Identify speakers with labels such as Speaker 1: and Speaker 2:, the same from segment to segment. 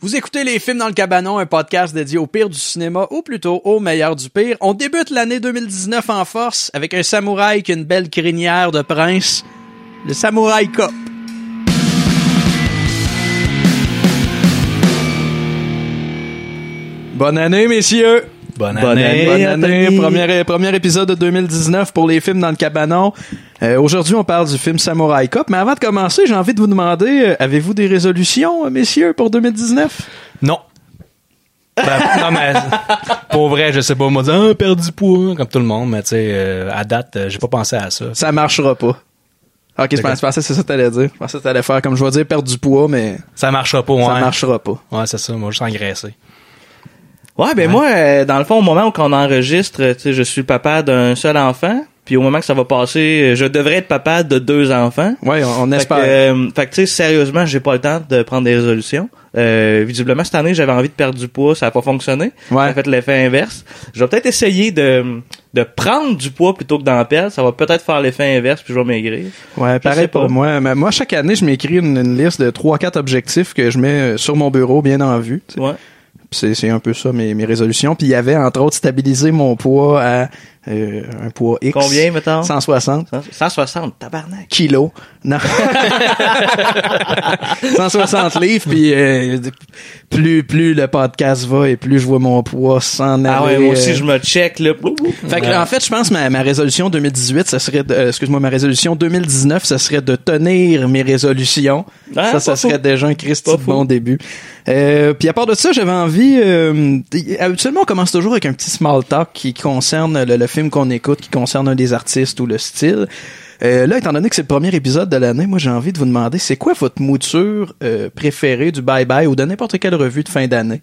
Speaker 1: Vous écoutez Les Films dans le Cabanon, un podcast dédié au pire du cinéma, ou plutôt au meilleur du pire. On débute l'année 2019 en force avec un samouraï qui a une belle crinière de prince, le Samouraï Cop. Bonne année, messieurs!
Speaker 2: Bonne
Speaker 1: Bonne année,
Speaker 2: année.
Speaker 1: bonne année. Premier, premier épisode de 2019 pour les films dans le cabanon. Euh, Aujourd'hui, on parle du film Samurai Cop, mais avant de commencer, j'ai envie de vous demander, euh, avez-vous des résolutions, euh, messieurs, pour 2019?
Speaker 2: Non. Ben, non, mais pour vrai, je sais pas. Moi, dire, ah, perds du poids, comme tout le monde, mais tu sais, euh, à date, euh, j'ai pas pensé à ça.
Speaker 1: Ça marchera pas. Ok, je pensais je pensais que c'est ça que t'allais dire. Je pensais que t'allais faire, comme je vais dire, perdre du poids, mais
Speaker 2: Ça marchera pas, ouais.
Speaker 1: ça marchera pas.
Speaker 2: Ouais, c'est ça, moi, juste engraissé.
Speaker 3: Ouais, ben moi, euh, dans le fond, au moment où on enregistre, euh, tu sais, je suis le papa d'un seul enfant, puis au moment que ça va passer, euh, je devrais être papa de deux enfants.
Speaker 1: Ouais, on, on
Speaker 3: Fait que,
Speaker 1: espère.
Speaker 3: euh, fait que, tu sais, sérieusement, j'ai pas le temps de prendre des résolutions. Euh, visiblement, cette année, j'avais envie de perdre du poids, ça a pas fonctionné.
Speaker 1: Ouais.
Speaker 3: Ça a fait l'effet inverse. Je vais peut-être essayer de, de prendre du poids plutôt que d'en perdre. Ça va peut-être faire l'effet inverse, puis je vais maigrir.
Speaker 1: Ouais, pareil
Speaker 3: sais
Speaker 1: pour
Speaker 3: pas.
Speaker 1: moi. Mais moi, chaque année, je m'écris une, une liste de 3-4 objectifs que je mets euh, sur mon bureau, bien en vue. tu sais.
Speaker 3: Ouais.
Speaker 1: Puis c'est c'est un peu ça mes, mes résolutions. Puis il y avait entre autres stabiliser mon poids à euh, un poids X.
Speaker 3: Combien, mettons?
Speaker 1: 160
Speaker 3: 160, tabarnak.
Speaker 1: kilos. Non. 160 livres. Puis euh, plus plus le podcast va et plus je vois mon poids s'en aller.
Speaker 3: Ah ouais, moi aussi,
Speaker 1: euh,
Speaker 3: je me check, là.
Speaker 1: fait que, en fait, je pense que ma, ma résolution 2018, ça serait, de- euh, excuse-moi, ma résolution 2019, ça serait de tenir mes résolutions.
Speaker 3: Ah,
Speaker 1: ça, ça
Speaker 3: pas fou.
Speaker 1: serait déjà un Christy
Speaker 3: Pas
Speaker 1: de
Speaker 3: fou.
Speaker 1: bon début. Euh, Puis à part de ça, j'avais envie. euh, d- habituellement, on commence toujours avec un petit small talk qui concerne le, le film qu'on écoute, qui concerne un des artistes ou le style. Euh, là, étant donné que c'est le premier épisode de l'année, moi j'ai envie de vous demander, c'est quoi votre mouture euh, préférée du Bye Bye ou de n'importe quelle revue de fin d'année?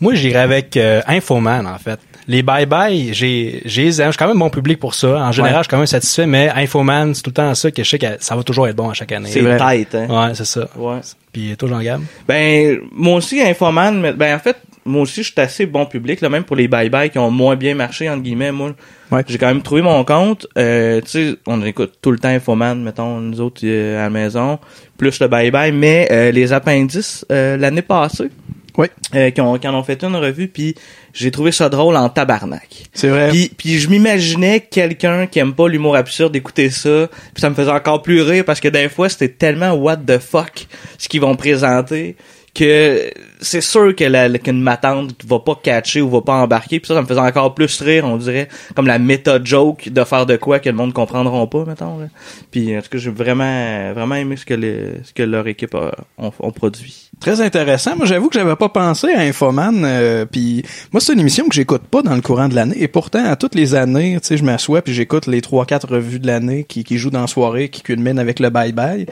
Speaker 2: Moi, j'irais avec euh, Infoman, en fait. Les bye-bye, j'ai, j'ai, les aime. je suis quand même bon public pour ça. En général,
Speaker 1: Ouais.
Speaker 2: je suis quand même satisfait, mais Infoman, c'est tout le temps ça que je sais que ça va toujours être bon à chaque année.
Speaker 3: C'est
Speaker 1: vrai.
Speaker 3: tête, hein.
Speaker 2: Ouais, c'est ça.
Speaker 3: Ouais.
Speaker 2: Puis toi, Jean-Gab?
Speaker 3: Ben, moi aussi, Infoman, mais- ben en fait, moi aussi, je suis assez bon public, là, même pour les bye-bye qui ont moins bien marché, entre guillemets, moi.
Speaker 1: Ouais.
Speaker 3: J'ai quand même trouvé mon compte. Euh, tu sais, on écoute tout le temps Infoman, mettons, nous autres euh, à la maison, plus le bye-bye, mais euh, les appendices, euh, l'année passée,
Speaker 1: Oui,
Speaker 3: euh, qui, ont, qui en ont fait une revue, puis j'ai trouvé ça drôle en tabarnak.
Speaker 1: c'est vrai.
Speaker 3: Puis, puis je m'imaginais quelqu'un qui aime pas l'humour absurde écouter ça, puis ça me faisait encore plus rire parce que des fois c'était tellement what the fuck ce qu'ils vont présenter que c'est sûr que la qu'une ma tante va pas catcher ou va pas embarquer, puis ça ça me faisait encore plus rire, on dirait comme la méta joke de faire de quoi que le monde comprendront pas mettons. Là. Puis en tout cas, j'ai vraiment vraiment aimé ce que le ce que leur équipe a ont, ont produit.
Speaker 1: Très intéressant. Moi, j'avoue que j'avais pas pensé à Infoman. euh, puis moi, c'est une émission que j'écoute pas dans le courant de l'année. Et pourtant, à toutes les années, tu sais, je m'assois puis j'écoute les trois quatre revues de l'année qui, qui jouent dans la soirée, qui culminent avec le bye bye.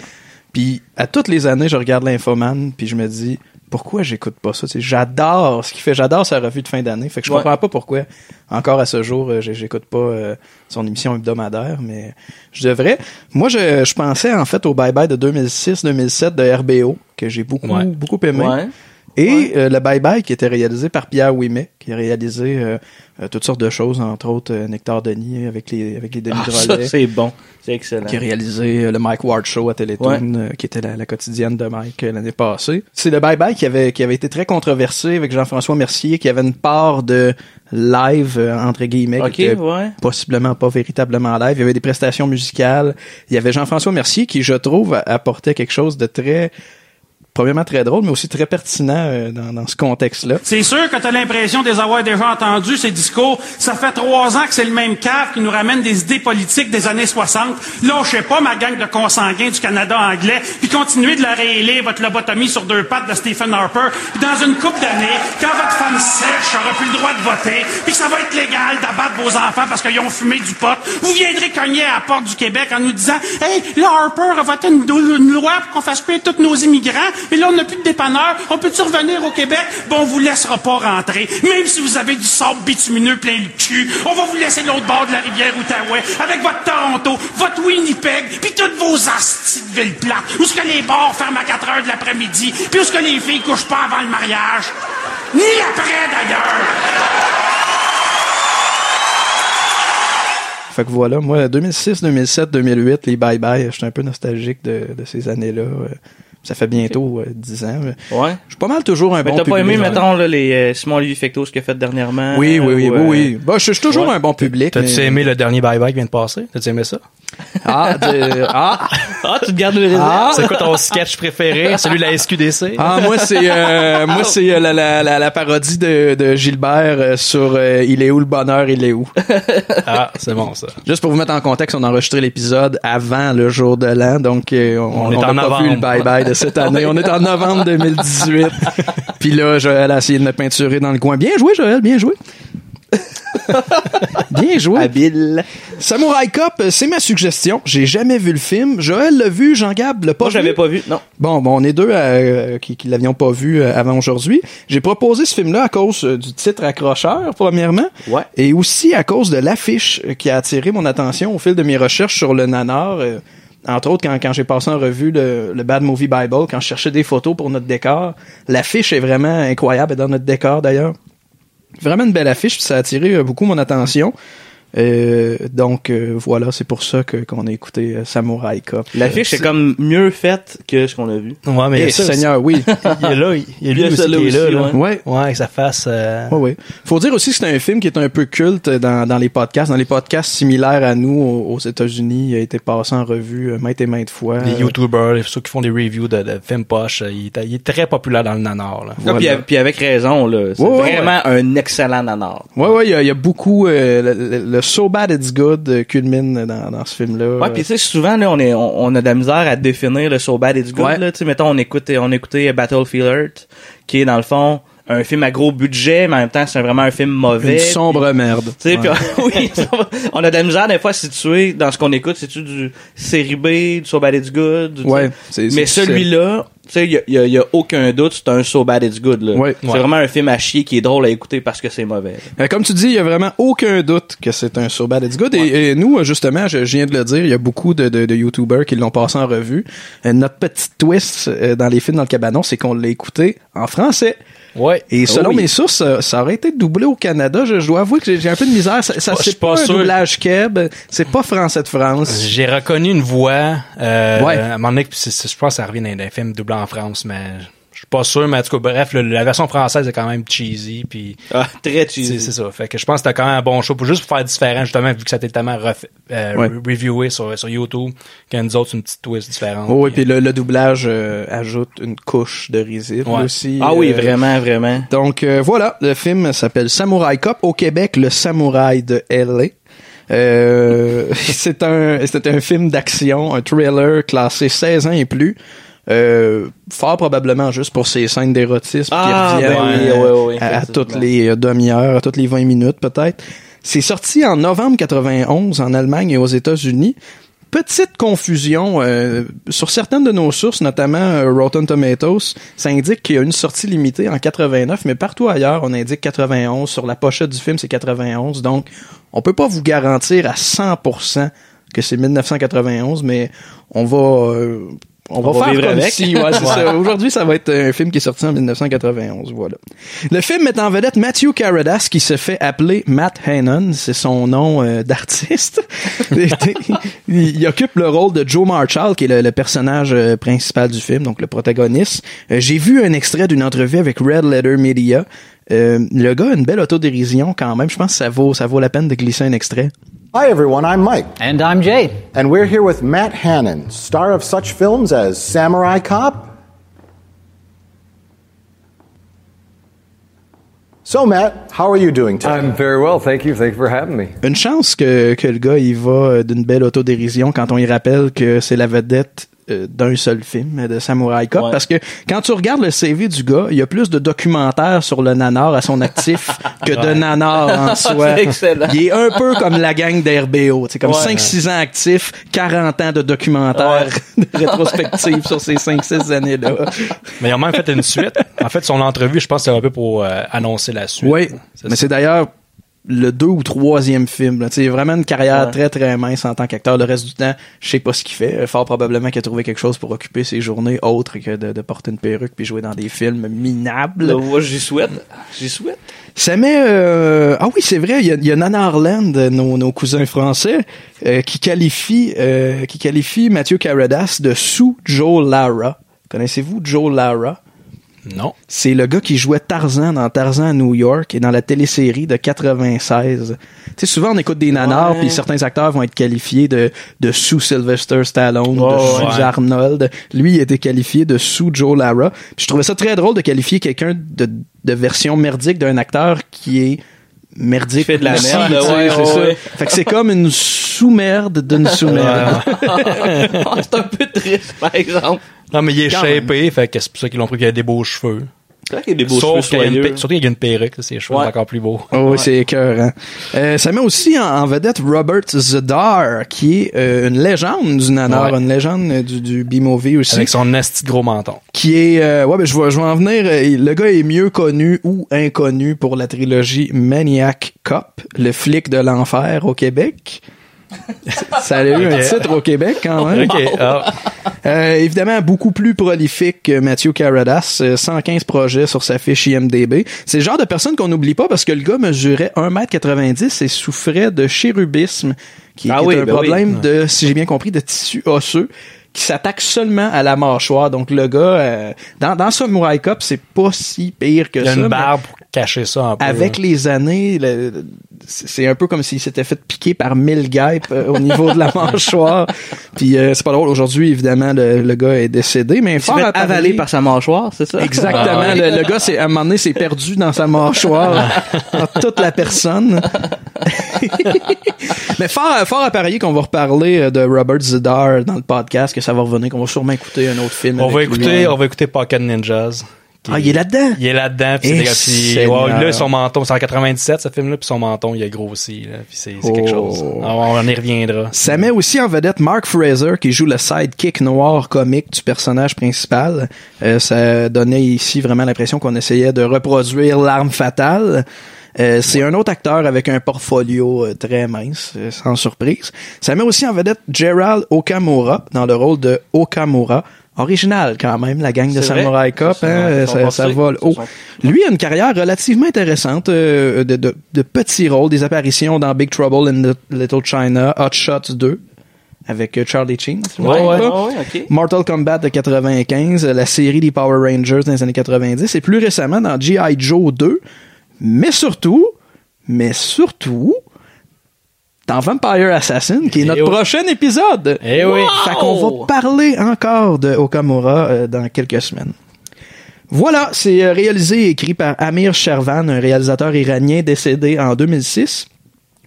Speaker 1: Puis à toutes les années, je regarde l'Infoman puis je me dis pourquoi j'écoute pas ça. Tu sais, j'adore ce qu'il fait. J'adore sa revue de fin d'année. Fait que je
Speaker 3: Ouais.
Speaker 1: comprends pas pourquoi. Encore à ce jour, euh, j'ai- j'écoute pas euh, son émission hebdomadaire, mais je devrais. Moi, je, je pensais en fait au bye bye de 2006-2007 de RBO que j'ai beaucoup
Speaker 2: Ouais.
Speaker 1: beaucoup aimé. Et euh, le Bye Bye qui était réalisé par Pierre Ouimet, qui a réalisé euh, euh, toutes sortes de choses, entre autres euh, Nectar Denis avec les avec les Denis
Speaker 3: Ah, ça
Speaker 1: Drolet,
Speaker 3: c'est bon, c'est excellent.
Speaker 1: qui a réalisé euh, le Mike Ward Show à Télétoon,
Speaker 3: Ouais.
Speaker 1: euh, qui était la, la quotidienne de Mike euh, l'année passée. C'est le Bye Bye qui avait qui avait été très controversé avec Jean-François Mercier, qui avait une part de live euh, entre guillemets
Speaker 3: OK,
Speaker 1: qui était
Speaker 3: ouais.
Speaker 1: possiblement pas véritablement live. Il y avait des prestations musicales. Il y avait Jean-François Mercier qui, je trouve, a- apportait quelque chose de très, premièrement très drôle, mais aussi très pertinent euh, dans, dans ce contexte-là.
Speaker 4: C'est sûr que t'as l'impression de les avoir déjà entendus, ces discours. Ça fait trois ans que c'est le même cave qui nous ramène des idées politiques des années 60. Lâchez pas ma gang de consanguins du Canada anglais, puis continuez de la réélire, votre lobotomie sur deux pattes de Stephen Harper. Puis dans une couple d'années, quand votre femme sèche aura plus le droit de voter, puis que ça va être légal d'abattre vos enfants parce qu'ils ont fumé du pot, vous viendrez cogner à la porte du Québec en nous disant « Hey, là, Harper a voté une, dou- une loi pour qu'on fasse payer tous nos immigrants, mais là, on n'a plus de dépanneurs, on peut-tu revenir au Québec? Bon, on vous laissera pas rentrer. Même si vous avez du sable bitumineux plein le cul, on va vous laisser de l'autre bord de la rivière Outaouais, avec votre Toronto, votre Winnipeg, puis toutes vos astis de villes plates, où ce que les bars ferment à 4 heures de l'après-midi, puis où ce que les filles couchent pas avant le mariage. Ni après, d'ailleurs.
Speaker 1: Fait que voilà, moi, 2006, 2007, 2008, les Bye Bye, j'étais un peu nostalgique de, de ces années-là. euh, Ça fait bientôt euh, 10 ans.
Speaker 3: Ouais.
Speaker 1: Je suis pas mal toujours un
Speaker 3: Mais
Speaker 1: bon
Speaker 3: t'as pas
Speaker 1: public.
Speaker 3: aimé, mettons, là, les euh, Simon-Olivier Fecteau, ce qu'il a fait dernièrement.
Speaker 1: Oui,
Speaker 3: euh,
Speaker 1: oui, oui, oui,
Speaker 3: ou, euh,
Speaker 1: oui. Bah, je je suis toujours
Speaker 3: ouais.
Speaker 1: un bon public.
Speaker 2: T'as-tu
Speaker 1: mais-
Speaker 2: aimé le dernier bye-bye qui vient de passer? T'as-tu aimé ça?
Speaker 1: Ah, de- ah,
Speaker 3: Ah, tu te gardes le réserve.
Speaker 1: Ah!
Speaker 2: C'est quoi ton sketch préféré? Celui de la SQDC?
Speaker 1: Ah moi c'est euh, moi c'est euh, la, la, la, la parodie de, de Gilbert euh, sur euh, il est où le bonheur il est où.
Speaker 2: Ah, c'est bon ça.
Speaker 1: Juste pour vous mettre en contexte, on a enregistré l'épisode avant le jour de l'an donc euh, on,
Speaker 2: On est
Speaker 1: on a pas
Speaker 2: en novembre.
Speaker 1: vu le bye bye de cette année. on est en novembre 2018. Puis là Joël a essayé de me peinturer dans le coin. Bien joué Joël, bien joué. Bien joué.
Speaker 3: Habile.
Speaker 1: Samurai Cop, euh, c'est ma suggestion. J'ai jamais vu le film. Joël l'a vu, Jean-Gab l'a pas
Speaker 3: Moi,
Speaker 1: vu.
Speaker 3: j'avais pas vu. Non.
Speaker 1: Bon, bon, on est deux euh, qui, qui l'avions pas vu euh, avant aujourd'hui. J'ai proposé ce film-là à cause euh, du titre accrocheur, premièrement,
Speaker 3: Ouais.
Speaker 1: et aussi à cause de l'affiche euh, qui a attiré mon attention au fil de mes recherches sur le nanar. euh, entre autres, quand, quand j'ai passé en revue le, le Bad Movie Bible, quand je cherchais des photos pour notre décor, l'affiche est vraiment incroyable, et dans notre décor d'ailleurs. Vraiment une belle affiche, puis ça a attiré euh, beaucoup mon attention. Euh, donc euh, voilà, c'est pour ça que qu'on a écouté euh, Samurai Cop.
Speaker 3: L'affiche
Speaker 1: Euh,
Speaker 3: est comme mieux faite que ce qu'on a vu.
Speaker 2: Ouais, mais
Speaker 1: Eh,
Speaker 2: il y a ça,
Speaker 1: Seigneur, oui.
Speaker 2: Il est là, il il y a
Speaker 3: Il y
Speaker 2: lui
Speaker 3: a
Speaker 2: aussi
Speaker 3: celle-là
Speaker 2: qui est là.
Speaker 3: aussi,
Speaker 2: là.
Speaker 3: ouais.
Speaker 1: Ouais.
Speaker 2: Ouais, que ça fasse... euh,
Speaker 1: Oui, oui. Faut dire aussi que c'est un film qui est un peu culte dans, dans les podcasts. Dans les podcasts similaires à nous aux, aux États-Unis, il a été passé en revue euh, maintes et maintes fois.
Speaker 2: Les YouTubers, les- ceux qui font des reviews de, de films poches, euh, il, est- il est très populaire dans le nanar. Là.
Speaker 1: Voilà.
Speaker 3: Ah, puis, a- puis avec raison, là. C'est
Speaker 1: Ouais, ouais,
Speaker 3: vraiment un excellent nanar.
Speaker 1: Ouais, ouais, il y a, il y a beaucoup. euh, le, le- le So Bad It's Good euh, culmine dans, dans ce film-là.
Speaker 3: Ouais, puis tu sais, souvent, là, on, est, on, on a de la misère à définir le so bad it's good,
Speaker 1: Ouais.
Speaker 3: là. Tu sais, mettons, on écoute, on écoutait Battlefield Earth, qui est, dans le fond, un film à gros budget, mais en même temps, c'est vraiment un film
Speaker 1: une
Speaker 3: mauvais.
Speaker 1: sombre merde.
Speaker 3: Tu sais,
Speaker 1: Ouais.
Speaker 3: puis- oui, on a de la misère des fois à se situer dans ce qu'on écoute, c'est-tu du série B, du So Bad It's Good, du-
Speaker 1: Ouais, c'est-
Speaker 3: mais
Speaker 1: c'est-
Speaker 3: celui-là, tu sais, il y a, y a- y a aucun doute, c'est un So Bad It's Good. Là.
Speaker 1: Ouais.
Speaker 3: c'est
Speaker 2: Ouais.
Speaker 3: vraiment un film à chier qui est drôle à écouter parce que c'est mauvais.
Speaker 1: Euh, Comme tu dis, il y a vraiment aucun doute que c'est un So Bad It's Good. Et- Et, nous, euh, justement, je, je viens de le dire, il y a beaucoup de, de, de YouTubers qui l'ont passé en revue. Euh, notre petit twist euh, dans les films dans le cabanon, c'est qu'on l'a écouté en français.
Speaker 2: Ouais. Ah
Speaker 1: Et selon
Speaker 2: Oui.
Speaker 1: mes sources, ça, ça aurait été doublé au Canada. Je, je dois avouer que j'ai- j'ai un peu de misère. Ça, ça
Speaker 2: Ah, Je suis
Speaker 1: c'est
Speaker 2: pas
Speaker 1: pas, un
Speaker 2: sûr.
Speaker 1: doublage keb. C'est pas français de France.
Speaker 2: J'ai reconnu une voix. Euh,
Speaker 1: Ouais.
Speaker 2: À un moment donné, puis c'est- c'est- je pense que ça revient d'un d'un film doublé en France, mais je suis pas sûr. Mais en tout cas, bref, le- la version française est quand même cheesy. Puis
Speaker 3: Ah, très
Speaker 2: c'est
Speaker 3: cheesy.
Speaker 2: c'est ça. Fait que je pense que c'était quand même un bon show. Pour juste pour faire différent, justement, vu que ça a été tellement refait- euh,
Speaker 1: Ouais.
Speaker 2: re- reviewé sur, sur YouTube, qu'il y a nous autres une petite twist différente.
Speaker 1: Oh, et
Speaker 2: Puis,
Speaker 1: puis le, le doublage euh, ajoute une couche de risible
Speaker 2: Ouais.
Speaker 1: aussi.
Speaker 3: Ah oui,
Speaker 1: Euh,
Speaker 3: vraiment, vraiment.
Speaker 1: Donc euh, voilà, le film s'appelle Samurai Cop au Québec, le samouraï de LA. Euh, c'est un c'est un film d'action, un thriller classé 16 ans et plus. Euh, fort probablement juste pour ces scènes d'érotisme
Speaker 3: Ah,
Speaker 1: qui
Speaker 3: ben
Speaker 1: reviennent
Speaker 3: oui,
Speaker 1: euh,
Speaker 3: oui, oui,
Speaker 1: à, à
Speaker 3: effectivement.
Speaker 1: toutes les euh, demi-heures, à toutes les 20 minutes peut-être. C'est sorti en novembre 91 en Allemagne et aux États-Unis. Petite confusion euh, sur certaines de nos sources, notamment euh, Rotten Tomatoes, ça indique qu'il y a une sortie limitée en 89, mais partout ailleurs, on indique 91 sur la pochette du film, c'est 91. Donc, on peut pas vous garantir à 100% que c'est 1991, mais on va euh, on, va,
Speaker 3: va
Speaker 1: faire
Speaker 3: vivre
Speaker 1: comme
Speaker 3: avec.
Speaker 1: si, ouais, c'est ça. Aujourd'hui, ça va être un film qui est sorti en 1991, voilà. Le film met en vedette Matthew Caradas qui se fait appeler Matt Hannon, c'est son nom euh, d'artiste. Il- il, il occupe le rôle de Joe Marshall qui est le, le personnage euh, principal du film, donc le protagoniste. Euh, J'ai vu un extrait d'une entrevue avec Red Letter Media. Euh, le gars a une belle autodérision quand même. Je pense que ça vaut ça vaut la peine de glisser un extrait.
Speaker 5: Hi, everyone. I'm Mike,
Speaker 6: And I'm Jade.
Speaker 5: and we're here with Matt Hannon, star of such films as Samurai Cop. So, Matt, how are you doing today?
Speaker 7: I'm very well, thank you. Thank you for having me.
Speaker 1: Une chance que, que le gars il va euh, d'une belle autodérision quand on y rappelle que c'est la vedette euh, d'un seul film euh, de Samurai Cop
Speaker 3: Ouais.
Speaker 1: parce que quand tu regardes le CV du gars, il y a plus de documentaires sur le nanar à son actif que de nanar en soi.
Speaker 3: C'est excellent.
Speaker 1: Il est un peu comme la gang d'RBO, c'est comme
Speaker 3: Ouais.
Speaker 1: 5 6 ans actifs, 40 ans de documentaires de rétrospectives sur ces 5 6 années là.
Speaker 2: Mais ils ont même fait une suite. En fait, son entrevue, je pense que c'est un peu pour euh, annoncer la suite.
Speaker 1: Oui,
Speaker 2: C'est
Speaker 1: mais c'est d'ailleurs le deux ou troisième film. là. Tu sais, vraiment une carrière très très mince en tant qu'acteur. Le reste du temps, je sais pas ce qu'il fait. Euh, Fort probablement qu'il a trouvé quelque chose pour occuper ses journées autres que de, de porter une perruque puis jouer dans des films minables.
Speaker 3: Là, moi, j'y souhaite. J'y souhaite.
Speaker 1: Ça met... euh, Ah oui, c'est vrai, il y a, il y a Nana Arland, euh, nos, nos cousins français, euh, qui qualifie euh, qui qualifie Mathieu Caradas de sous Joe Lara Connaissez-vous Joe Lara?
Speaker 2: Non.
Speaker 1: C'est le gars qui jouait Tarzan dans Tarzan à New York et dans la télésérie de 96. Tu sais, souvent on écoute des nanars,
Speaker 3: Ouais.
Speaker 1: puis certains acteurs vont être qualifiés de, de sous Sylvester Stallone,
Speaker 3: Ouais,
Speaker 1: de sous
Speaker 3: ouais.
Speaker 1: Arnold. Lui, il était qualifié de sous Joe Lara. Puis je trouvais ça très drôle de qualifier quelqu'un de, de version merdique d'un acteur qui est merdique.
Speaker 3: Qui fait de la
Speaker 1: aussi,
Speaker 3: merde,
Speaker 1: tu sais,
Speaker 3: ouais,
Speaker 1: c'est
Speaker 3: ouais,
Speaker 1: ça.
Speaker 3: ouais.
Speaker 1: Fait que c'est comme une sous-merde d'une sous-merde.
Speaker 3: Ah, c'est un peu triste, par exemple.
Speaker 2: Non, mais il est
Speaker 1: Quand
Speaker 2: shapé, fait que c'est pour ça qu'ils l'ont pris qu'il a des beaux cheveux.
Speaker 3: C'est vrai qu'il y a des beaux
Speaker 2: Sauf qu'il
Speaker 3: cheveux
Speaker 2: y a une
Speaker 3: soyeux.
Speaker 2: pe- Surtout qu'il y a une perruque, là, ses cheveux
Speaker 3: Ouais.
Speaker 2: sont encore plus beaux.
Speaker 1: Oh, oui, c'est écœurant. Euh, ça met aussi en, en vedette Robert Zadar, qui est euh, une légende du nanar,
Speaker 2: Ouais.
Speaker 1: une légende euh, du, du B-movie aussi,
Speaker 2: Avec son nasty de gros menton.
Speaker 1: qui est... euh, ouais, ben, je vais, je vais en venir. euh, Le gars est mieux connu ou inconnu pour la trilogie Maniac Cop, le flic de l'enfer au Québec. Ça a eu un
Speaker 2: Ok.
Speaker 1: titre au Québec quand même.
Speaker 2: Ok, ah.
Speaker 1: Euh, évidemment, beaucoup plus prolifique que Matthew Caradas, euh, 115 projets sur sa fiche IMDB. C'est le genre de personne qu'on n'oublie pas parce que le gars mesurait 1m90 et souffrait de chérubisme, qui,
Speaker 3: Ah
Speaker 1: qui est
Speaker 3: oui,
Speaker 1: un
Speaker 3: ben
Speaker 1: problème de, si j'ai bien compris, de tissu osseux qui s'attaque seulement à la mâchoire. Donc le gars, euh, dans, dans Samurai Cop, c'est pas si pire que
Speaker 2: il a
Speaker 1: ça. mais
Speaker 2: une barbe pour cacher ça un peu.
Speaker 1: Avec les années, le- c'est c'est un peu comme s'il s'était fait piquer par mille guêpes euh, au niveau de la mâchoire. Puis euh, c'est pas drôle. Aujourd'hui, évidemment, le, le gars est décédé, mais
Speaker 3: Il s'est
Speaker 1: fort
Speaker 3: fait
Speaker 1: à parier-
Speaker 3: avaler par sa mâchoire, c'est ça?
Speaker 1: Exactement.
Speaker 2: Ah
Speaker 1: le, le gars, c'est, à un moment donné, s'est perdu dans sa mâchoire, dans toute la personne. Mais fort, fort à parier qu'on va reparler euh, de Robert Zidar dans le podcast, que ça va revenir, qu'on va sûrement écouter un autre film.
Speaker 2: On
Speaker 1: avec
Speaker 2: va
Speaker 1: lui. hein.
Speaker 2: écouter, on va écouter Pocket Ninjas. qui
Speaker 1: Ah, il est là-dedans?
Speaker 2: Il est là-dedans, puis
Speaker 1: Eh,
Speaker 2: c'est des gars, puis-
Speaker 1: Seigneur.
Speaker 2: ouais, là, son menton, c'est en 97, ce film-là, puis son menton, il a grossi, là, puis c'est c'est quelque
Speaker 1: Oh.
Speaker 2: chose. Ah, On, en y reviendra.
Speaker 1: Ça met aussi en vedette Mark Fraser qui joue le sidekick noir comique du personnage principal. Euh, ça donnait ici vraiment l'impression qu'on essayait de reproduire l'arme fatale. Euh, c'est un autre acteur avec un portfolio euh, très mince, euh, sans surprise. Ça met aussi en vedette Gerald Okamura dans le rôle de Okamura. Original quand même, la gang de
Speaker 3: C'est vrai.
Speaker 1: Samurai Cop,
Speaker 3: Ça,
Speaker 1: hein,
Speaker 3: ils sont
Speaker 1: ça, ça
Speaker 3: forcés.
Speaker 1: vole Oh,
Speaker 3: Ils
Speaker 1: haut.
Speaker 3: sont-
Speaker 1: Lui a une carrière relativement intéressante, euh, de, de- de petits rôles, des apparitions dans Big Trouble in Little China, Hot Shots 2, avec euh, Charlie Sheen. si je me
Speaker 2: Ouais,
Speaker 1: trompe
Speaker 2: ouais.
Speaker 1: pas.
Speaker 3: Ouais, ouais, ok.
Speaker 1: Mortal Kombat de 95, euh, la série des Power Rangers dans les années 90, et plus récemment dans G.I. Joe 2, mais surtout, mais surtout, dans Vampire Assassin, qui est
Speaker 2: Eh
Speaker 1: notre
Speaker 2: oui.
Speaker 1: prochain épisode.
Speaker 2: Eh oui.
Speaker 1: Fait qu'on va parler encore de Okamura euh, dans quelques semaines. Voilà, c'est euh, réalisé et écrit par Amir Shervan, un réalisateur iranien décédé en 2006,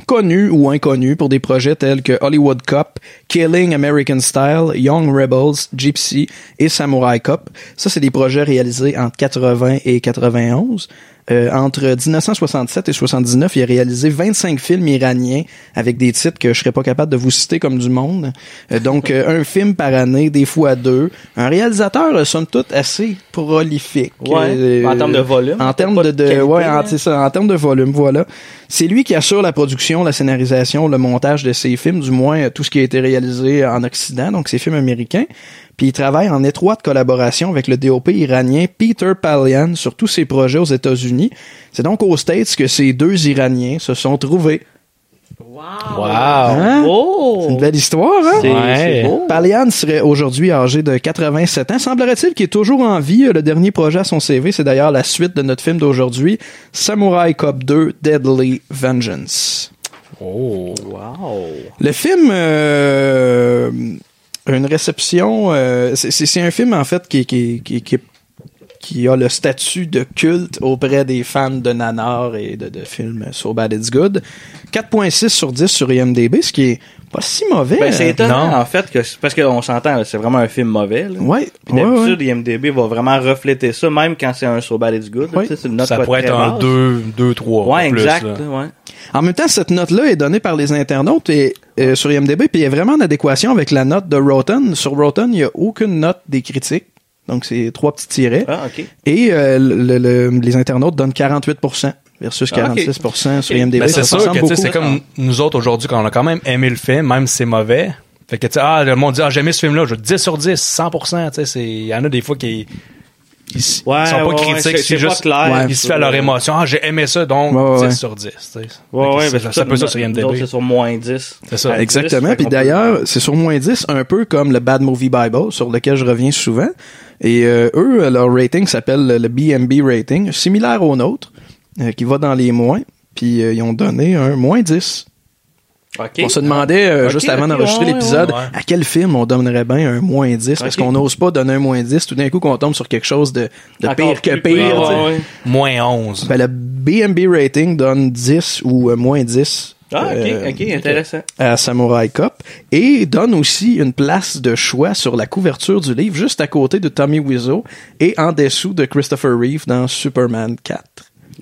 Speaker 1: connu ou inconnu pour des projets tels que Hollywood Cop, Killing American Style, Young Rebels, Gypsy et Samurai Cop. Ça, c'est des projets réalisés entre 80 et 91. Euh, entre 1967 et 79, il a réalisé 25 films iraniens avec des titres que je serais pas capable de vous citer comme du monde. Euh, donc, euh, un film par année, des fois deux. Un réalisateur, euh, somme toute, assez prolifique.
Speaker 3: Ouais,
Speaker 1: Euh,
Speaker 3: en termes de volume,
Speaker 1: En termes
Speaker 3: pas
Speaker 1: de,
Speaker 3: de
Speaker 1: de- ouais,
Speaker 3: qualité,
Speaker 1: en-
Speaker 3: hein.
Speaker 1: c'est ça, en termes de volume, voilà. C'est lui qui assure la production, la scénarisation, le montage de ses films, du moins euh, tout ce qui a été réalisé en Occident, donc ses films américains. Puis il travaille en étroite collaboration avec le DOP iranien Peter Palian sur tous ses projets aux États-Unis. C'est donc aux States que ces deux Iraniens se sont trouvés.
Speaker 2: Wow!
Speaker 1: Hein?
Speaker 3: Oh!
Speaker 1: C'est une belle histoire, hein?
Speaker 3: C'est-
Speaker 2: Ouais.
Speaker 3: c'est beau.
Speaker 1: Palian serait aujourd'hui âgé de 87 ans. Semblerait-il qu'il est toujours en vie. euh, Le dernier projet à son CV, c'est d'ailleurs la suite de notre film d'aujourd'hui, Samurai Cop 2 Deadly Vengeance.
Speaker 2: Oh!
Speaker 3: Wow!
Speaker 1: Le film euh, a une réception. euh, c'est- c'est c'est un film en fait qui qui qui qui, qui a le statut de culte auprès des fans de nanar et de, de films So Bad It's Good. 4.6 sur 10 sur IMDb, ce qui est pas si mauvais. euh,
Speaker 3: Ben, c'est étonnant,
Speaker 2: non.
Speaker 3: en fait, que, c'est- parce qu'on s'entend, là, c'est vraiment un film mauvais. Là.
Speaker 1: Ouais,
Speaker 3: Puis
Speaker 1: ouais,
Speaker 3: d'habitude, IMDB va vraiment refléter ça, même quand c'est un So Bad It's Good. là,
Speaker 1: Ouais.
Speaker 3: tu sais, c'est une note
Speaker 2: Ça
Speaker 3: pas
Speaker 2: pourrait
Speaker 3: très
Speaker 2: être un
Speaker 3: basse.
Speaker 2: 2, 2, 3.
Speaker 3: Ouais,
Speaker 2: plus,
Speaker 3: exact.
Speaker 2: là.
Speaker 3: là, ouais.
Speaker 1: En même temps, cette note-là est donnée par les internautes et, euh, sur IMDb, puis elle est vraiment en adéquation avec la note de Rotten. Sur Rotten, il n'y a aucune note des critiques. Donc, c'est trois petits tirets.
Speaker 3: Ah, ok.
Speaker 1: Et euh, le- le- les internautes donnent 48% versus
Speaker 3: Ah, ok.
Speaker 1: 46% sur IMDb.
Speaker 2: Mais Ben, c'est
Speaker 1: ça
Speaker 2: sûr que
Speaker 1: ressemble
Speaker 2: tu
Speaker 1: beaucoup.
Speaker 2: sais, c'est comme nous autres aujourd'hui quand on a quand même aimé le film, même si c'est mauvais. Fait que tu sais, ah, le monde dit, ah, j'ai aimé ce film-là, je veux 10 sur 10, 100%. Tu sais, c'est- il y en a des fois qui, ils, s-
Speaker 3: Ouais,
Speaker 2: ils sont pas
Speaker 3: ouais, ouais,
Speaker 2: critiques,
Speaker 3: c'est-
Speaker 2: c'est
Speaker 3: c'est pas
Speaker 2: juste
Speaker 3: clair.
Speaker 1: Ouais.
Speaker 2: ils se font leur émotion. Ah, j'ai aimé ça, donc
Speaker 1: Ouais, ouais,
Speaker 2: 10
Speaker 1: ouais.
Speaker 2: sur 10. tu sais. Fait que
Speaker 3: Ouais, ouais,
Speaker 2: c'est-
Speaker 3: ben, c'est
Speaker 2: c'est un peu ça sur
Speaker 3: nous autres,
Speaker 2: IMDb.
Speaker 3: C'est sur moins 10.
Speaker 2: C'est ça.
Speaker 3: À 10,
Speaker 1: Ah, Exactement.
Speaker 3: fait
Speaker 1: Puis
Speaker 3: qu'on
Speaker 1: d'ailleurs, c'est sur moins 10, un peu comme le Bad Movie Bible, sur lequel je reviens souvent. Et euh, eux, leur rating s'appelle le BMB rating, similaire au nôtre, euh, qui va dans les moins. Puis euh, ils ont donné un moins 10.
Speaker 3: peut- OK.
Speaker 1: On se demandait, euh,
Speaker 3: Ok,
Speaker 1: juste avant
Speaker 3: ok,
Speaker 1: d'enregistrer
Speaker 3: ouais, ouais,
Speaker 1: l'épisode,
Speaker 2: ouais.
Speaker 1: à quel film on donnerait bien un moins 10, parce
Speaker 3: Ok.
Speaker 1: qu'on n'ose pas donner un moins 10, tout d'un coup qu'on tombe sur quelque chose de, de
Speaker 3: Encore
Speaker 1: pire que
Speaker 3: plus
Speaker 1: pire.
Speaker 3: pire,
Speaker 1: tu sais.
Speaker 3: ouais, ouais.
Speaker 2: Moins 11.
Speaker 1: Ben, le BMB rating donne 10 ou euh, moins 10.
Speaker 3: Ah, ok,
Speaker 1: euh,
Speaker 3: ok, intéressant.
Speaker 1: à Samurai Cop et donne aussi une place de choix sur la couverture du livre juste à côté de Tommy Wiseau et en dessous de Christopher Reeve dans Superman 4.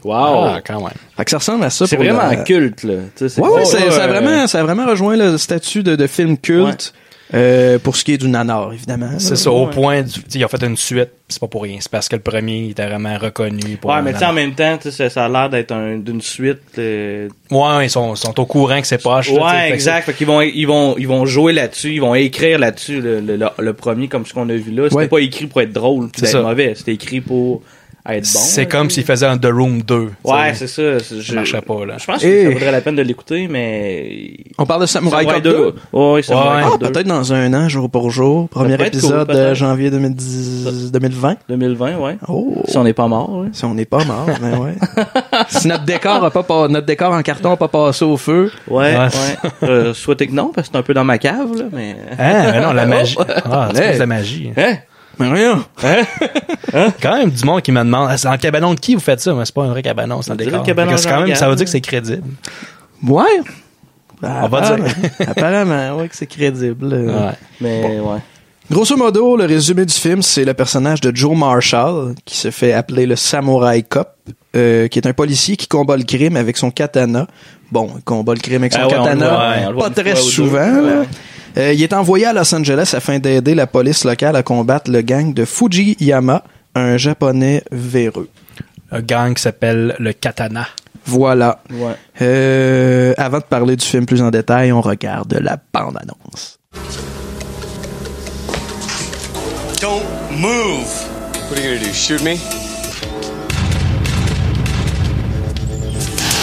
Speaker 3: Wow.
Speaker 2: Ah, quand même.
Speaker 1: Fait que ça ressemble à ça
Speaker 3: c'est
Speaker 1: pour
Speaker 3: vraiment
Speaker 1: la-
Speaker 3: culte, là. Tu sais,
Speaker 1: Ouais, ouais, c'est- ça, a
Speaker 3: euh,
Speaker 1: vraiment, ça a vraiment rejoint le statut de, de film culte euh, pour ce qui est du nanar, évidemment.
Speaker 2: C'est ça, au point, du- tu sais, ils ont fait une suite, pis c'est pas pour rien. C'est parce que le premier il était vraiment reconnu. Pour
Speaker 3: Ouais, mais tu sais, en même temps, tu sais, ça- ça a l'air d'être un- d'une suite. euh,
Speaker 2: Ouais, ils sont, sont au courant que c'est poche. là, tu sais, fait
Speaker 3: Ouais,
Speaker 2: que
Speaker 3: exact. Fait qu'ils vont, ils vont, ils vont jouer là-dessus, ils vont écrire là-dessus le, le, le- le premier comme ce qu'on a vu là. C'était
Speaker 1: Ouais.
Speaker 3: pas écrit pour être drôle, puis
Speaker 2: C'est ça.
Speaker 3: d'être mauvais. C'était écrit pour être
Speaker 2: c'est-
Speaker 3: bon.
Speaker 2: C'est
Speaker 3: là,
Speaker 2: comme
Speaker 3: tu
Speaker 2: s'ils faisaient un The Room 2. tu
Speaker 3: sais. Ouais,
Speaker 2: sais.
Speaker 3: c'est ça. c'est- Je,
Speaker 2: marcherait pas, là.
Speaker 3: Je pense
Speaker 1: Et-
Speaker 3: que ça vaudrait la peine de l'écouter, mais.
Speaker 1: On parle de Samurai,
Speaker 3: Samurai
Speaker 1: Cop
Speaker 3: 2.
Speaker 1: 2.
Speaker 3: Ouais, Samurai
Speaker 2: Ouais.
Speaker 1: Ah,
Speaker 3: Cop 2.
Speaker 1: peut-être dans un an, jour pour jour. Premier
Speaker 3: pourrait être cool,
Speaker 1: épisode de
Speaker 3: peut-être.
Speaker 1: janvier 2010, 2020.
Speaker 3: 2020, ouais.
Speaker 1: Oh.
Speaker 3: Si on n'est pas mort, ouais.
Speaker 1: Si on n'est pas mort, ben ouais. si notre décor a pas, pas- notre décor en carton n'a pas passé au feu,
Speaker 2: Ouais.
Speaker 3: Ouais, ouais. Euh, souhaitez que non, parce que c'est un peu dans ma cave, là, mais.
Speaker 2: Ah, mais non, la magie. Ah, c'est
Speaker 1: Hey.
Speaker 2: plus de la magie.
Speaker 3: Hein?
Speaker 1: ben rien.
Speaker 2: Quand même du monde qui me demande, Ah, c'est dans le cabanon de qui vous faites ça? Mais c'est pas un vrai cabanon, c'est un
Speaker 3: On dirait
Speaker 2: décor.
Speaker 3: le cabanon
Speaker 2: Fait que c'est quand même, ça veut
Speaker 3: Jean-Yann.
Speaker 2: dire que c'est crédible.
Speaker 1: Ouais.
Speaker 2: On va dire.
Speaker 1: Ben, Apparemment-
Speaker 2: Ah.
Speaker 1: Apparemment, ouais, que c'est crédible. euh. là.
Speaker 2: Ouais.
Speaker 3: Mais, ouais.
Speaker 1: Grosso modo, le résumé du film, c'est le personnage de Joe Marshall, qui se fait appeler le Samurai Cop, euh, qui est un policier qui combat le crime avec son katana. Bon, il combat le crime avec son
Speaker 3: Ah ouais, on le
Speaker 1: katana,
Speaker 3: voit, ouais, on le voit
Speaker 1: pas
Speaker 3: une
Speaker 1: très
Speaker 3: fois ou deux.
Speaker 1: souvent. là.
Speaker 3: Ouais.
Speaker 1: Euh, il est envoyé à Los Angeles afin d'aider la police locale à combattre le gang de Fujiyama, un japonais véreux.
Speaker 2: Un gang qui s'appelle le Katana.
Speaker 1: Voilà.
Speaker 3: Ouais.
Speaker 1: Euh, avant de parler du film plus en détail, on regarde la bande-annonce.
Speaker 6: Don't move. What are you gonna do? Shoot me?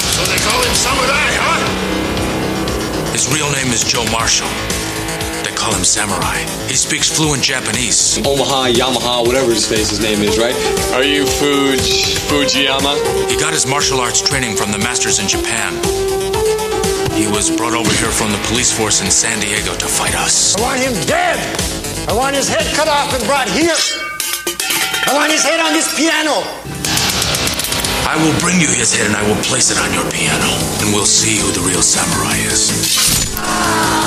Speaker 8: So they call him Samurai, huh?
Speaker 9: His real name is Joe Marshall. They call him Samurai. He speaks fluent Japanese.
Speaker 6: Omaha, Yamaha, whatever his face his name is, right? Are you Fuji Fujiyama?
Speaker 9: He got his martial arts training from the masters in Japan. He was brought over here from the police force in San Diego to fight us.
Speaker 8: I want him dead. I want his head cut off and brought here. I want his head on this piano.
Speaker 9: I will bring you his head and I will place it on your piano. And we'll see who the real samurai is.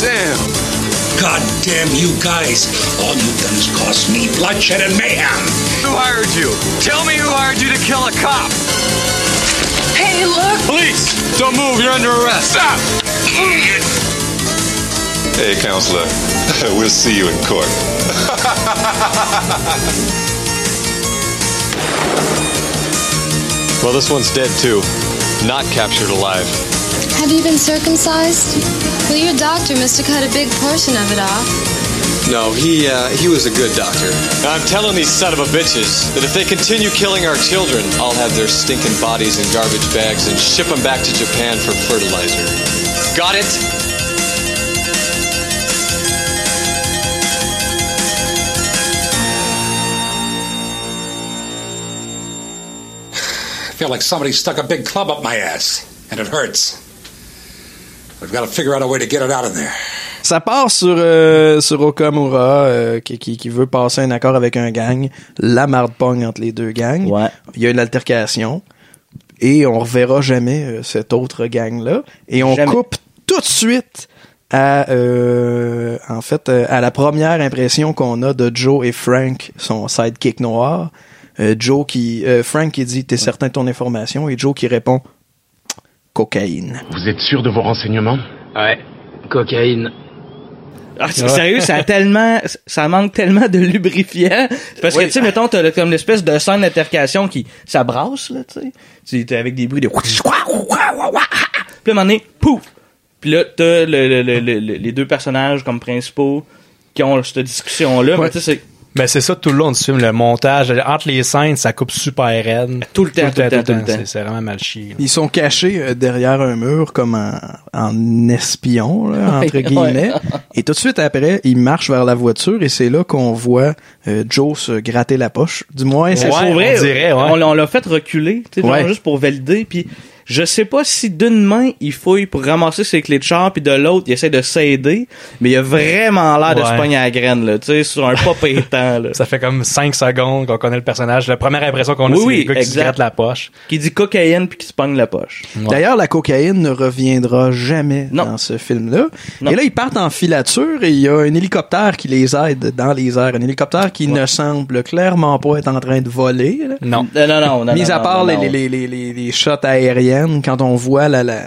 Speaker 6: Damn.
Speaker 8: God damn you guys. All you've done is cause me bloodshed and mayhem.
Speaker 6: Who hired you? Tell me who hired you to kill a cop.
Speaker 10: Hey, look!
Speaker 6: Police! Don't move, you're under arrest. Stop!
Speaker 11: Hey, counselor. we'll see you in court.
Speaker 6: Well, this one's dead too. Not captured alive.
Speaker 10: Have you been circumcised? Well, your doctor must have cut a big portion of it off.
Speaker 6: No, he uh, he was a good doctor. I'm telling these son of a bitches that if they continue killing our children, I'll have their stinking bodies in garbage bags and ship them back to Japan for fertilizer. Got it?
Speaker 8: I feel like somebody stuck a big club up my ass, and it hurts. We've got to figure out a way to get it out of there.
Speaker 1: Ça part sur, euh, sur Okamura, euh, qui, qui, qui veut passer un accord avec un gang. La marde pogne entre les deux gangs.
Speaker 3: Ouais.
Speaker 1: Il y a une altercation. Et on reverra jamais euh, cet autre gang-là. Et on
Speaker 3: Jamais.
Speaker 1: coupe tout de suite à, euh, en fait, euh, à la première impression qu'on a de Joe et Frank, son sidekick noir. Euh, Joe qui, euh, Frank qui dit, t'es certain de ton information? Et Joe qui répond, cocaïne.
Speaker 8: Vous êtes sûr de vos renseignements
Speaker 9: Ouais, cocaïne.
Speaker 3: Ah, c'est- sérieux, ça a tellement, ça manque tellement de lubrifiant. Parce que, tu sais, mettons, t'as le- comme l'espèce de scène d'intercation qui, ça brasse, là, tu sais. Tu- T'es avec des bruits de Puis là, à un moment donné, pouf! Puis là, t'as le- le- le- le- les deux personnages comme principaux qui ont cette discussion-là. Mais tu sais, c'est-
Speaker 2: Mais Ben, c'est ça tout le long du film, le montage. Entre les scènes, ça coupe super raide.
Speaker 3: Tout le temps, tout le temps, tout le temps.
Speaker 2: C'est- C'est vraiment mal chié.
Speaker 1: Ils sont cachés euh, derrière un mur comme en, en espion, là, entre
Speaker 2: Ouais,
Speaker 1: guillemets.
Speaker 2: ouais.
Speaker 1: Et tout de suite après, ils marchent vers la voiture et c'est là qu'on voit euh, Joe se gratter la poche. Du moins, c'est
Speaker 3: Ouais,
Speaker 1: ça.
Speaker 3: pour vrai, on, l'a- on l'a fait reculer, tu sais, genre
Speaker 1: Ouais.
Speaker 3: juste pour valider. Puis je sais pas si d'une main il fouille pour ramasser ses clés de char, puis de l'autre il essaie de s'aider, mais il a vraiment l'air de
Speaker 2: Ouais.
Speaker 3: se pogner à la graine là, tu sais, sur un pas pétant là.
Speaker 2: Ça fait comme 5 secondes qu'on connaît le personnage. La première impression qu'on a,
Speaker 3: Oui,
Speaker 2: c'est le
Speaker 3: oui,
Speaker 2: gars qui se
Speaker 3: exact.
Speaker 2: gratte la poche.
Speaker 3: Qui dit cocaïne puis qui se pogne la poche.
Speaker 1: D'ailleurs, la cocaïne ne reviendra jamais dans ce film-là. Et là, ils partent en filature et il y a un hélicoptère qui les aide dans les airs. Un hélicoptère qui ne semble clairement pas être en train de voler. là.
Speaker 2: Non.
Speaker 3: Non, non, non, non,
Speaker 1: Mis
Speaker 3: non,
Speaker 1: à
Speaker 3: non,
Speaker 1: part
Speaker 3: non,
Speaker 1: les,
Speaker 3: non.
Speaker 1: les, les, les, les shots aériennes, quand on voit la, la,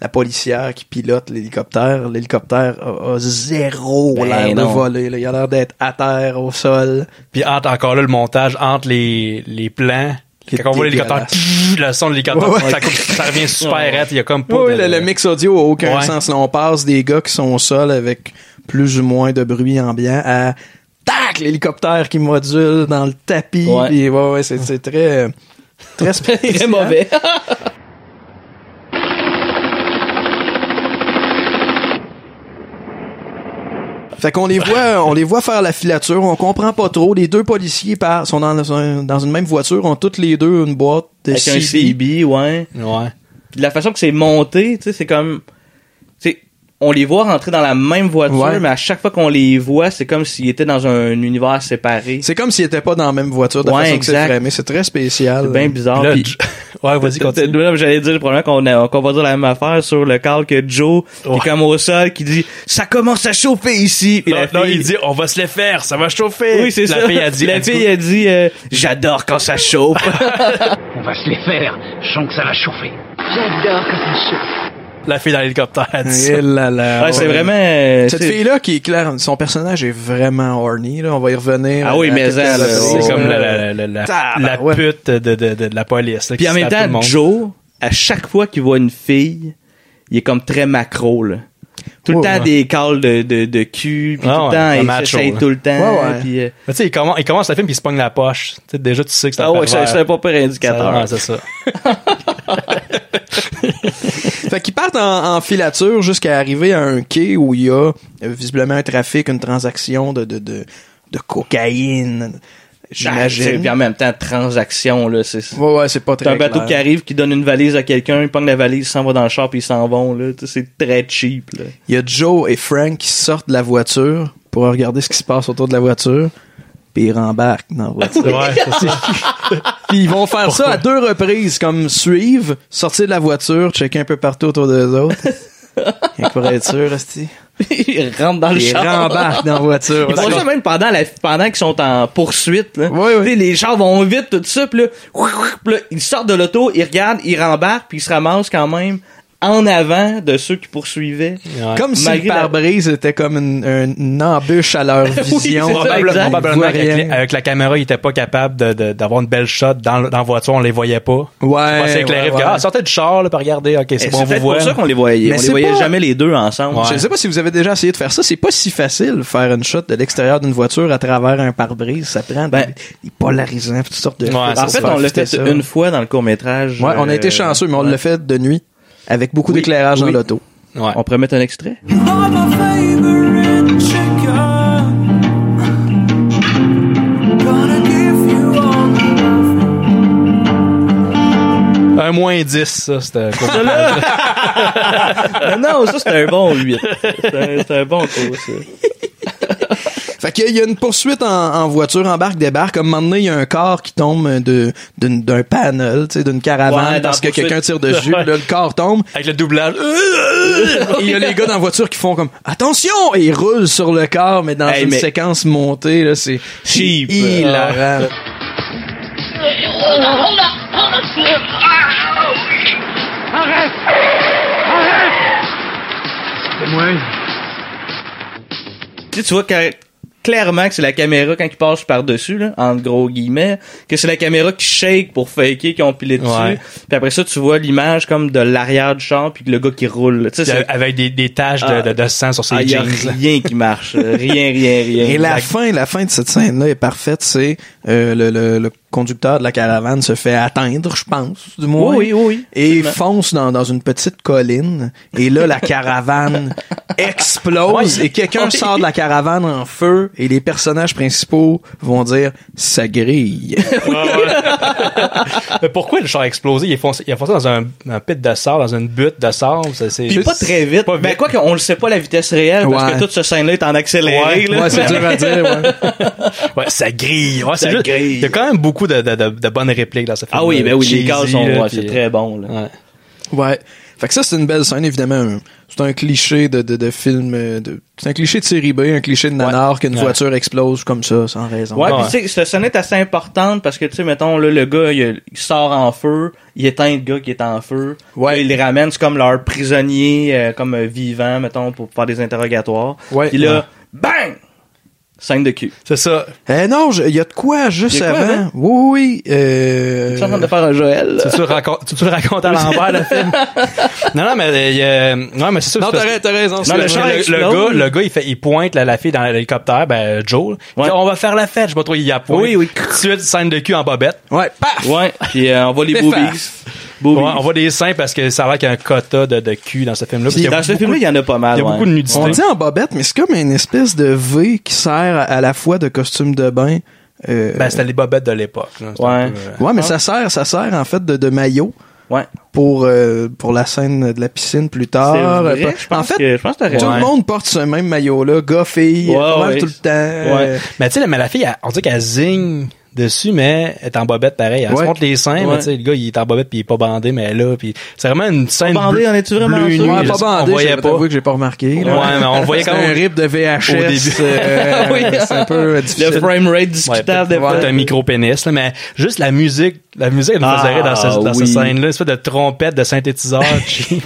Speaker 1: la policière qui pilote l'hélicoptère, l'hélicoptère a, a zéro
Speaker 2: Ben
Speaker 1: l'air de
Speaker 2: non.
Speaker 1: voler. là. Il a l'air d'être à terre, au sol.
Speaker 2: Puis entre, encore là, le montage entre les, les plans. Quand on voit l'hélicoptère, pfff, le son de l'hélicoptère,
Speaker 1: Ouais, ouais.
Speaker 2: ça, coupe- ça revient super
Speaker 1: Ouais.
Speaker 2: raide. Il y a comme pas
Speaker 1: Oui,
Speaker 2: de-
Speaker 1: le, le mix audio a aucun
Speaker 2: Ouais.
Speaker 1: sens. Là, on passe des gars qui sont au sol avec plus ou moins de bruit ambiant à tac l'hélicoptère qui module dans le tapis.
Speaker 3: Ouais.
Speaker 1: Puis, ouais, ouais, c'est c'est très très spécial.
Speaker 3: Très mauvais.
Speaker 1: Fait qu'on les voit, on les voit faire la filature, on comprend pas trop. Les deux policiers par- sont dans, un- dans une même voiture, ont toutes les deux une boîte de
Speaker 3: Avec un
Speaker 1: CD.
Speaker 3: CB, ouais.
Speaker 2: Ouais.
Speaker 3: Puis de la façon que c'est monté, tu sais, c'est comme. Tu sais, on les voit rentrer dans la même voiture,
Speaker 1: Ouais.
Speaker 3: mais à chaque fois qu'on les voit, c'est comme s'ils étaient dans un univers séparé.
Speaker 1: C'est comme s'ils étaient pas dans la même voiture de
Speaker 3: Ouais,
Speaker 1: façon que c'est
Speaker 3: exact.
Speaker 1: framé. C'est très spécial.
Speaker 3: C'est bien bizarre.
Speaker 1: Puis-
Speaker 3: Puis-
Speaker 2: ouais, vas-y, continue.
Speaker 3: Là, là, J'allais dire probablement qu'on a- qu'on va dire la même affaire sur le call que Joe, qui est comme au sol, qui dit « Ça commence à chauffer ici! » Puis
Speaker 2: Non,
Speaker 3: la
Speaker 2: non,
Speaker 3: fille-
Speaker 2: il dit, on va se les faire, ça va chauffer.
Speaker 3: Oui, c'est
Speaker 2: La
Speaker 3: ça.
Speaker 2: fille a dit,
Speaker 3: la
Speaker 2: let's go. Ah,
Speaker 3: fille a dit euh, J'adore quand ça chauffe.
Speaker 12: On va se les faire. Je sens que ça va chauffer. J'adore quand ça chauffe.
Speaker 2: La fille dans l'hélicoptère a dit ça.
Speaker 1: Eh là là,
Speaker 3: Ouais, c'est vraiment, euh,
Speaker 1: Cette
Speaker 3: c'est-
Speaker 1: fille-là qui est claire, son personnage est vraiment horny, là. On va y revenir. euh,
Speaker 3: Ah oui, mais elle, là,
Speaker 2: C'est
Speaker 3: Oh.
Speaker 2: comme la, la, la, la- la pute de, de, de, de la police. là,
Speaker 3: Ah, Puis
Speaker 2: qui
Speaker 3: en
Speaker 2: se
Speaker 3: même
Speaker 2: tape tout le
Speaker 3: temps,
Speaker 2: monde.
Speaker 3: Joe, à chaque fois qu'il voit une fille, il est comme très macro, là. Tout le
Speaker 2: Ouais,
Speaker 3: temps
Speaker 2: ouais.
Speaker 3: des calls de, de, de cul, puis
Speaker 2: Ah
Speaker 3: tout le
Speaker 2: ouais,
Speaker 3: temps,
Speaker 2: un
Speaker 3: il
Speaker 2: macho,
Speaker 3: s'essaye
Speaker 2: là.
Speaker 3: tout le temps.
Speaker 2: Ouais, ouais.
Speaker 3: puis, euh,
Speaker 2: Mais tu sais, il commence, il commence le film puis il se pogne la poche. Tu sais, déjà, tu sais que c'est un
Speaker 3: Ah ouais,
Speaker 2: pervers.
Speaker 3: c'est- c'est un pas pire indicateur.
Speaker 2: Ça- ouais, c'est ça.
Speaker 1: Fait qu'ils partent en, en filature jusqu'à arriver à un quai où il y a euh, visiblement un trafic, une transaction de, de, de, de
Speaker 3: Ben,
Speaker 1: cocaïne.
Speaker 3: ah, tu sais,
Speaker 1: J'imagine.
Speaker 3: Puis en même temps, transaction, là, c'est c'est
Speaker 1: Ouais, ouais, c'est pas très
Speaker 3: un bateau
Speaker 1: clair.
Speaker 3: qui arrive, qui donne une valise à quelqu'un, il pogne la valise, il s'en va dans le char, puis ils s'en vont, là. Tu sais, C'est très cheap, là.
Speaker 1: Il y a Joe et Frank qui sortent de la voiture pour regarder ce qui se passe autour de la voiture. Puis ils rembarquent
Speaker 3: Ah
Speaker 1: dans la voiture.
Speaker 2: Ouais, c'est ça.
Speaker 1: Puis ils vont faire ça à deux reprises, comme suivre, sortir de la voiture, checker un peu partout autour d'eux autres. Rien que pour être sûr, hostie.
Speaker 3: ils rentrent dans Ah, le
Speaker 1: Ils
Speaker 3: char.
Speaker 1: rembarquent dans la voiture.
Speaker 3: Ils font ça même pendant, la, pendant qu'ils sont en poursuite. Là. Tu sais, Les chars vont vite, tout ça. Puis là, puis là, ils sortent de l'auto, ils regardent, ils rembarquent, puis ils se ramassent quand même en avant de ceux qui poursuivaient.
Speaker 1: Comme si le
Speaker 3: Malgré la-
Speaker 1: pare-brise était comme une, une- une embûche à leur
Speaker 3: Oui,
Speaker 1: vision.
Speaker 3: c'est ça,
Speaker 1: Probable-
Speaker 3: exact.
Speaker 1: probablement
Speaker 2: Probablement
Speaker 1: voit
Speaker 2: qu'avec
Speaker 1: rien.
Speaker 2: les- avec la caméra, il était pas capable de- de- d'avoir une belle shot dans, le- dans la voiture, on les voyait pas.
Speaker 1: Ouais.
Speaker 2: Passait avec la
Speaker 1: ouais,
Speaker 2: rive,
Speaker 1: ouais.
Speaker 2: ah, sortez du char, là, puis regardez, ok,
Speaker 3: Et
Speaker 2: c'est bon, on
Speaker 3: Eh, peut-être
Speaker 2: vous voit.
Speaker 3: pour ça qu'on les voyait.
Speaker 1: Mais
Speaker 3: on les
Speaker 1: c'est
Speaker 3: voyait
Speaker 1: pas-
Speaker 3: jamais les deux ensemble.
Speaker 1: Je sais pas si vous avez déjà essayé de faire ça. C'est pas si facile de faire une shot de l'extérieur d'une voiture à travers un pare-brise. Ça prend
Speaker 3: Ben.
Speaker 1: des, des polarisants, toutes sortes de. choses
Speaker 3: en
Speaker 1: pour
Speaker 3: fait,
Speaker 1: faire
Speaker 3: on l'a
Speaker 1: fitter
Speaker 3: fait
Speaker 1: Ah, ça.
Speaker 3: une fois dans le court-métrage.
Speaker 1: Ouais, on a été
Speaker 3: euh,
Speaker 1: chanceux, mais on
Speaker 3: ouais.
Speaker 1: l'a fait de nuit avec beaucoup d'éclairage dans
Speaker 3: oui.
Speaker 1: l'auto.
Speaker 3: On pourrait mettre un extrait?
Speaker 13: I'm a favorite chicken. Gonna give you all my love.
Speaker 2: Un moins 10, ça, c'était
Speaker 3: non, Ah non, ça c'était un bon 8. C'était un- c'était un bon coup, ça.
Speaker 1: Fait qu'il y a une poursuite en, en voiture, embarque, débarque. Comme un moment donné, il y a un corps qui tombe de, d'une- d'un panel, tu sais, d'une caravane,
Speaker 2: Ouais, dans
Speaker 1: parce que
Speaker 2: la poursuite.
Speaker 1: quelqu'un tire dessus. Là, le corps tombe.
Speaker 2: Avec le doublage.
Speaker 1: Et il y a les gars dans la voiture qui font comme attention et ils roulent sur le corps mais dans
Speaker 3: Hey,
Speaker 1: une
Speaker 3: mais-
Speaker 1: séquence montée là c'est
Speaker 3: Cheap. Ah.
Speaker 1: hilarant.
Speaker 13: Hold on, hold on, hold on. Ah! Arrête! Arrête!
Speaker 3: Tu sais, tu vois, quand, clairement que c'est la caméra quand il passe par-dessus, là, entre gros guillemets, que c'est la caméra qui shake pour faker qu'ils ont pilé dessus.
Speaker 2: Ouais.
Speaker 3: Puis après ça, tu vois l'image comme de l'arrière du char puis le gars qui roule. là. Tu sais,
Speaker 2: Puis
Speaker 3: c'est-
Speaker 2: Avec des, des taches de, de- de sang sur ses
Speaker 3: Ah, y a
Speaker 2: jeans.
Speaker 3: rien qui marche. Rien, rien, rien.
Speaker 1: Et la
Speaker 3: La-
Speaker 1: fin, la fin de cette scène-là est parfaite. C'est euh, le, le- le conducteur de la caravane se fait atteindre, je pense, du moins.
Speaker 3: Oui, oui, oui.
Speaker 1: Et
Speaker 3: Absolument.
Speaker 1: fonce dans, dans une petite colline. Et là, la caravane explose
Speaker 3: Ouais.
Speaker 1: et quelqu'un
Speaker 3: Oui.
Speaker 1: sort de la caravane en feu et les personnages principaux vont dire ça grille.
Speaker 2: Mais pourquoi le char a explosé? Il a foncé, il a foncé dans un, un pit de sable, dans une butte de sable. C'est, c'est-
Speaker 3: Puis pas très vite. mais quoi qu'on le sait pas la vitesse réelle parce
Speaker 2: Ouais.
Speaker 3: que toute ce scène là est en accéléré.
Speaker 2: Ouais,
Speaker 3: là.
Speaker 2: ouais, c'est dur à dire, Ouais, ça grille. Ouais, c'est
Speaker 3: Ça
Speaker 2: juste-
Speaker 3: grille.
Speaker 2: Il y a quand même beaucoup de, de- de- de bonnes répliques dans ce film. euh,
Speaker 3: Ah oui, ben oui, les cases sont ouais, c'est très bon. Là.
Speaker 1: Ouais. Fait que ça, c'est une belle scène, évidemment. Un- C'est un cliché de, de, de film. euh, de- c'est un cliché de série B, un cliché de nanar qu'une
Speaker 3: Ouais.
Speaker 1: voiture explose comme ça, sans raison.
Speaker 3: Ouais, puis tu sais, cette scène est assez importante parce que tu sais, mettons là, le gars il, il sort en feu, il éteint le gars qui est en feu. Ouais. il les ramène, c'est comme leur prisonnier, euh, comme euh, vivant, mettons, pour faire des interrogatoires.
Speaker 1: Ouais.
Speaker 3: Puis là,
Speaker 1: Ouais.
Speaker 3: bang, scène de cul.
Speaker 2: C'est ça.
Speaker 1: Eh non, je- il y a de quoi juste
Speaker 3: Il y a de quoi,
Speaker 1: avant.
Speaker 3: hein?
Speaker 1: Oui, oui. Euh...
Speaker 3: Tu es en train de faire un Joël. là.
Speaker 2: Tu le racontes, tu te le racontes à l'envers, le film. Non, non, mais, euh, il y a- non, mais c'est ça.
Speaker 1: Non,
Speaker 2: c'est parce-
Speaker 1: t'as raison, t'as raison,
Speaker 2: Non,
Speaker 1: c'est
Speaker 2: le,
Speaker 1: le-
Speaker 2: char
Speaker 1: le-
Speaker 2: explose. le gars, le gars, il fait, il pointe la, la fille dans l'hélicoptère, ben, Joe. Il dit, on va faire la fête, je sais pas trop, il y a pointe.
Speaker 3: Oui, oui.
Speaker 2: Tout de suite, scène de cul en bobette.
Speaker 1: Ouais, paf!
Speaker 3: Ouais, puis euh, on voit les
Speaker 2: Fais
Speaker 3: boobies.
Speaker 2: face.
Speaker 3: Boobies.
Speaker 2: Ouais, on voit des seins parce que ça a l'air qu'il y a un quota de, de cul dans ce film-là. parce qu'il y a
Speaker 3: Dans ce
Speaker 2: beaucoup-
Speaker 3: film-là, il y en a pas mal.
Speaker 2: il y a
Speaker 3: ouais.
Speaker 2: beaucoup de nudité.
Speaker 1: On dit en bobette, mais c'est comme une espèce de V qui sert à la fois de costume de bain. euh,
Speaker 2: Ben, c'était les bobettes de l'époque. là. C'était un peu, euh,
Speaker 1: ouais, mais ça sert, ça sert en fait de, de maillot.
Speaker 3: Ouais.
Speaker 1: Pour euh, pour la scène de la piscine plus tard.
Speaker 3: C'est vrai,
Speaker 1: Euh,
Speaker 3: je
Speaker 1: en
Speaker 3: pense
Speaker 1: fait,
Speaker 3: que- je pense que t'as
Speaker 1: tout
Speaker 3: raison.
Speaker 1: le monde porte ce même maillot là, gars, fille,
Speaker 2: Ouais,
Speaker 1: ouais,
Speaker 2: ouais.
Speaker 1: tout le temps. euh,
Speaker 2: Ouais. Mais tu sais, la- mais la fille, elle- on dit qu'elle zigne dessus, mais elle est en bobette pareil. Elle
Speaker 1: Ouais.
Speaker 2: se montre les seins, mais
Speaker 1: Ouais.
Speaker 2: tu sais, le gars, il est en bobette puis il est pas bandé, mais là, puis c'est vraiment une scène.
Speaker 3: bandé,
Speaker 2: bleu-
Speaker 3: en es-tu vraiment
Speaker 2: bleu
Speaker 3: sûr?
Speaker 2: nuit,
Speaker 1: Ouais,
Speaker 2: je
Speaker 1: pas
Speaker 2: sais- On
Speaker 1: bandé,
Speaker 2: voyait
Speaker 1: j'avoue
Speaker 2: pas.
Speaker 1: que j'ai pas remarqué. là.
Speaker 2: Ouais, mais on le voyait quand
Speaker 1: C'est un
Speaker 2: même
Speaker 1: rip de VHS.
Speaker 2: au début.
Speaker 1: euh, c'est un peu euh, difficile.
Speaker 3: Le frame rate discutable des
Speaker 2: Ouais,
Speaker 3: fois.
Speaker 2: peut-être un micro-pénis, là, mais juste la musique, la musique, elle nous faisait
Speaker 3: Ah,
Speaker 2: rire dans, ce, dans cette
Speaker 3: oui.
Speaker 2: scène-là, une espèce de trompette, de synthétiseur. chi-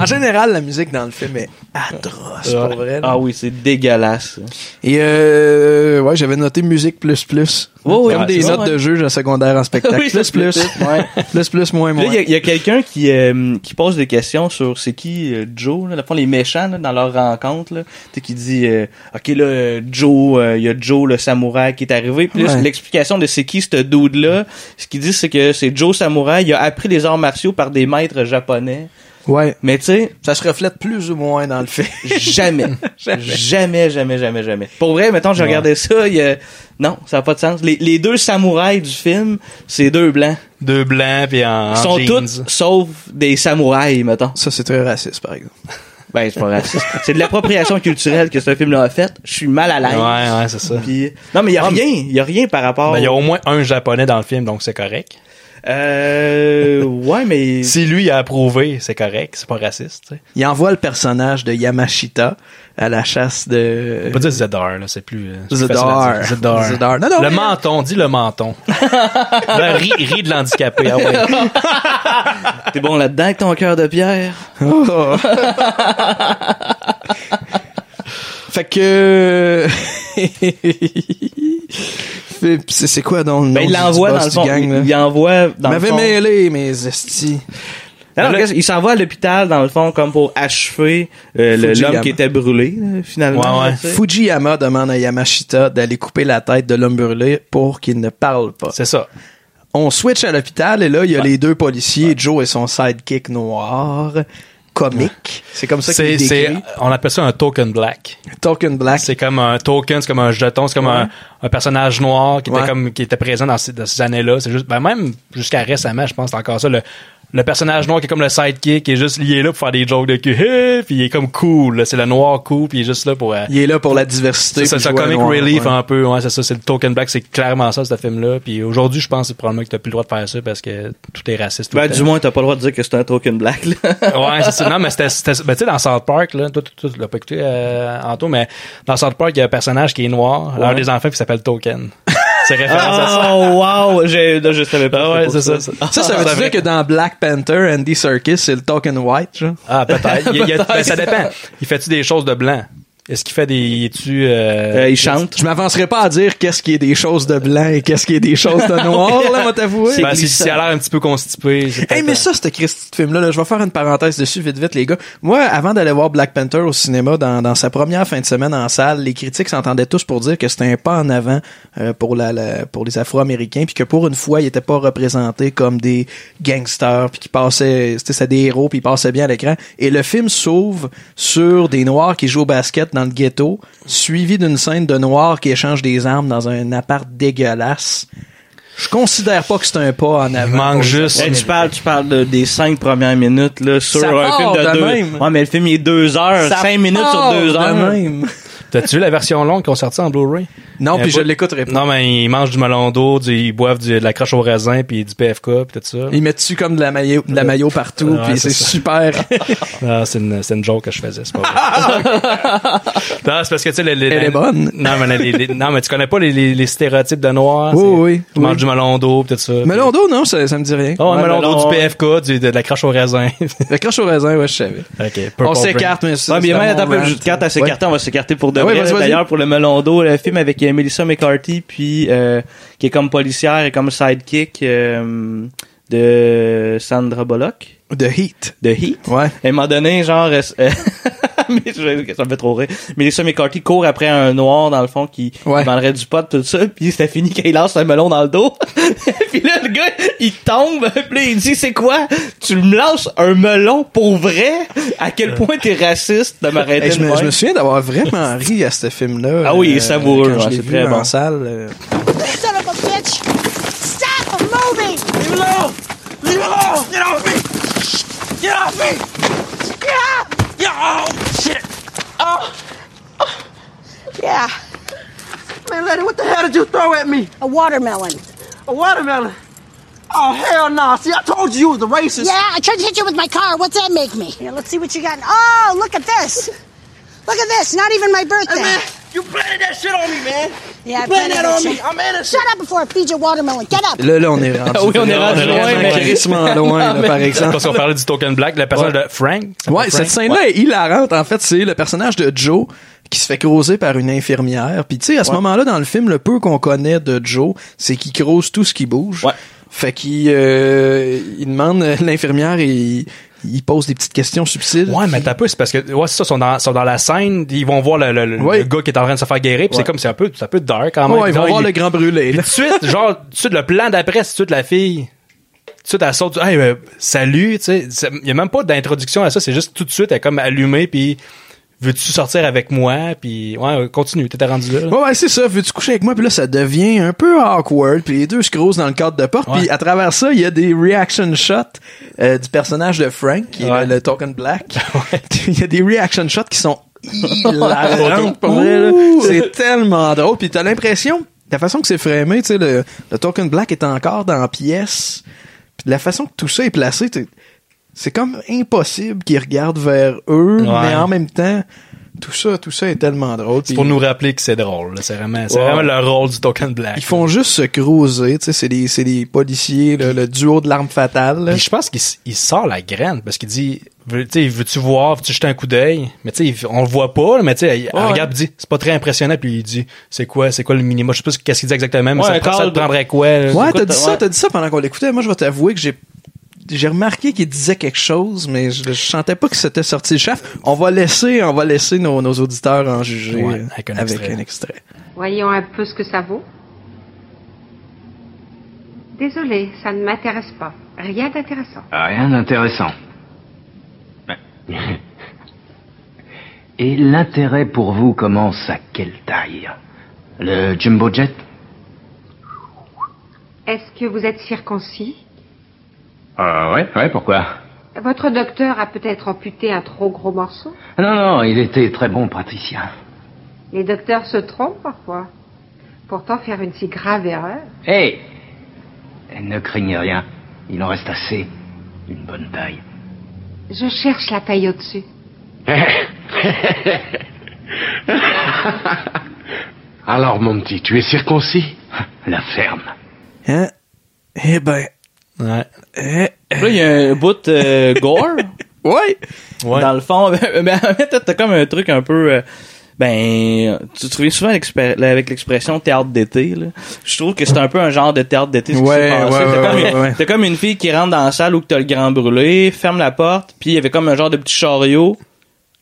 Speaker 1: En général, la musique dans le film est atroce,
Speaker 3: Ouais.
Speaker 1: pour vrai. là.
Speaker 3: Ah oui, c'est dégueulasse.
Speaker 1: Et euh, ouais, j'avais noté musique plus plus.
Speaker 3: Ouais, ouais,
Speaker 1: Comme
Speaker 3: ouais,
Speaker 1: des
Speaker 3: c'est
Speaker 1: notes
Speaker 3: ça, ouais.
Speaker 1: de juge à secondaire en spectacle.
Speaker 3: Oui,
Speaker 1: plus
Speaker 3: ça,
Speaker 1: plus.
Speaker 3: plus, ouais.
Speaker 1: plus plus moins
Speaker 3: Là,
Speaker 1: moins.
Speaker 3: il y a- il y a, quelqu'un qui, euh, qui pose des questions sur c'est qui euh, Joe, là, dans le fond, les méchants là, dans leur rencontre, là, Tu sais, qui dit euh, OK là euh, Joe, euh, il y a Joe le samouraï qui est arrivé. Puis là,
Speaker 1: Ouais.
Speaker 3: l'explication de c'est qui ce dude là, ce qu'il dit c'est que c'est Joe samouraï, il a appris les arts martiaux par des maîtres japonais.
Speaker 1: Ouais.
Speaker 3: Mais tu sais,
Speaker 1: Ça se reflète plus ou moins dans le film.
Speaker 3: jamais.
Speaker 1: Jamais.
Speaker 3: jamais, jamais, jamais, jamais. Pour vrai, mettons, j'ai regardé ça, il y a- non, ça n'a pas de sens. Les, les deux samouraïs du film, c'est deux blancs.
Speaker 2: Deux blancs puis en, en
Speaker 3: Ils sont
Speaker 2: jeans.
Speaker 3: tous, sauf des samouraïs, mettons.
Speaker 1: Ça, c'est très raciste, par exemple.
Speaker 3: Ben, c'est pas raciste. c'est de l'appropriation culturelle que ce film-là a faite. Je suis mal à l'aise.
Speaker 2: Ouais, ouais, c'est ça.
Speaker 3: Puis- Non, mais il y a rien. Il y a rien par rapport...
Speaker 2: Ben, il y a au moins un japonais dans le film, donc c'est correct.
Speaker 3: Euh... Ouais, mais...
Speaker 2: Si lui a approuvé, c'est correct, c'est pas raciste. tu sais.
Speaker 1: Il envoie le personnage de Yamashita à la chasse de.
Speaker 2: On peut dire Zedar, là, c'est plus. euh, c'est plus facile à
Speaker 1: Zedar.
Speaker 2: dire. Zedar.
Speaker 1: Zedar. Non, non,
Speaker 2: le
Speaker 1: mais-
Speaker 2: menton, dis le menton. le ri, ri de l'handicapé. Ah ouais.
Speaker 3: T'es bon là-dedans avec ton cœur de pierre.
Speaker 1: Oh. fait que.
Speaker 3: Ben,
Speaker 1: Fait- c'est c'est quoi dans le nom
Speaker 3: Ben, il
Speaker 1: du-
Speaker 3: l'envoie
Speaker 1: du
Speaker 3: dans
Speaker 1: boss
Speaker 3: le
Speaker 1: du
Speaker 3: fond.
Speaker 1: gang, là?
Speaker 3: il il envoie
Speaker 1: Il
Speaker 3: dans le
Speaker 1: m'avait
Speaker 3: fond...
Speaker 1: mêlé, mes estis.
Speaker 3: Non, non,
Speaker 2: Là-
Speaker 3: qu'est-ce- il s'en va à l'hôpital, dans le fond, comme pour achever euh, le-
Speaker 1: Fujiyama.
Speaker 3: l'homme qui était brûlé, là, finalement.
Speaker 2: Ouais, ouais.
Speaker 3: tu sais.
Speaker 1: Fujiyama demande à Yamashita d'aller couper la tête de l'homme brûlé pour qu'il ne parle pas.
Speaker 2: C'est ça.
Speaker 1: On switch à l'hôpital et là, il y a les deux policiers, Joe et son sidekick noir, comique. C'est comme ça
Speaker 2: C'est,
Speaker 1: qu'il est
Speaker 2: c'est,
Speaker 1: décrit.
Speaker 2: on appelle ça un token black.
Speaker 1: Token Black.
Speaker 2: C'est comme un token, c'est comme un jeton, c'est comme un, un personnage noir qui
Speaker 1: Ouais.
Speaker 2: était comme qui était présent dans ces, dans ces années-là. C'est juste, ben même jusqu'à récemment, je pense c'est encore ça le le personnage noir qui est comme le sidekick, qui est juste lié là pour faire des jokes de cul, Hé! puis il est comme cool, là. c'est le noir cool, puis il est juste là pour... euh,
Speaker 1: Il est là pour la diversité.
Speaker 2: c'est ça,
Speaker 1: puis
Speaker 2: c'est un
Speaker 1: jouer
Speaker 2: comic
Speaker 1: noir,
Speaker 2: relief
Speaker 1: ouais.
Speaker 2: un peu, ouais, c'est ça, c'est le token black, c'est clairement ça, ce film-là. Puis aujourd'hui, je pense que c'est probablement que t'as plus le droit de faire ça parce que tout est raciste. tout
Speaker 3: Ben,
Speaker 2: le temps.
Speaker 3: du moins, t'as pas le droit de dire que c'est un token black, là.
Speaker 2: ouais, c'est ça. Non, mais c'était. c'était- ben, tu sais, dans South Park, là, toi, tu- tu tu l'as pas écouté, euh, Anto, mais dans South Park, il y a un personnage qui est noir, l'un
Speaker 3: Ouais.
Speaker 2: des enfants, qui s'appelle Token. c'est référence à ça.
Speaker 3: Oh, wow! J'ai, non, je savais pas.
Speaker 2: Ah ouais,
Speaker 3: pour
Speaker 2: c'est Ah,
Speaker 1: Ça,
Speaker 2: ça.
Speaker 1: ça veut dire que dans Black Panther, Andy Serkis, c'est le Talking White, genre?
Speaker 2: Ah, peut-être. Il y a- il y a- ben, ça
Speaker 1: Peut-être.
Speaker 2: dépend. Il fait-tu des choses de blanc? Est-ce qu'il fait des. euh, Es-tu.
Speaker 1: Euh,
Speaker 3: il chante.
Speaker 1: Je m'avancerai pas à dire qu'est-ce qui est des choses de blanc et qu'est-ce qui est des choses de noir, là, moi t'avouer.
Speaker 2: Ben, si, si, il a l'air un petit peu constipé. c'est
Speaker 1: Hey,
Speaker 2: peut-être-
Speaker 1: mais ça, c'était Christy de film-là. là. Je vais faire une parenthèse dessus, vite, vite, les gars. Moi, avant d'aller voir Black Panther au cinéma, dans, dans sa première fin de semaine en salle, les critiques s'entendaient tous pour dire que c'était un pas en avant euh, pour, la, la- pour les Afro-Américains, puis que pour une fois, ils n'étaient pas représentés comme des gangsters, puis qu'ils passaient, c'était c'était des héros, puis ils passaient bien à l'écran. Et le film s'ouvre sur des Noirs qui jouent au basket dans le ghetto, suivi d'une scène de Noirs qui échangent des armes dans un appart dégueulasse. Je considère pas que c'est un pas en avant. pour les
Speaker 3: Hey, Eh, tu
Speaker 1: Afro-Américains.
Speaker 3: parles, tu parles de- des cinq premières minutes, là, sur
Speaker 1: Ça
Speaker 3: un
Speaker 1: part
Speaker 3: film de,
Speaker 1: de
Speaker 3: deux.
Speaker 1: même.
Speaker 3: Ouais, mais le film, il est deux heures.
Speaker 1: Ça
Speaker 3: cinq minutes sur
Speaker 1: part
Speaker 3: deux
Speaker 1: de
Speaker 3: heures.
Speaker 1: même.
Speaker 2: T'as-tu vu la version longue qu'ils ont sortie en Blu-ray?
Speaker 1: Non,
Speaker 2: Euh,
Speaker 1: Ah, puis je
Speaker 2: pas-
Speaker 1: l'écouterai pas.
Speaker 2: Non, mais ils mangent du melon d'eau, du- ils boivent du- de la croche au raisin, puis du PFK, puis tout ça.
Speaker 1: Ils mettent dessus comme de la maillot, de la maillot partout,
Speaker 2: Ouais,
Speaker 1: puis
Speaker 2: c'est
Speaker 1: c'est
Speaker 2: ça.
Speaker 1: super.
Speaker 2: Non, Ah, c'est une, c'est une joke que je faisais, c'est pas vrai. non, c'est parce que, tu sais, les, les-
Speaker 1: Ah! Elle est bonne.
Speaker 2: Non, mais, les- les- non, mais tu connais pas les, les- les stéréotypes de noir.
Speaker 1: Oui,
Speaker 2: c'est-
Speaker 1: oui,
Speaker 2: Tu manges
Speaker 1: oui.
Speaker 2: du melon d'eau, pis tout ça.
Speaker 1: melon d'eau, non, ça, ça me dit rien.
Speaker 2: Oh, un
Speaker 1: Ouais,
Speaker 2: melon d'eau, du
Speaker 1: ouais.
Speaker 2: PFK, du- de, de la croche au raisin.
Speaker 1: Le crash au raisin, ouais, je savais.
Speaker 2: ok,
Speaker 1: On s'écarte, mais ça.
Speaker 3: Ouais, mais
Speaker 1: c'est
Speaker 3: même,
Speaker 1: mon
Speaker 3: attends,
Speaker 1: rant.
Speaker 3: juste quand à s'écarter, on va s'écarter pour de
Speaker 1: Ah ouais,
Speaker 3: vrai.
Speaker 1: vas-y, vas-y.
Speaker 3: D'ailleurs, pour le melon d'eau, le film avec euh, Melissa McCarthy, puis euh, qui est comme policière et comme sidekick euh, de Sandra Bullock.
Speaker 1: The Heat.
Speaker 3: The Heat.
Speaker 1: Ouais.
Speaker 3: À un moment donné, genre, euh, euh, mais je- ça me fait trop rire. Melissa McCarthy court après un noir, dans le fond, qui
Speaker 1: Ouais.
Speaker 3: qui vendrait du pot, tout ça, puis c'était fini qu'il lance un melon dans le dos. puis là, le gars, il tombe, puis là, il dit, c'est quoi? Tu me lances un melon pour vrai? À quel point t'es raciste de m'arrêter
Speaker 1: Hey, je,
Speaker 3: de
Speaker 1: me, je
Speaker 3: même?
Speaker 1: me souviens d'avoir vraiment ri à ce film-là.
Speaker 3: Ah oui, il est
Speaker 1: euh,
Speaker 3: savoureux,
Speaker 1: quand je
Speaker 3: ouais,
Speaker 1: l'ai
Speaker 3: c'est
Speaker 1: vu
Speaker 3: très
Speaker 1: en
Speaker 3: bon.
Speaker 1: salle. euh.
Speaker 13: Son of a bitch! Stop moving! Leave me alone! Leave me alone! Get off me! Get off me! Yeah! Yeah! Oh shit! Oh. oh. Yeah. Man, lady, what the hell did you throw at me? A watermelon. A watermelon? Oh hell no! See, I told you you was a racist.
Speaker 14: Yeah, I tried to hit you with my car. What's that make me? Here, let's see what you got. Oh, look at this. Look at this. Not even my birthday.
Speaker 13: You planted that shit on me, man.
Speaker 14: yeah,
Speaker 13: you
Speaker 14: I
Speaker 13: planted
Speaker 14: planted
Speaker 13: that on
Speaker 14: shit.
Speaker 13: me. I'm innocent.
Speaker 14: Shut up before I feed you a watermelon. Get up.
Speaker 1: Là, là, on est rendu.
Speaker 3: Ah oui, on est rendu
Speaker 1: vraiment
Speaker 3: loin, mais-
Speaker 1: crissement loin, là,
Speaker 3: Non,
Speaker 1: par
Speaker 3: mais-
Speaker 1: exemple.
Speaker 2: Parce qu'on parlait du token black, le personnage de Frank. c'est
Speaker 1: Ouais,
Speaker 2: pas
Speaker 1: cette
Speaker 2: Frank?
Speaker 1: scène-là est hilarante. En fait, c'est le personnage de Joe qui se fait croiser par une infirmière. Puis tu sais, à ce moment-là, dans le film, le peu qu'on connaît de Joe, c'est qu'il croise tout ce qui bouge. Fait qu'il euh, il demande euh, l'infirmière et il, il pose des petites questions subtiles.
Speaker 2: Ouais, mais t'as peu, c'est parce que, ouais, c'est ça, ils sont dans, sont dans la scène, ils vont voir le, le- le-
Speaker 1: Ouais.
Speaker 2: le gars qui est en train de se faire guérir, puis c'est
Speaker 1: Ouais.
Speaker 2: comme, c'est un peu, c'est un peu dark quand même.
Speaker 1: Ouais, ils vont
Speaker 2: Genre,
Speaker 1: voir
Speaker 2: il-
Speaker 1: le grand brûlé. là.
Speaker 2: Tout de suite, genre, tout de suite, le plan d'après, c'est tout de suite la fille. Tout de suite, elle saute. Hey, euh, salut, tu sais. c'est- Il n'y a même pas d'introduction à ça, c'est juste tout de suite, elle est comme allumée, puis veux-tu sortir avec moi, puis ouais, euh, continue, t'étais rendu là. là.
Speaker 1: Ouais, ouais, c'est ça. Veux-tu coucher avec moi? Puis là, ça devient un peu awkward. Puis les deux se croisent dans le cadre de porte. Puis à travers ça, il y a des reaction shots euh, du personnage de Frank, qui est le, le token black. Il y a des reaction shots qui sont hilarantes pour vrai, là. C'est tellement drôle. Puis t'as l'impression, de la façon que c'est framé, tu sais, le, le token black est encore dans la pièce. Puis de la façon que tout ça est placé, t'es- c'est comme impossible qu'ils regardent vers eux, mais en même temps, tout ça, tout ça est tellement drôle.
Speaker 2: C'est
Speaker 1: Puis-
Speaker 2: pour nous rappeler que c'est drôle, là. c'est vraiment, c'est
Speaker 1: Ouais.
Speaker 2: vraiment le rôle du token black.
Speaker 1: ils font juste se cruiser, tu sais, c'est des, c'est des policiers, le, le duo de l'arme fatale. là.
Speaker 3: Euh,
Speaker 2: Puis je pense qu'il s- il sort la graine parce qu'il dit veux, tu sais, veux-tu voir, veux-tu jeter un coup d'œil Mais tu sais, il- on le voit pas, mais tu sais, il il
Speaker 1: Ouais.
Speaker 2: regarde, il dit c'est pas très impressionnant, puis il dit c'est quoi, c'est quoi le minimum Je sais pas ce- qu'est-ce qu'il dit exactement, mais
Speaker 3: Ouais,
Speaker 2: ça,
Speaker 3: un
Speaker 2: te- ça
Speaker 3: call
Speaker 2: te
Speaker 3: de-
Speaker 2: prendrait quoi là?
Speaker 1: ouais,
Speaker 3: écoute,
Speaker 1: t'as dit
Speaker 3: ouais.
Speaker 1: ça, t'as dit ça pendant qu'on l'écoutait. Moi, je vais t'avouer que j'ai j'ai remarqué qu'il disait quelque chose, mais je, je sentais pas que c'était sorti le chef. On va laisser, on va laisser nos, nos auditeurs en juger
Speaker 2: Ouais,
Speaker 1: euh,
Speaker 2: avec
Speaker 1: avec,
Speaker 2: un
Speaker 1: un,
Speaker 2: extrait.
Speaker 1: extrait.
Speaker 15: Voyons un peu ce que ça vaut. Désolé, ça ne m'intéresse pas. Rien d'intéressant.
Speaker 16: Ah.
Speaker 12: Rien d'intéressant. Et l'intérêt pour vous commence à quelle taille Le jumbo jet
Speaker 15: Est-ce que vous êtes circoncis
Speaker 12: Euh, ouais, ouais, pourquoi
Speaker 15: Votre docteur a peut-être amputé un trop gros morceau.
Speaker 12: Non, non, il était très bon praticien.
Speaker 15: Les docteurs se trompent parfois. Pourtant, faire une si grave erreur.
Speaker 12: Hé Ne craignez rien. Il en reste assez. Une bonne taille.
Speaker 15: Je cherche la taille au-dessus.
Speaker 16: Alors, mon petit, tu es circoncis
Speaker 12: La ferme.
Speaker 1: Hein? Eh ben. eh,
Speaker 2: Ouais.
Speaker 3: Là, il y a un bout euh, gore.
Speaker 1: ouais.
Speaker 3: Dans le fond, mais en fait, t'as comme un truc un peu. euh, ben, tu te souviens souvent l'expé- avec l'expression théâtre d'été, là. Je trouve que c'est un peu un genre de théâtre d'été, ce qui
Speaker 1: Ouais,
Speaker 3: s'est passé.
Speaker 1: ouais,
Speaker 3: T'as
Speaker 1: ouais,
Speaker 3: comme
Speaker 1: ouais,
Speaker 3: une-
Speaker 1: ouais.
Speaker 3: t'as comme une fille qui rentre dans la salle où t'as le grand brûlé, ferme la porte, puis il y avait comme un genre de petit chariot,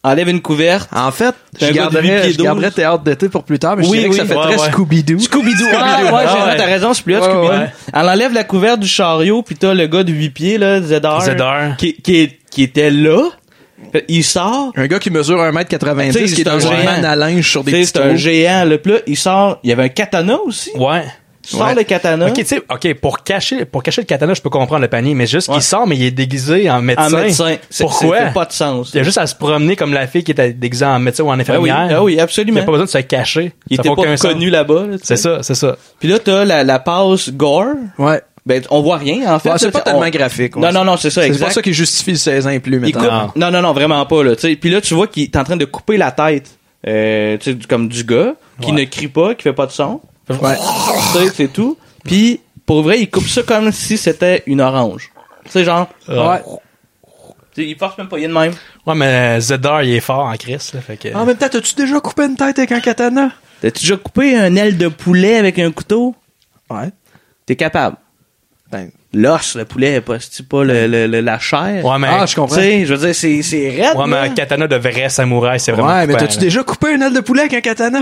Speaker 3: enlève une couverte.
Speaker 1: En fait, Je
Speaker 3: un gars de huit
Speaker 1: garderais,
Speaker 3: pieds
Speaker 1: je garderais
Speaker 3: douze.
Speaker 1: théâtre d'été pour plus tard, mais
Speaker 3: Oui,
Speaker 1: je dirais
Speaker 3: oui,
Speaker 1: que ça fait
Speaker 3: ouais,
Speaker 1: très
Speaker 3: ouais.
Speaker 1: Scooby-Doo.
Speaker 3: Scooby-Doo, ah, ouais, j'ai- t'as raison, c'est plus hot,
Speaker 1: Ouais,
Speaker 3: Scooby-Doo.
Speaker 1: ouais.
Speaker 3: Elle enlève la couverte du chariot, puis t'as le gars de 8 pieds, là, Zedar.
Speaker 2: Zedar.
Speaker 3: Qui, qui, est- qui était là. Fait, Il sort.
Speaker 1: Un gars qui mesure 1m90,
Speaker 3: Tu sais,
Speaker 1: qui est
Speaker 3: c'est
Speaker 1: dans
Speaker 3: un
Speaker 1: une
Speaker 3: géant.
Speaker 1: manne à linge sur des
Speaker 3: Tu sais,
Speaker 1: petits
Speaker 3: C'est un
Speaker 1: trous.
Speaker 3: géant, là. Puis là, il sort. Il y avait un katana aussi.
Speaker 2: Ouais.
Speaker 3: Tu sors le katana.
Speaker 2: Ok, tu sais, ok, pour cacher, pour cacher le katana, je peux comprendre le panier, mais juste qu'il sort, mais il est déguisé en médecin.
Speaker 3: En médecin. Ah, C'est-
Speaker 2: Pourquoi?
Speaker 3: ça fait pas de sens.
Speaker 2: Il y a juste à se promener comme la fille qui était déguisée en médecin ou en infirmière.
Speaker 3: Ah oui, ah oui, absolument.
Speaker 2: Il n'y a pas besoin de se cacher.
Speaker 3: Il
Speaker 2: Ça
Speaker 3: était
Speaker 2: fait aucun
Speaker 3: pas
Speaker 2: sens.
Speaker 3: connu là-bas. là, tu
Speaker 2: C'est
Speaker 3: sais.
Speaker 2: ça, c'est ça.
Speaker 3: Puis là, t'as la, la passe gore.
Speaker 1: Ouais.
Speaker 3: Ben, on voit rien, en fait.
Speaker 1: Ouais, c'est
Speaker 3: là,
Speaker 1: pas
Speaker 3: on-
Speaker 1: tellement graphique.
Speaker 3: Non, non, non, c'est ça,
Speaker 1: C'est pas
Speaker 3: exact.
Speaker 1: ça qui justifie le 16 ans et plus,
Speaker 3: Il coupe-
Speaker 1: maintenant.
Speaker 3: Non, non, non, vraiment pas, là. tu sais. Puis là, tu vois qu'il est en train de couper la tête, euh, tu sais, du- comme du gars, qui ne crie pas, qui fait pas de son. Tu sais, c'est tout. Puis, pour vrai, il coupe ça comme si c'était une orange. Tu sais, genre.
Speaker 2: Ouais.
Speaker 3: Tu sais, Il force même pas, il est de même.
Speaker 2: Ouais, mais Zedar, il est fort en Chris, là, fait que...
Speaker 3: Ah,
Speaker 1: En même temps, t'as-tu déjà coupé une tête avec un katana?
Speaker 3: T'as-tu déjà coupé un aile de poulet avec un couteau?
Speaker 1: Ouais.
Speaker 3: T'es capable.
Speaker 1: Ben.
Speaker 3: L'os, le poulet, pas, c'est pas le, le- le- la chair.
Speaker 2: Ouais,
Speaker 1: ben,
Speaker 2: mais- Ah, je comprends.
Speaker 3: Tu sais, je veux dire, c'est, c'est raide.
Speaker 2: Ouais, mais
Speaker 3: là.
Speaker 2: un katana de vrai samouraï, c'est vraiment
Speaker 1: Ouais, mais
Speaker 2: coupant,
Speaker 1: t'as-tu
Speaker 2: là.
Speaker 1: déjà coupé une aile de poulet avec un katana?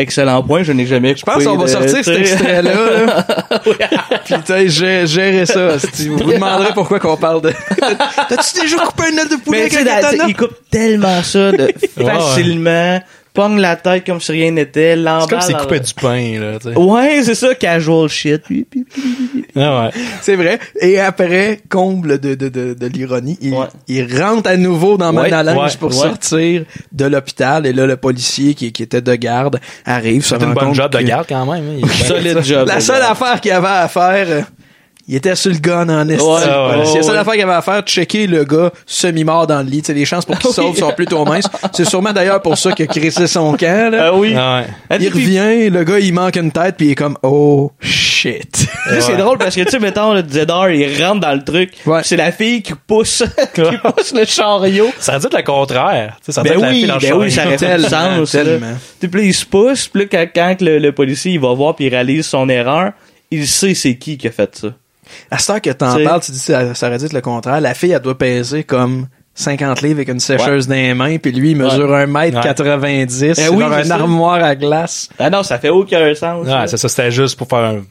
Speaker 3: Excellent point, je n'ai jamais coupé.
Speaker 1: Je pense qu'on va
Speaker 3: de-
Speaker 1: sortir cet
Speaker 3: tu sais.
Speaker 1: extrait-là. là. Putain, gé- gérez ça. hostie. Vous vous demanderez pourquoi qu'on parle de... T'as-tu déjà coupé une aile de poulet
Speaker 3: Mais
Speaker 1: avec
Speaker 3: tu
Speaker 1: un
Speaker 3: sais, la- tu
Speaker 1: katana?
Speaker 3: sais, il coupe tellement ça de facilement, pogne la tête comme si rien n'était,
Speaker 2: C'est
Speaker 3: l'emballe.
Speaker 2: comme s'il
Speaker 3: dans-
Speaker 2: coupait du pain, là, tu sais.
Speaker 3: Ouais, c'est ça, casual shit. Puis, puis, puis,
Speaker 2: Ah ouais.
Speaker 1: C'est vrai. Et après, comble de, de, de, de l'ironie, il, il rentre à nouveau dans
Speaker 3: Ouais,
Speaker 1: Madame Lange
Speaker 2: ouais,
Speaker 1: pour
Speaker 2: ouais.
Speaker 1: sortir de l'hôpital. Et là, le policier qui, qui était de garde arrive. se
Speaker 2: C'est une
Speaker 1: rend
Speaker 2: bonne
Speaker 1: compte
Speaker 2: job de
Speaker 1: que-
Speaker 2: garde, quand même. hein. Il est bien-
Speaker 3: Solide job.
Speaker 1: La
Speaker 3: les
Speaker 1: seule
Speaker 3: gars.
Speaker 1: affaire qu'il avait à faire, euh, il était sur le gun en estime.
Speaker 3: Ouais,
Speaker 1: le
Speaker 3: ouais,
Speaker 1: policier. La seule
Speaker 3: ouais.
Speaker 1: affaire qu'il avait à faire, checker le gars semi-mort dans le lit. Tu sais, les chances pour qu'il
Speaker 3: Ah oui.
Speaker 1: sauve sont plutôt minces. C'est sûrement d'ailleurs pour ça qu'il a crissé son camp. là.
Speaker 3: Ah oui.
Speaker 2: Ah ouais.
Speaker 1: Il revient, le gars il manque une tête puis il est comme oh shit.
Speaker 3: Tu sais, C'est drôle parce que tu sais, mettons, le Zedar, il rentre dans le truc.
Speaker 1: Ouais.
Speaker 3: C'est la fille qui pousse, qui pousse le chariot.
Speaker 2: Ça aurait dû être le contraire. Tu sais, ça aurait
Speaker 3: Ben
Speaker 2: dû être la
Speaker 3: oui,
Speaker 2: fille dans le
Speaker 3: ben
Speaker 2: chariot.
Speaker 3: oui, ça aurait fait du
Speaker 1: Tellement,
Speaker 3: sens. là.
Speaker 1: tellement.
Speaker 3: Tu sais, Puis là, il se pousse, puis là, quand, quand le, le policier il va voir puis il réalise son erreur, il sait c'est qui qui a fait ça.
Speaker 1: À cette heure que t'en
Speaker 3: T'sais.
Speaker 1: parles, tu dis ça, ça aurait dû être le contraire. La fille elle doit peser comme 50 livres avec une sécheuse dans les mains puis lui il mesure 1m90
Speaker 3: Ben
Speaker 1: c'est
Speaker 3: oui,
Speaker 1: genre
Speaker 3: c'est
Speaker 1: un
Speaker 3: ça.
Speaker 1: armoire à glace.
Speaker 3: Ah non, ça fait aucun sens.
Speaker 2: Ouais,
Speaker 3: là.
Speaker 2: c'est ça, c'était juste pour faire un-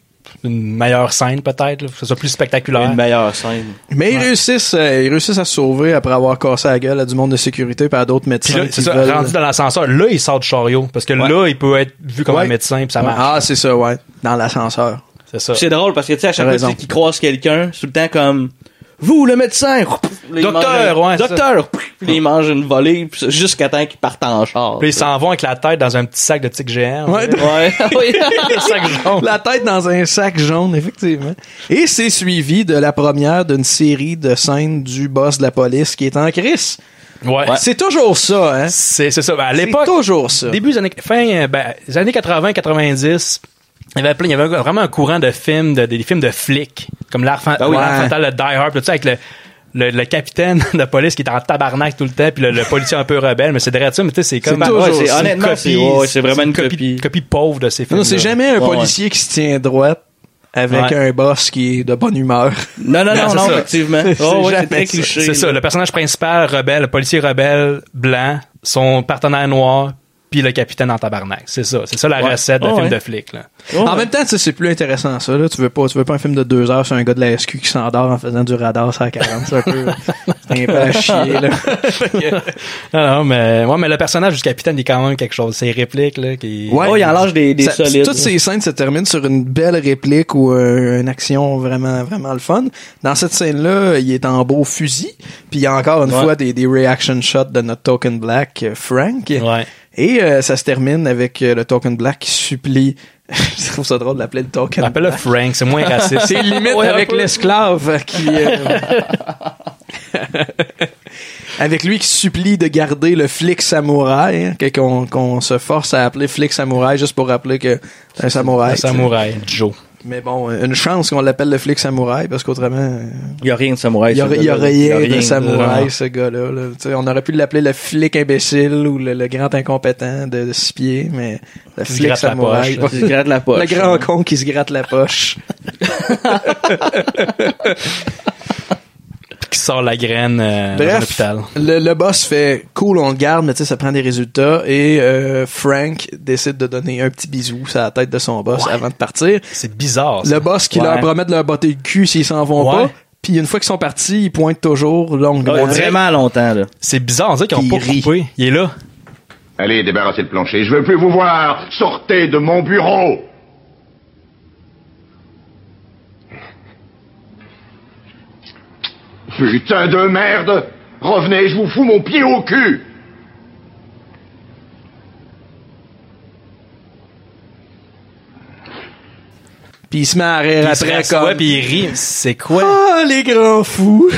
Speaker 2: une meilleure scène, peut-être, là, pour que ce soit plus spectaculaire.
Speaker 3: une meilleure scène.
Speaker 1: Mais ils réussissent euh, ils réussissent à se sauver après avoir cassé la gueule à du monde de sécurité par d'autres
Speaker 2: Puis
Speaker 1: médecins
Speaker 2: là,
Speaker 1: qui
Speaker 2: c'est ça,
Speaker 1: veulent-
Speaker 2: rendu dans l'ascenseur, là, il sort du chariot. Parce que
Speaker 1: Ouais.
Speaker 2: là, il peut être vu comme un
Speaker 1: Ouais.
Speaker 2: médecin, puis ça
Speaker 1: Ouais.
Speaker 2: marche.
Speaker 1: Ah, c'est ça ouais, dans l'ascenseur.
Speaker 2: C'est ça.
Speaker 3: Puis C'est drôle parce que tu sais, à chaque
Speaker 1: T'as
Speaker 3: fois tu sais,
Speaker 1: raison.
Speaker 3: qu'il croise quelqu'un, c'est tout le temps comme Vous, le médecin! Là, il
Speaker 2: Docteur,
Speaker 3: mange un-
Speaker 2: ouais, c'est
Speaker 3: Docteur! Puis là, il mange une volée puis ça, jusqu'à temps qu'il parte en char.
Speaker 2: Puis ils s'en vont avec la tête dans un petit sac de tic géant.
Speaker 1: Ouais.
Speaker 3: Ouais.
Speaker 2: Un sac jaune.
Speaker 1: La tête dans un sac jaune, effectivement. Et c'est suivi de la première d'une série de scènes du boss de la police qui est en crise.
Speaker 2: Ouais.
Speaker 1: C'est toujours ça, hein?
Speaker 2: C'est c'est ça. Ben, à
Speaker 1: C'est
Speaker 2: l'époque,
Speaker 1: toujours ça.
Speaker 2: début des années, fin, euh, ben, les années 80, 90, il y avait plein, il y avait vraiment un courant de films, de, des films de flics, comme l'art fan-
Speaker 1: Ben oui. hein.
Speaker 2: l'Art
Speaker 1: Ouais.
Speaker 2: fatal, le Die Hard, puis tout ça, avec le, le, le capitaine de police qui est en tabarnak tout le temps, puis le, le policier un peu rebelle, mais c'est derrière ça, mais tu sais, c'est comme,
Speaker 1: C'est toujours
Speaker 2: c'est
Speaker 1: ça.
Speaker 2: une
Speaker 3: Honnêtement,
Speaker 2: copie-
Speaker 3: c'est- ouais, ouais, c'est vraiment
Speaker 2: une
Speaker 3: une
Speaker 2: copie,
Speaker 3: copie.
Speaker 2: copie pauvre de ces films.
Speaker 1: Non, c'est jamais un
Speaker 3: Ouais,
Speaker 1: policier qui se tient droit avec
Speaker 2: Ouais.
Speaker 1: un boss qui est de bonne humeur.
Speaker 3: Non, non, non,
Speaker 2: Non,
Speaker 3: non,
Speaker 2: c'est ça.
Speaker 3: effectivement.
Speaker 1: C'est
Speaker 3: Oh, ouais,
Speaker 1: jamais
Speaker 3: c'est très
Speaker 1: ça.
Speaker 3: cliché.
Speaker 2: C'est ça,
Speaker 3: là.
Speaker 2: le personnage principal rebelle, le policier rebelle blanc, son partenaire noir, puis puis le capitaine en tabarnak. C'est ça. C'est ça la
Speaker 1: Ouais.
Speaker 2: recette d'un
Speaker 1: Oh,
Speaker 2: film
Speaker 1: ouais.
Speaker 2: de flic. Là.
Speaker 1: en même temps, tu sais, c'est plus intéressant ça. Là. Tu veux pas, tu veux pas un film de deux heures sur un gars de la SQ qui s'endort en faisant du radar 140. C'est un peu, c'est un peu à chier. Là.
Speaker 2: Fait que- non, non, mais, ouais, mais le personnage du capitaine, il est quand même quelque chose. Ses répliques, là, qui.
Speaker 1: Ça- Toutes ces scènes se terminent sur une belle réplique ou euh, une action vraiment, vraiment le fun. Dans cette scène-là, il est en beau fusil, puis il y a encore une
Speaker 2: Ouais.
Speaker 1: fois des, des reaction shots de notre token black, euh, Frank. Et euh, ça se termine avec euh, le token black qui supplie. Je trouve ça drôle de l'appeler le token.
Speaker 2: Appelle-le
Speaker 1: black.
Speaker 2: Frank, c'est moins raciste.
Speaker 1: c'est limite
Speaker 2: Ouais, un
Speaker 1: avec
Speaker 2: peu.
Speaker 1: l'esclave qui. euh, avec lui qui supplie de garder le flic samouraï, hein, que- qu'on qu'on se force à appeler flic samouraï juste pour rappeler que c'est un samouraï.
Speaker 2: Un
Speaker 1: tu sais.
Speaker 2: samouraï, Joe.
Speaker 1: Mais bon, euh, une chance qu'on l'appelle le flic samouraï, parce qu'autrement, euh,
Speaker 3: Il y a rien de samouraï.
Speaker 1: il y
Speaker 3: ce
Speaker 1: aurait, il y
Speaker 3: gars-là.
Speaker 1: aurait
Speaker 3: Il y a
Speaker 1: rien de samouraï,
Speaker 3: vraiment.
Speaker 1: ce gars-là. là. Tu sais, On aurait pu l'appeler le flic imbécile ou le, le grand incompétent de, de six pieds, mais le
Speaker 3: Qui se
Speaker 1: flic
Speaker 3: gratte la
Speaker 1: samouraï.
Speaker 3: poche, là. Qui se gratte la poche.
Speaker 1: Le grand con qui se gratte la poche.
Speaker 2: Qui sort la graine euh, dans
Speaker 1: Bref,
Speaker 2: l'hôpital.
Speaker 1: le, le boss fait cool, on le garde, mais tu sais, ça prend des résultats. Et euh, Frank décide de donner un petit bisou à la tête de son boss avant de partir.
Speaker 2: C'est bizarre. ça.
Speaker 1: Le boss qui
Speaker 2: Ouais.
Speaker 1: leur promet de leur botter le cul s'ils s'en vont
Speaker 2: Ouais.
Speaker 1: pas. Puis une fois qu'ils sont partis, ils pointent toujours longuement.
Speaker 3: Ouais, vraiment longtemps, là.
Speaker 2: C'est bizarre, on dirait qu'ils ont pas coupé. Il est là.
Speaker 17: Allez, débarrassez le plancher. Je veux plus vous voir. Sortez de mon bureau. Putain de merde. Revenez, je vous fous mon pied au cul.
Speaker 1: Puis il se met à rire
Speaker 2: Puis il se
Speaker 1: après
Speaker 2: rassoit,
Speaker 1: comme...
Speaker 2: puis il rit. C'est quoi?
Speaker 1: Ah, les grands fous!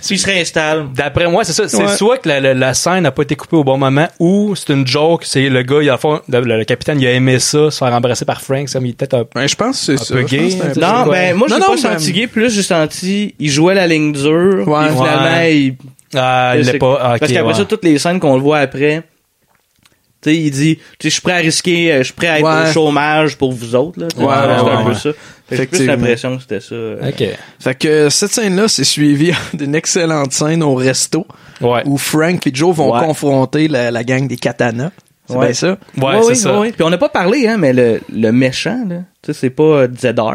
Speaker 2: S'il se réinstalle. D'après moi, c'est ça. C'est
Speaker 1: Ouais.
Speaker 2: soit que la, la- la scène n'a pas été coupée au bon moment, ou c'est une joke, c'est le gars, il a, fond- le, le- le capitaine, il a aimé ça, se faire embrasser par Frank, ça, mais il est peut-être un,
Speaker 1: Ben, je pense c'est
Speaker 2: un peu gay. hein,
Speaker 3: Non, ben, moi, je l'ai
Speaker 2: suis
Speaker 3: pas senti gay, plus j'ai senti, il jouait la ligne dure,
Speaker 2: Ouais.
Speaker 3: puis finalement,
Speaker 2: Ouais.
Speaker 3: il...
Speaker 2: Ah, il
Speaker 3: Là,
Speaker 2: l'est
Speaker 3: c'est-
Speaker 2: pas. Ah, ok,
Speaker 3: Parce qu'après
Speaker 2: ouais.
Speaker 3: ça, toutes les scènes qu'on le voit après, tu sais, il dit, tu sais, je suis prêt à risquer, euh, je suis prêt à être
Speaker 1: Ouais.
Speaker 3: au chômage pour vous autres, là. Tu sais,
Speaker 1: Ouais,
Speaker 3: c'est
Speaker 1: ouais,
Speaker 3: un
Speaker 1: ouais.
Speaker 3: peu ça. Fait que J'ai plus
Speaker 1: Effectivement.
Speaker 3: l'impression que c'était ça. euh,
Speaker 1: Fait que cette scène-là, c'est suivi d'une excellente scène au resto où Frank et Joe vont
Speaker 3: Ouais.
Speaker 1: confronter la, la gang des katanas. C'est bien ça?
Speaker 3: oui, oui. Puis on n'a pas parlé, hein, mais le, le méchant, là, tu sais, c'est pas euh, Zedar.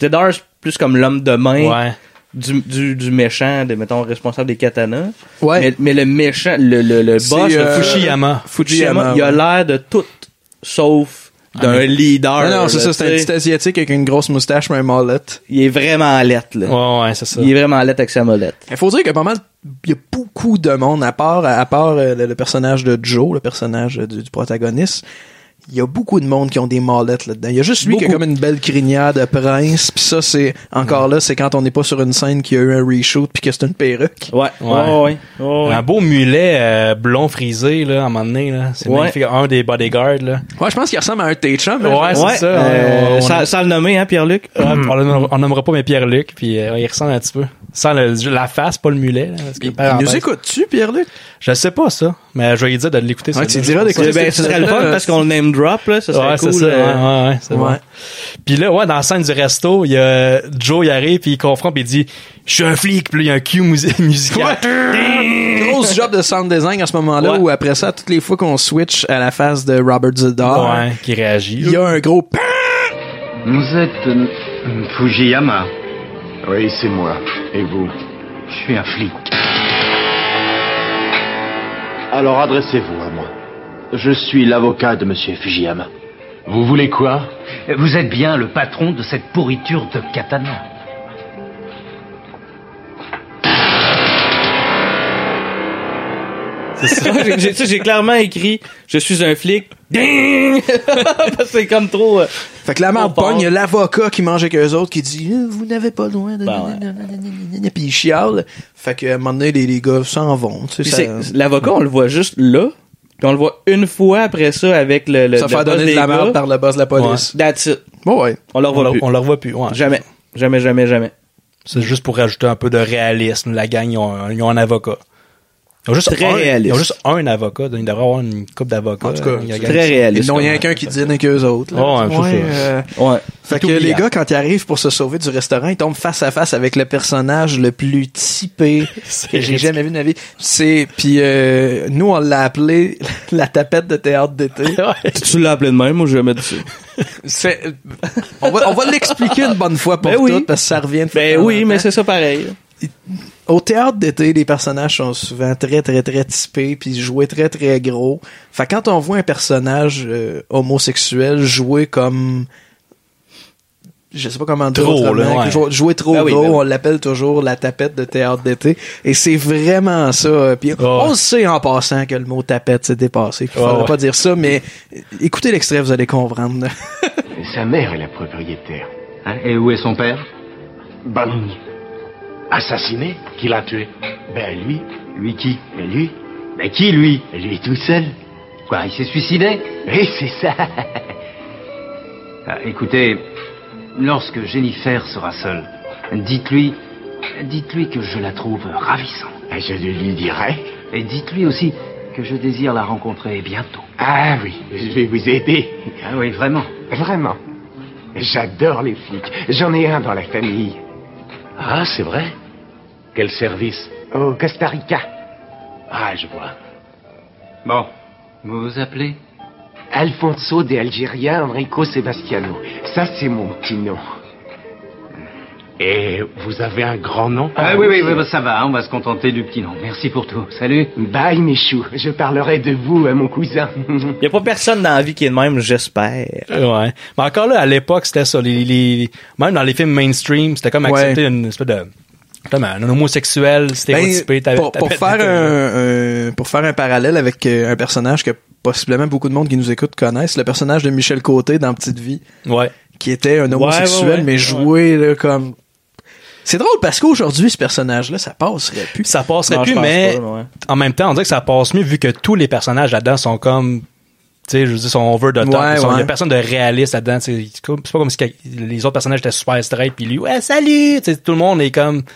Speaker 3: Zedar, c'est plus comme l'homme de main
Speaker 2: Ouais.
Speaker 3: du, du, du méchant, de, mettons, responsable des katanas.
Speaker 1: Ouais.
Speaker 3: Mais, mais le méchant, le, le, le
Speaker 2: C'est,
Speaker 3: boss,
Speaker 2: euh,
Speaker 3: le
Speaker 2: Fujiyama.
Speaker 3: Fujiyama,
Speaker 1: Fujiyama,
Speaker 3: il a
Speaker 1: ouais.
Speaker 3: l'air de tout, sauf d'un
Speaker 1: Ah, mais-
Speaker 3: leader.
Speaker 1: Non, non, c'est ça,
Speaker 3: là,
Speaker 1: c'est un
Speaker 3: tu sais.
Speaker 1: petit asiatique avec une grosse moustache mais un mullet.
Speaker 3: Il est vraiment lettre, là.
Speaker 2: Ouais, ouais, c'est ça.
Speaker 3: Il est vraiment lettre avec sa molette.
Speaker 1: Il faut dire que pas mal, il y a beaucoup de monde, à part, à part euh, le, le personnage de Joe, le personnage euh, du, du protagoniste. Il y a beaucoup de monde qui ont des mallettes là-dedans. Il y a juste lui qui a
Speaker 2: Beaucoup.
Speaker 1: comme une belle crinière de prince. Puis ça, c'est encore là, c'est quand on n'est pas sur une scène qui a eu un reshoot puis que c'est une perruque.
Speaker 3: Ouais. Ouais, ouais. Oh, Ouais, ouais.
Speaker 2: Un beau mulet euh, blond frisé, là, à un moment donné, là. C'est
Speaker 1: Ouais. Mm.
Speaker 2: magnifique. Un des bodyguards, là.
Speaker 1: Ouais, je pense qu'il ressemble à un T-Chum.
Speaker 2: Ouais, c'est ça.
Speaker 3: Euh,
Speaker 2: On-
Speaker 3: sans, sans le nommer, hein, Pierre-Luc.
Speaker 2: Ouais, Ah, On le nommera- on nommera pas mais Pierre-Luc, puis euh, il ressemble un petit peu. Sans le- la face, pas le mulet. là, parce que,
Speaker 1: Il
Speaker 3: Ah, ben.
Speaker 2: parenthèse,
Speaker 1: nous écoutes-tu, Pierre-Luc?
Speaker 2: Je sais pas ça, mais je vais lui dire de l'écouter.
Speaker 1: Ouais, tu
Speaker 2: celle-là.
Speaker 1: diras d'écouter
Speaker 2: Ouais,
Speaker 1: cette
Speaker 2: ben, ce serait le fun
Speaker 1: celle-là.
Speaker 2: parce
Speaker 3: qu'on le name drop, là, ça serait
Speaker 2: ouais, c'est
Speaker 3: cool,
Speaker 2: ça,
Speaker 3: euh.
Speaker 2: ouais, ouais, c'est
Speaker 3: Ouais.
Speaker 2: bon. Puis là, ouais, dans la scène du resto, il y a Joe, il arrive, puis il confronte, puis il dit « Je suis un flic », puis là, il y a un cue musi- musical.
Speaker 1: Grosse job de sound design à ce moment-là où après ça, toutes les fois qu'on switch à la face de Robert Zidar,
Speaker 2: Ouais, qui réagit.
Speaker 1: il y a un gros pan.
Speaker 12: Vous êtes euh, Fujiyama.
Speaker 17: Oui, c'est moi. Et vous
Speaker 12: Je suis un flic.
Speaker 17: Alors adressez-vous à moi.
Speaker 12: Je suis l'avocat de Monsieur Fujiyama.
Speaker 16: Vous voulez quoi
Speaker 12: Vous êtes bien le patron de cette pourriture de katana.
Speaker 3: Moi, j'ai- j'ai- tu sais, j'ai clairement écrit Je suis un flic. Ding! Parce que c'est comme trop. euh,
Speaker 1: Fait que la mère pogne, il y a l'avocat qui mange avec eux autres qui dit Eh, Vous n'avez pas loin de.
Speaker 3: Ben ouais.
Speaker 1: nanana. Puis il chiale. Fait qu'à un moment donné, les, les gars s'en vont. tu
Speaker 3: Puis
Speaker 1: sais, ça-
Speaker 3: c'est- L'avocat, on le voit juste là. Puis on le voit une fois après ça avec le. le
Speaker 1: Se
Speaker 3: le
Speaker 1: faire
Speaker 3: boss
Speaker 1: donner de
Speaker 3: des
Speaker 1: la
Speaker 3: gars.
Speaker 1: merde par le boss de la police.
Speaker 3: Ouais. That's it.
Speaker 1: Bon, ouais.
Speaker 3: On le revoit
Speaker 2: On le-
Speaker 3: plus.
Speaker 2: on le revoit plus, ouais.
Speaker 3: Jamais. Jamais, jamais, jamais.
Speaker 2: C'est juste pour rajouter un peu de réalisme. La gang, ils ont, un- ils ont un avocat. Ils ont juste
Speaker 3: Très
Speaker 2: un,
Speaker 3: réaliste.
Speaker 2: Ils ont juste un avocat. donc Il devrait avoir une couple d'avocats.
Speaker 1: En tout cas,
Speaker 2: Il y a
Speaker 1: c'est
Speaker 2: gang-
Speaker 1: très réaliste. Ils n'ont
Speaker 2: comme-
Speaker 1: rien qu'un qui dîne avec eux autres. là.
Speaker 2: Ouais, c'est
Speaker 1: Ouais,
Speaker 2: ça.
Speaker 1: euh,
Speaker 3: Ouais.
Speaker 1: Fait
Speaker 2: C'est
Speaker 1: que les
Speaker 2: oubliable.
Speaker 1: gars, quand ils arrivent pour se sauver du restaurant, ils tombent face à face avec le personnage le plus typé que j'ai
Speaker 2: risqué.
Speaker 1: jamais vu de ma vie. C'est puis euh, nous on l'a appelé la tapette de théâtre d'été.
Speaker 3: Tu l'as appelé de même, moi je vais mettre ça.
Speaker 1: C'est- On va, on va l'expliquer une bonne fois pour
Speaker 3: Ben oui.
Speaker 1: toutes, parce que ça revient de
Speaker 3: Ben
Speaker 1: fois en
Speaker 3: oui,
Speaker 1: temps.
Speaker 3: mais c'est ça pareil.
Speaker 1: Au théâtre d'été, les personnages sont souvent très, très, très typés, puis joués très, très gros. Fait que quand on voit un personnage euh, homosexuel jouer comme... Je sais pas comment dire
Speaker 2: Trop,
Speaker 1: autrement,
Speaker 2: là, ouais.
Speaker 1: jou- jouer trop
Speaker 2: Ben oui,
Speaker 1: gros,
Speaker 2: ben oui.
Speaker 1: on l'appelle toujours la tapette de théâtre d'été. Et c'est vraiment ça. euh,
Speaker 2: Ah
Speaker 1: Puis on le sait en passant que le mot tapette s'est dépassé. Il
Speaker 12: Ouais,
Speaker 1: faudrait
Speaker 12: ouais.
Speaker 1: pas dire ça, mais écoutez l'extrait, vous allez comprendre.
Speaker 12: Et sa mère est la propriétaire. Hein, Et où est son père
Speaker 16: Balogne. Assassiné Qui l'a tué Ben lui.
Speaker 12: Lui qui Mais lui Mais qui lui Lui tout seul. Quoi, il s'est suicidé Oui, c'est ça. Ah, écoutez, lorsque Jennifer sera seule, dites-lui, dites-lui que je la trouve ravissante. je lui dirai. Et dites-lui aussi que je désire la rencontrer bientôt.
Speaker 16: Ah oui, je vais vous aider.
Speaker 12: Ah oui, vraiment.
Speaker 16: Vraiment. J'adore les flics. J'en ai un dans la famille. Ah, c'est vrai Quel service Au Costa Rica. Ah, je vois.
Speaker 12: Bon, vous vous appelez
Speaker 16: Alfonso de Algeria Enrico Sebastiano. Ça, c'est mon petit nom. Et vous avez un grand nom
Speaker 12: Ah oui, oui, oui, bah, ça va, on va se contenter du petit nom. Merci pour tout. Salut.
Speaker 16: Bye, mes choux. Je parlerai de vous à mon cousin.
Speaker 3: Y a pas personne dans la vie qui est de même, j'espère.
Speaker 2: Ouais. Mais encore là, à l'époque, c'était ça. Les, les- même dans les films mainstream, c'était comme
Speaker 1: Ouais.
Speaker 2: accepter une espèce de. Comme un homosexuel stéréotypé.
Speaker 1: Ben,
Speaker 2: t'avais-
Speaker 1: pour, pour
Speaker 2: t'avais-
Speaker 1: faire un, un- pour faire un parallèle avec euh, un personnage que possiblement beaucoup de monde qui nous écoute connaissent, le personnage de Michel Côté dans Petite Vie,
Speaker 2: Ouais.
Speaker 1: qui était un homosexuel
Speaker 2: ouais, ouais.
Speaker 1: mais joué là, comme c'est drôle parce qu'aujourd'hui ce personnage-là ça passerait plus.
Speaker 2: Ça passerait
Speaker 1: Non, je
Speaker 2: plus,
Speaker 1: pense
Speaker 2: mais
Speaker 1: pas, ouais.
Speaker 2: en même temps, on dirait que ça passe mieux vu que tous les personnages là-dedans sont comme. Tu sais, je veux dire, sont over the top.
Speaker 1: Ouais,
Speaker 2: Ils sont- Il n'y
Speaker 1: ouais.
Speaker 2: a personne de réaliste là-dedans. tu sais. C'est comme- c'est pas comme si que- les autres personnages étaient super straight, puis lui, ouais, salut! Tu sais, tout le monde est comme. Tu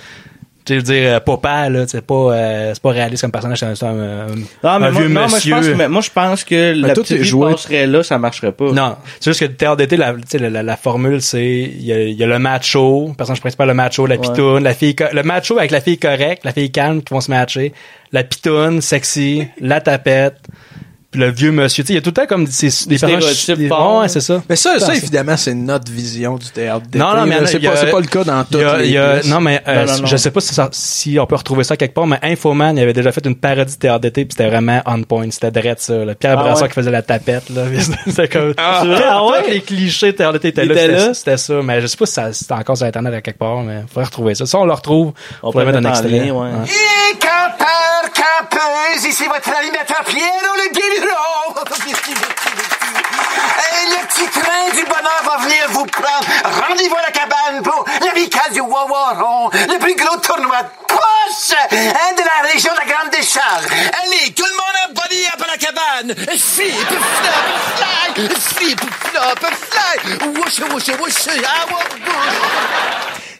Speaker 2: sais, je veux dire, euh, papa, là, tu sais, pas, euh, c'est pas réaliste comme personnage, c'est un, c'est un, euh,
Speaker 3: Ah, mais
Speaker 2: un
Speaker 3: moi,
Speaker 2: vieux
Speaker 3: non, mais je
Speaker 2: monsieur.
Speaker 3: pense, mais moi, je pense que la
Speaker 2: tout
Speaker 3: petite
Speaker 2: est
Speaker 3: vie
Speaker 2: joué.
Speaker 3: passerait là, ça marcherait pas.
Speaker 2: Non, c'est juste que le théâtre d'été, la, tu sais, la, la- la formule, c'est il y a, il y a le macho, le personnage principal, le macho, la
Speaker 3: Ouais.
Speaker 2: pitoune, la fille, co- le macho avec la fille correcte, la fille calme qui vont se matcher, la pitoune sexy, la tapette, puis le vieux monsieur. Tu sais, il y a tout le temps comme des, des
Speaker 3: stéréotypes
Speaker 2: des-
Speaker 3: forts.
Speaker 2: Ouais, c'est ça.
Speaker 1: Mais ça, ça
Speaker 2: Attends,
Speaker 1: évidemment, c'est notre vision du théâtre d'été.
Speaker 2: non, non, mais
Speaker 1: là. c'est
Speaker 2: il y a-
Speaker 1: pas, c'est pas le cas dans
Speaker 2: il
Speaker 1: toutes
Speaker 2: y a-
Speaker 1: les
Speaker 2: il y a-
Speaker 1: pièces.
Speaker 2: Non, mais euh, je sais pas si, ça- si on peut retrouver ça quelque part, mais Infoman, il avait déjà fait une parodie de théâtre d'été, puis c'était vraiment on point. C'était direct ça. là. Pierre
Speaker 3: Ah
Speaker 2: Brassard
Speaker 3: ouais.
Speaker 2: qui faisait la tapette. Là. c'était comme.
Speaker 3: Ah,
Speaker 2: Tous
Speaker 3: ah ouais?
Speaker 2: les clichés de théâtre d'été étaient
Speaker 3: Ils
Speaker 2: là.
Speaker 3: étaient
Speaker 2: C'était,
Speaker 3: là?
Speaker 2: c'était ça. Mais je sais pas si ça- c'était encore sur Internet à quelque part, mais faudrait retrouver ça. Si on le retrouve, on pourrait
Speaker 3: pourrait
Speaker 2: mettre un
Speaker 3: mettre en
Speaker 2: extrait.
Speaker 3: lien, ouais.
Speaker 2: Ouais.
Speaker 13: Campeur, campeuse, ici votre animateur Pierre le Guéridon. Et le petit train du bonheur va venir vous prendre. Rendez-vous à la cabane pour l'amicale du Wawaron, le plus gros tournoi de poche hein, de la région de la Grande Décharge. Allez, tout le monde en body up à la cabane. Flip, flop, fly, flip, flop, fly. Whoosh, whoosh, whoosh, ah, whoosh,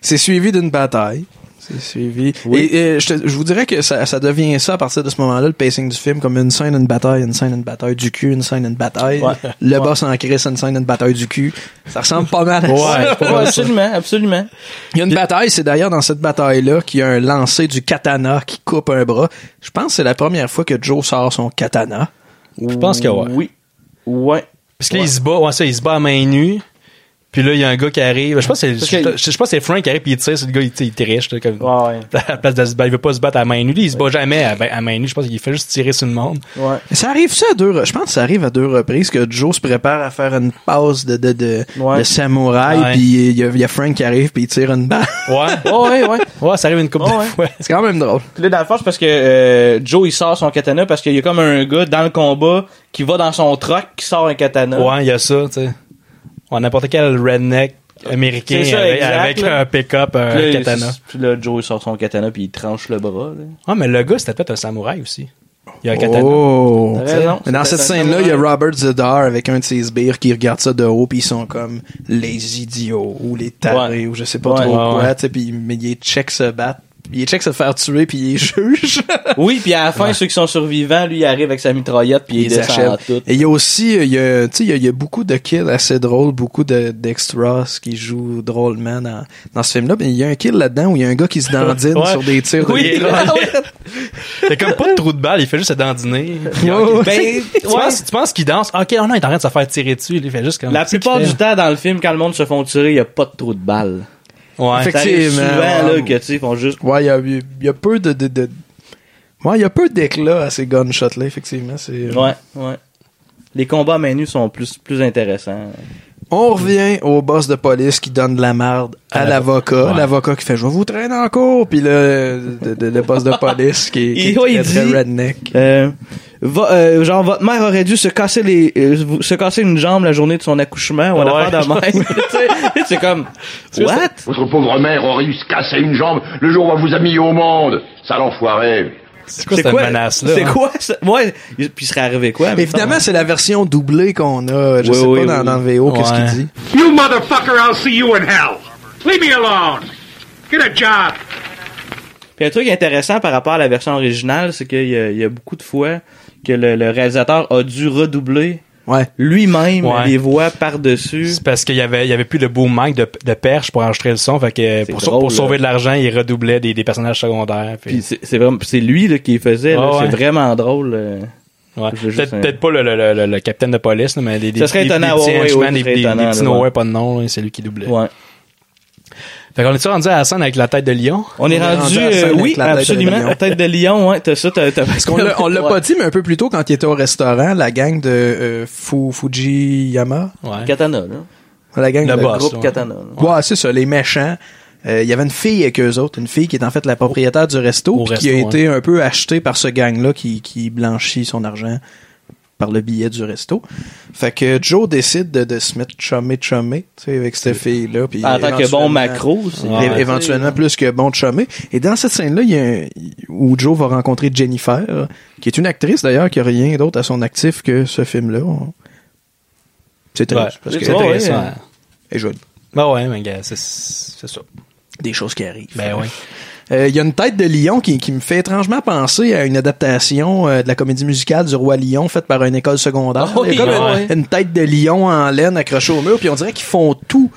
Speaker 1: C'est suivi d'une bataille. C'est suivi. Et, et je, te- je vous dirais que ça, ça devient ça à partir de ce moment-là, le pacing du film, comme une scène, une bataille, une scène, une bataille du cul, une scène, une bataille.
Speaker 3: Ouais.
Speaker 1: Le boss en crise, une scène, une bataille du cul. Ça ressemble pas mal à ça.
Speaker 3: Ouais, absolument, absolument.
Speaker 1: Il y a une bataille, c'est d'ailleurs dans cette bataille-là qu'il y a un lancer du katana qui coupe un bras. Je pense que c'est la première fois que Joe sort son katana.
Speaker 2: Je pense que ouais.
Speaker 3: Oui. Ouais.
Speaker 2: Parce que là, il se bat, ouais, ça, il se bat à main nue. Puis là, il y a un gars qui arrive. Je pense que
Speaker 3: Parce
Speaker 2: c'est,
Speaker 3: que-
Speaker 2: je, je pense que c'est Frank qui arrive, puis il tire sur le gars, il, tu sais, il triche. là, Comme,
Speaker 3: Ouais, ouais.
Speaker 2: À la place de se battre, il veut pas se battre à main nue. Lui, il se bat jamais à, ben, à main nue. Je pense qu'il fait juste tirer sur le monde.
Speaker 3: Ouais.
Speaker 1: Ça arrive ça à deux re- je pense que ça arrive à deux reprises que Joe se prépare à faire une pause de de de,
Speaker 2: Ouais.
Speaker 1: de samouraï
Speaker 2: Ouais.
Speaker 1: puis il y, a- il y a Frank qui arrive puis il tire une balle.
Speaker 2: Ouais.
Speaker 3: ouais, ouais.
Speaker 2: Ouais, ça arrive une couple
Speaker 3: Ouais.
Speaker 2: de fois.
Speaker 1: C'est quand même drôle.
Speaker 3: Puis là, dans le fond, c'est parce que euh, Joe, il sort son katana parce qu'il y a comme un gars dans le combat qui va dans son truck qui sort un katana.
Speaker 2: Ouais, il y a ça, tu sais. Ouais, n'importe quel redneck américain
Speaker 3: C'est ça,
Speaker 2: avec,
Speaker 3: exact,
Speaker 2: avec
Speaker 3: là.
Speaker 2: un pick-up, un
Speaker 3: Puis là,
Speaker 2: katana.
Speaker 3: c'est- Puis là, Joe, il sort son katana puis il tranche le bras. là.
Speaker 2: Ah, mais le gars, c'était peut-être un samouraï aussi. Il y a un katana.
Speaker 1: Oh.
Speaker 3: T'as raison,
Speaker 1: Mais dans
Speaker 3: c'est
Speaker 1: cette
Speaker 3: un
Speaker 1: scène-là, il y a
Speaker 3: samouraï.
Speaker 1: Robert Zedar avec un de ses sbires qui regarde ça de haut puis ils sont comme les idiots ou les tarés ou je sais pas
Speaker 3: Ouais,
Speaker 1: trop
Speaker 3: ouais,
Speaker 1: quoi,
Speaker 3: ouais.
Speaker 1: tu sais puis mais ils check se battre il check se faire tuer puis il juge.
Speaker 3: Oui, puis à la fin, ceux qui sont survivants, lui, il arrive avec sa mitraillette puis il,
Speaker 1: Ils
Speaker 3: descend
Speaker 1: achèvent.
Speaker 3: en tout.
Speaker 1: Et il y a aussi, euh, il y a, tu sais, il y a- il y a beaucoup de kills assez drôles, beaucoup de d'extras qui jouent drôlement dans, dans ce film-là. Mais il y a un kill là-dedans où il y a un gars qui se dandine
Speaker 2: Ouais.
Speaker 1: sur des tirs de
Speaker 2: Oui,
Speaker 1: mitraillette.
Speaker 2: Il y a comme pas de trou de balle, il fait juste se dandiner. Puis,
Speaker 1: Ouais,
Speaker 2: ok,
Speaker 1: ouais.
Speaker 2: tu sais, tu,
Speaker 3: Ben, Ouais.
Speaker 2: penses, tu penses qu'il danse? Ah, Ok, oh non, non, il est en train de se faire tirer dessus. Il fait juste comme.
Speaker 3: La
Speaker 2: Qu'est-ce qu'il
Speaker 3: plupart
Speaker 2: fait?
Speaker 3: du temps, dans le film, quand le monde se font tirer, il n'y a pas de trou de balle.
Speaker 2: Ouais.
Speaker 3: Ça arrive souvent,
Speaker 1: Effectivement.
Speaker 3: là, que, tu sais, ils font juste...
Speaker 1: Ouais, il y a, il y a peu de, de, de- ouais, il y a peu d'éclat à ces gunshots-là, effectivement. C'est, euh,
Speaker 3: Ouais, ouais. Les combats à main nue sont plus, plus intéressants.
Speaker 1: On revient au boss de police qui donne de la merde à
Speaker 3: À
Speaker 1: l'avocat.
Speaker 3: l'avocat. Ouais.
Speaker 1: L'avocat qui fait Je vais vous traîner en cours. Puis là, le, le- le boss de police qui, qui
Speaker 3: Il- ouais,
Speaker 1: est
Speaker 3: il
Speaker 1: très
Speaker 3: dit-
Speaker 1: redneck.
Speaker 3: Euh, va- euh, genre, votre mère aurait dû se casser les, euh, se casser une jambe la journée de son accouchement ou
Speaker 17: Ouais.
Speaker 3: un affaire de même. Tu sais, c'est comme, what?
Speaker 17: Votre pauvre mère aurait dû se casser une jambe le jour où elle vous a mis au monde. Ça l'enfoiré.
Speaker 2: C'est
Speaker 3: C'est quoi? ça? Ouais, il- puis il serait arrivé quoi? mais
Speaker 1: Évidemment, c'est la version doublée qu'on a. Je
Speaker 3: Oui,
Speaker 1: sais
Speaker 3: oui,
Speaker 1: pas dans,
Speaker 3: oui.
Speaker 1: dans le VO qu'est-ce
Speaker 3: Ouais.
Speaker 1: qu'il dit.
Speaker 18: You motherfucker, I'll see you in hell. Leave me alone. Get a job.
Speaker 3: Puis un truc intéressant par rapport à la version originale, c'est qu'il y, a- il y a beaucoup de fois que le, le réalisateur a dû redoubler lui-même
Speaker 2: Ouais.
Speaker 3: les voix par-dessus.
Speaker 2: C'est parce qu'il y avait, il y avait plus le boom mic de, de perche pour enregistrer le son. Fait que pour,
Speaker 3: drôle,
Speaker 2: pour
Speaker 3: là.
Speaker 2: sauver de l'argent, il redoublait des, des personnages secondaires. puis-
Speaker 3: Puis c'est c'est vraiment c'est lui là, qui les faisait. là.
Speaker 2: Ouais, Ah ouais.
Speaker 3: C'est vraiment drôle. euh.
Speaker 2: Ouais.
Speaker 3: Je veux
Speaker 2: Peut-être
Speaker 3: juste un-
Speaker 2: peut-être pas le, le- le- le- le capitaine de police, là, mais des, des,
Speaker 3: Ça serait
Speaker 2: des-
Speaker 3: étonnant,
Speaker 2: des petits
Speaker 3: ouais, ouais,
Speaker 2: henchmen,
Speaker 3: ouais,
Speaker 2: des,
Speaker 3: ça
Speaker 2: des-
Speaker 3: serait
Speaker 2: des
Speaker 3: étonnant,
Speaker 2: petits
Speaker 3: là,
Speaker 2: nowhere,
Speaker 3: ouais.
Speaker 2: pas de nom, là, c'est lui qui doublait.
Speaker 3: Ouais.
Speaker 2: Fait qu'on est-tu rendu à la scène avec la tête de lion?
Speaker 3: On est rendu,
Speaker 2: à la scène
Speaker 3: euh,
Speaker 2: avec
Speaker 3: oui,
Speaker 2: la tête de
Speaker 3: absolument.
Speaker 2: lion.
Speaker 3: La tête de lion, ouais, t'as ça, t'as, t'as
Speaker 1: Parce qu'on l'a, on l'a pas dit, mais un peu plus tôt, quand il était au restaurant, la gang de euh, Fu- Fujiyama.
Speaker 3: Katana, là.
Speaker 1: La gang
Speaker 3: Le
Speaker 1: de
Speaker 3: boss, groupe ouais. Katana,
Speaker 1: Ouais, c'est ça, les méchants. Euh, Il y avait une fille avec eux autres, une fille qui est en fait la propriétaire du resto, puis qui a
Speaker 2: resto,
Speaker 1: été un peu achetée par ce gang-là qui, qui blanchit son argent par le billet du resto. Fait que Joe décide de, de se mettre chumé chumé tu sais, avec cette fille-là. puis
Speaker 3: En tant que
Speaker 1: éventuellement-
Speaker 3: bon macro, c'est-
Speaker 1: É-
Speaker 3: Ouais.
Speaker 1: éventuellement plus que bon chumé. Et dans cette scène-là, il y a un- où Joe va rencontrer Jennifer, qui est une actrice d'ailleurs qui a rien d'autre à son actif que ce film-là. On- C'est
Speaker 2: Ouais.
Speaker 1: triste, parce
Speaker 2: C'est
Speaker 1: que
Speaker 2: très intéressant.
Speaker 1: Ouais. Elle est jolie.
Speaker 2: Ben ouais, mais gars, c'est c'est ça.
Speaker 1: Des choses qui arrivent.
Speaker 2: Ben oui.
Speaker 1: Euh, Il y a une tête de lion qui, qui me fait étrangement penser à une adaptation euh, de la comédie musicale du Roi Lion faite par une école secondaire.
Speaker 2: Oh,
Speaker 3: Ah oui,
Speaker 1: Il y a comme une-
Speaker 3: ouais.
Speaker 1: une, tête de lion en laine accrochée au mur, puis on dirait qu'ils font tout,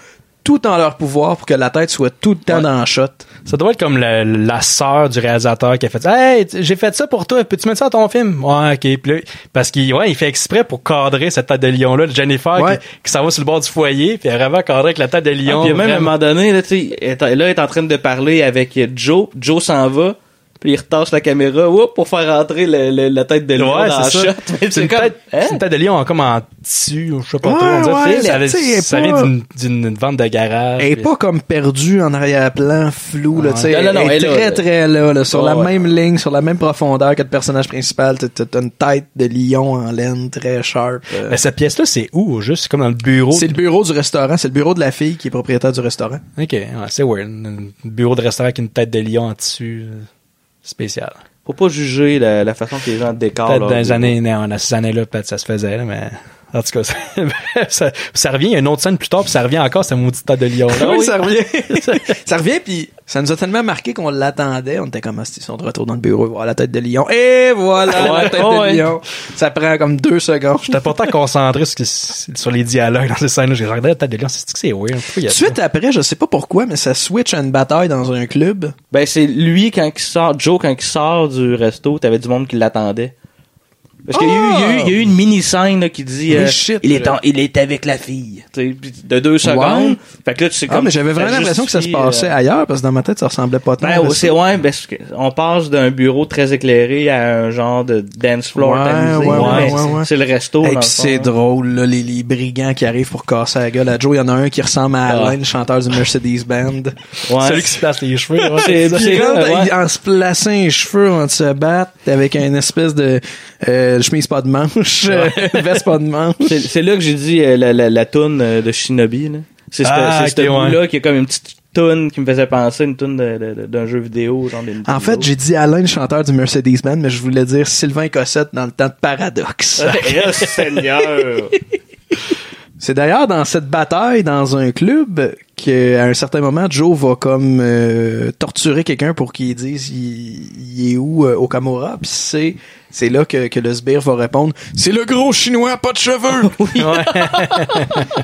Speaker 1: tout en leur pouvoir pour que la tête soit tout le temps dans le shot.
Speaker 2: Ça doit être comme le- la sœur du réalisateur qui a fait Hey, t- j'ai fait ça pour toi, peux-tu mettre ça dans ton film? Ouais, ok. Puis là, parce qu'il ouais, il fait exprès pour cadrer cette tête de lion-là, de Jennifer qui, qui s'en va sur le bord du foyer, puis elle va cadrer avec la tête de lion.
Speaker 3: Ah, puis même à un
Speaker 2: vraiment.
Speaker 3: moment donné, là, tu sais, elle est en- là, elle est en train de parler avec Joe. Joe s'en va. Puis il retasse la caméra oups, pour faire rentrer le- le- la tête de lion
Speaker 2: Ouais,
Speaker 3: dans la
Speaker 2: c'est ça.
Speaker 3: shot. Mais
Speaker 2: C'est une,
Speaker 3: comme,
Speaker 2: tête-
Speaker 3: hein?
Speaker 2: c'est une tête de lion comme en tissu, ou je sais pas
Speaker 1: Ouais,
Speaker 2: trop. On dirait,
Speaker 1: ouais,
Speaker 2: tu sais, ça,
Speaker 1: mais tu sais, elle est
Speaker 2: ça
Speaker 1: pas-
Speaker 2: vient d'une- d'une vente de garage.
Speaker 1: Elle est
Speaker 2: puis-
Speaker 1: pas comme perdue en arrière-plan, flou, là,
Speaker 2: Ah, Ouais.
Speaker 1: tu sais.
Speaker 2: Non, non, non,
Speaker 1: elle est
Speaker 2: elle est
Speaker 1: très,
Speaker 2: là, là.
Speaker 1: très là, là, sur
Speaker 2: Ouais,
Speaker 1: la
Speaker 2: ouais.
Speaker 1: même ligne, sur la même profondeur que le personnage principal. T'as- T'as t'as une tête de lion en laine très sharp. euh.
Speaker 2: Mais cette pièce-là, c'est où? au Juste, c'est comme dans le bureau.
Speaker 1: C'est le bureau du restaurant, c'est le bureau de la fille qui est propriétaire du restaurant.
Speaker 2: Ok, ouais, c'est weird. Un bureau de restaurant avec une tête de lion en tissu euh, spécial.
Speaker 3: Faut pas juger la, la façon que les gens
Speaker 1: Ah,
Speaker 3: décorent.
Speaker 2: Peut-être
Speaker 3: leur
Speaker 2: dans les
Speaker 3: bureau.
Speaker 2: années, non, dans ces années-là, peut-être ça se faisait, là, mais. En tout cas, ça, bref, ça, ça revient, il y a une autre scène plus tard, puis ça revient encore, cette maudite tête de lion.
Speaker 1: Ah oui, ça revient. ça revient, puis ça nous a tellement marqué qu'on l'attendait. On était comme, ah, c'est- ils sont de retour dans le bureau, voilà la tête de lion. Et voilà la
Speaker 2: Ouais,
Speaker 1: tête
Speaker 2: ouais.
Speaker 1: de lion. Ça prend comme deux secondes.
Speaker 2: J'étais pourtant concentré sur, sur les dialogues dans ces scènes-là. J'ai regardé la tête de lion, c'est que c'est weird. Pourquoi il y a
Speaker 1: Tout de
Speaker 2: ça?
Speaker 1: Suite après, je sais pas pourquoi, mais ça switch à une bataille dans un club.
Speaker 3: Ben, c'est lui quand il sort, Joe quand il sort du resto, t'avais du monde qui l'attendait. Parce qu'il y, a eu- il y a eu- il y a eu une mini-scène là, qui dit
Speaker 1: Oui,
Speaker 3: euh,
Speaker 1: Ah! shit,
Speaker 3: il,
Speaker 1: je-
Speaker 3: est en- il est avec la fille. Tu sais, puis de deux secondes.
Speaker 1: Ouais.
Speaker 3: Fait que là, tu sais
Speaker 1: Ah,
Speaker 3: comme-
Speaker 1: mais j'avais
Speaker 3: ça
Speaker 1: vraiment l'impression que ça se
Speaker 3: justifie,
Speaker 1: passait
Speaker 3: euh,
Speaker 1: ailleurs, parce que dans ma tête, ça ressemblait pas tant.
Speaker 3: Ben,
Speaker 1: à
Speaker 3: ouais,
Speaker 1: ça.
Speaker 3: c'est ouais, parce que on passe d'un bureau très éclairé à un genre de dance floor
Speaker 1: Ouais,
Speaker 3: tamisé,
Speaker 1: ouais, ouais,
Speaker 3: mais
Speaker 1: ouais, ouais.
Speaker 3: C'est le resto.
Speaker 1: Et
Speaker 3: dans le
Speaker 1: puis
Speaker 3: fond,
Speaker 1: c'est
Speaker 3: hein.
Speaker 1: drôle, là, les, les brigands qui arrivent pour casser la gueule à Joe. Il y en a un qui ressemble à Alain,
Speaker 3: Ah.
Speaker 1: le chanteur du Mercedes Band.
Speaker 2: Celui qui se place les cheveux. ouais.
Speaker 1: C'est
Speaker 2: ça.
Speaker 1: en se plaçant les cheveux avant de se battre avec une espèce de euh, chemise pas de manche, euh, veste pas de manche.
Speaker 3: C'est- C'est là que j'ai dit euh, la, la, la toune euh, de Shinobi. là. C'est ce
Speaker 1: Ah,
Speaker 3: c'est
Speaker 1: ok,
Speaker 3: ce
Speaker 1: ouais.
Speaker 3: bout-là qui est comme une petite toune qui me faisait penser à une toune de- de- de- d'un jeu vidéo. Genre des
Speaker 1: En fait, j'ai dit Alain, le chanteur du Mercedes Band, mais je voulais dire Sylvain Cossette dans le temps de Paradoxe.
Speaker 3: Seigneur!
Speaker 1: C'est d'ailleurs dans cette bataille dans un club qu'à un certain moment, Joe va comme euh, torturer quelqu'un pour qu'il dise il, il est où euh, Okamura. Puis c'est c'est là que, que le sbire va répondre c'est le gros chinois pas de cheveux.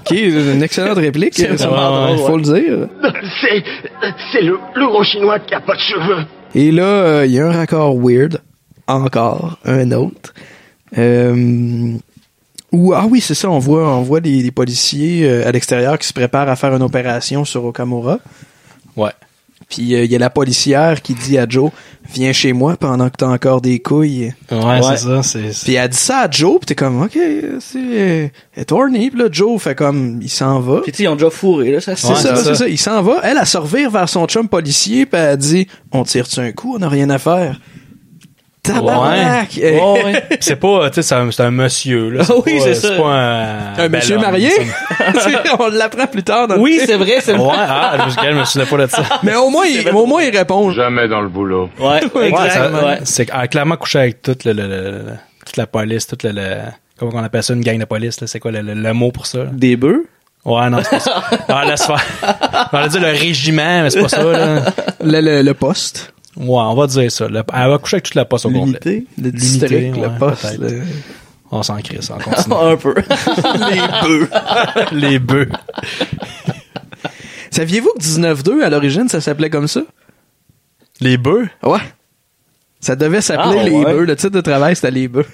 Speaker 1: qui est une excellente réplique.
Speaker 13: C'est
Speaker 1: ça,
Speaker 13: vraiment drôle,
Speaker 1: faut le dire.
Speaker 13: C'est. C'est le, le gros chinois qui a pas de cheveux.
Speaker 1: Et là, euh, il y a un raccord weird. Encore un autre. Euh, où, ah oui, c'est ça, on voit, on voit des, des policiers euh, à l'extérieur qui se préparent à faire une opération sur Okamura.
Speaker 2: Ouais.
Speaker 1: Puis euh, il y a la policière qui dit à Joe Viens chez moi pendant que t'as encore des couilles.
Speaker 2: Ouais, c'est ça. C'est,
Speaker 1: Puis elle dit ça à Joe, pis t'es comme Ok, c'est. Elle est horny. Puis là, Joe fait comme Il s'en va.
Speaker 3: Puis tu sais, ils ont déjà fourré, là, ça
Speaker 1: C'est ça, c'est ça. Il s'en va. Elle, elle se revire vers son chum policier, puis elle dit On tire-tu un coup On n'a rien à faire. Tabarnak
Speaker 2: Ouais. Ouais, ouais. Pis C'est pas, tu sais, c'est un, c'est un monsieur, là.
Speaker 1: Ah oui,
Speaker 2: pas,
Speaker 1: c'est
Speaker 2: euh,
Speaker 1: ça.
Speaker 2: pas un.
Speaker 1: Un monsieur
Speaker 2: Oh, bel homme,
Speaker 1: marié?
Speaker 2: ça me-
Speaker 1: on l'apprend plus tard dans le
Speaker 3: Oui,
Speaker 1: film.
Speaker 3: c'est vrai, c'est
Speaker 2: Ouais, ah, je me suis- je me souviens pas de ça.
Speaker 1: Mais au moins, il, au moins, il répond.
Speaker 2: Jamais dans le boulot.
Speaker 3: Ouais,
Speaker 2: ça-
Speaker 3: exactement. Ouais.
Speaker 2: C'est ah, clairement couché avec toute, le, le- le- le- toute la police, toute le, le- Comment on appelle ça, une gang de police, là? C'est quoi le, le- le mot pour ça? là?
Speaker 3: Des bœufs?
Speaker 2: Ouais, non, c'est pas ça. Ah, laisse faire. On va dire le régiment, mais c'est pas ça, là.
Speaker 1: Le, le- le poste.
Speaker 2: Ouais, on va dire ça. Le- elle va coucher avec toute la poste au complet.
Speaker 1: L'unité, le
Speaker 2: L'unité,
Speaker 1: district, le
Speaker 2: ouais,
Speaker 1: poste,
Speaker 2: peut-être.
Speaker 1: le-
Speaker 2: On s'en crie, ça, on continue.
Speaker 3: Un peu.
Speaker 2: Les bœufs.
Speaker 1: Saviez-vous que 19-2, à l'origine, ça s'appelait comme ça?
Speaker 2: Les bœufs?
Speaker 1: Ouais. Ça devait s'appeler
Speaker 2: Ah,
Speaker 1: Les
Speaker 2: ouais.
Speaker 1: Bœufs. Le titre de travail, c'était Les Bœufs.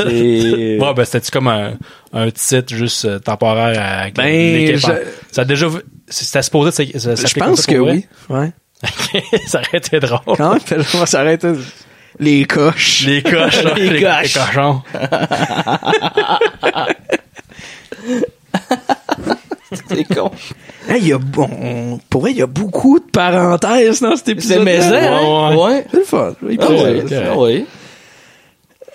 Speaker 2: Ouais, ben, c'était-tu comme un, un titre juste euh, temporaire à
Speaker 1: Ben,
Speaker 2: l'équipe
Speaker 1: je-
Speaker 2: en- Ça a déjà. C'était supposé. c'est- ça- ça
Speaker 1: Je
Speaker 2: s'appelait comme
Speaker 1: pense
Speaker 2: ça
Speaker 1: que
Speaker 2: pour
Speaker 1: oui. Ouais.
Speaker 2: vrai? ça aurait été drôle.
Speaker 1: Quand même, on va s'arrêter. Les coches.
Speaker 2: Les coches, là, les, les
Speaker 1: coches.
Speaker 2: cochons.
Speaker 3: C'est con.
Speaker 1: Hey, il y a, bon, pour vrai, il y a beaucoup de parenthèses dans cet épisode.
Speaker 3: maison, hein? Ouais, ouais.
Speaker 1: C'est le fun. Il
Speaker 3: Ah
Speaker 1: peut
Speaker 3: ouais,
Speaker 1: dire ça.
Speaker 3: ah ouais.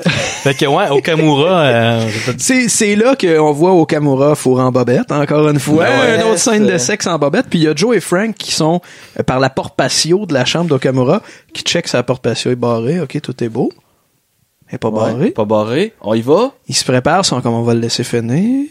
Speaker 2: Fait que, ouais, Okamura. euh,
Speaker 1: C'est, c'est là qu'on voit Okamura fourré en bobette, encore une fois.
Speaker 2: Ouais,
Speaker 1: une autre
Speaker 2: c'est-
Speaker 1: scène de sexe en bobette. Puis il y a Joe et Frank qui sont euh, par la porte patio de la chambre d'Okamura, qui check sa porte patio est barrée. OK, tout est beau. Elle est pas
Speaker 3: Ouais,
Speaker 1: barrée.
Speaker 3: Pas barré. On y va?
Speaker 1: Ils se préparent, ils sont comme on va le laisser finir.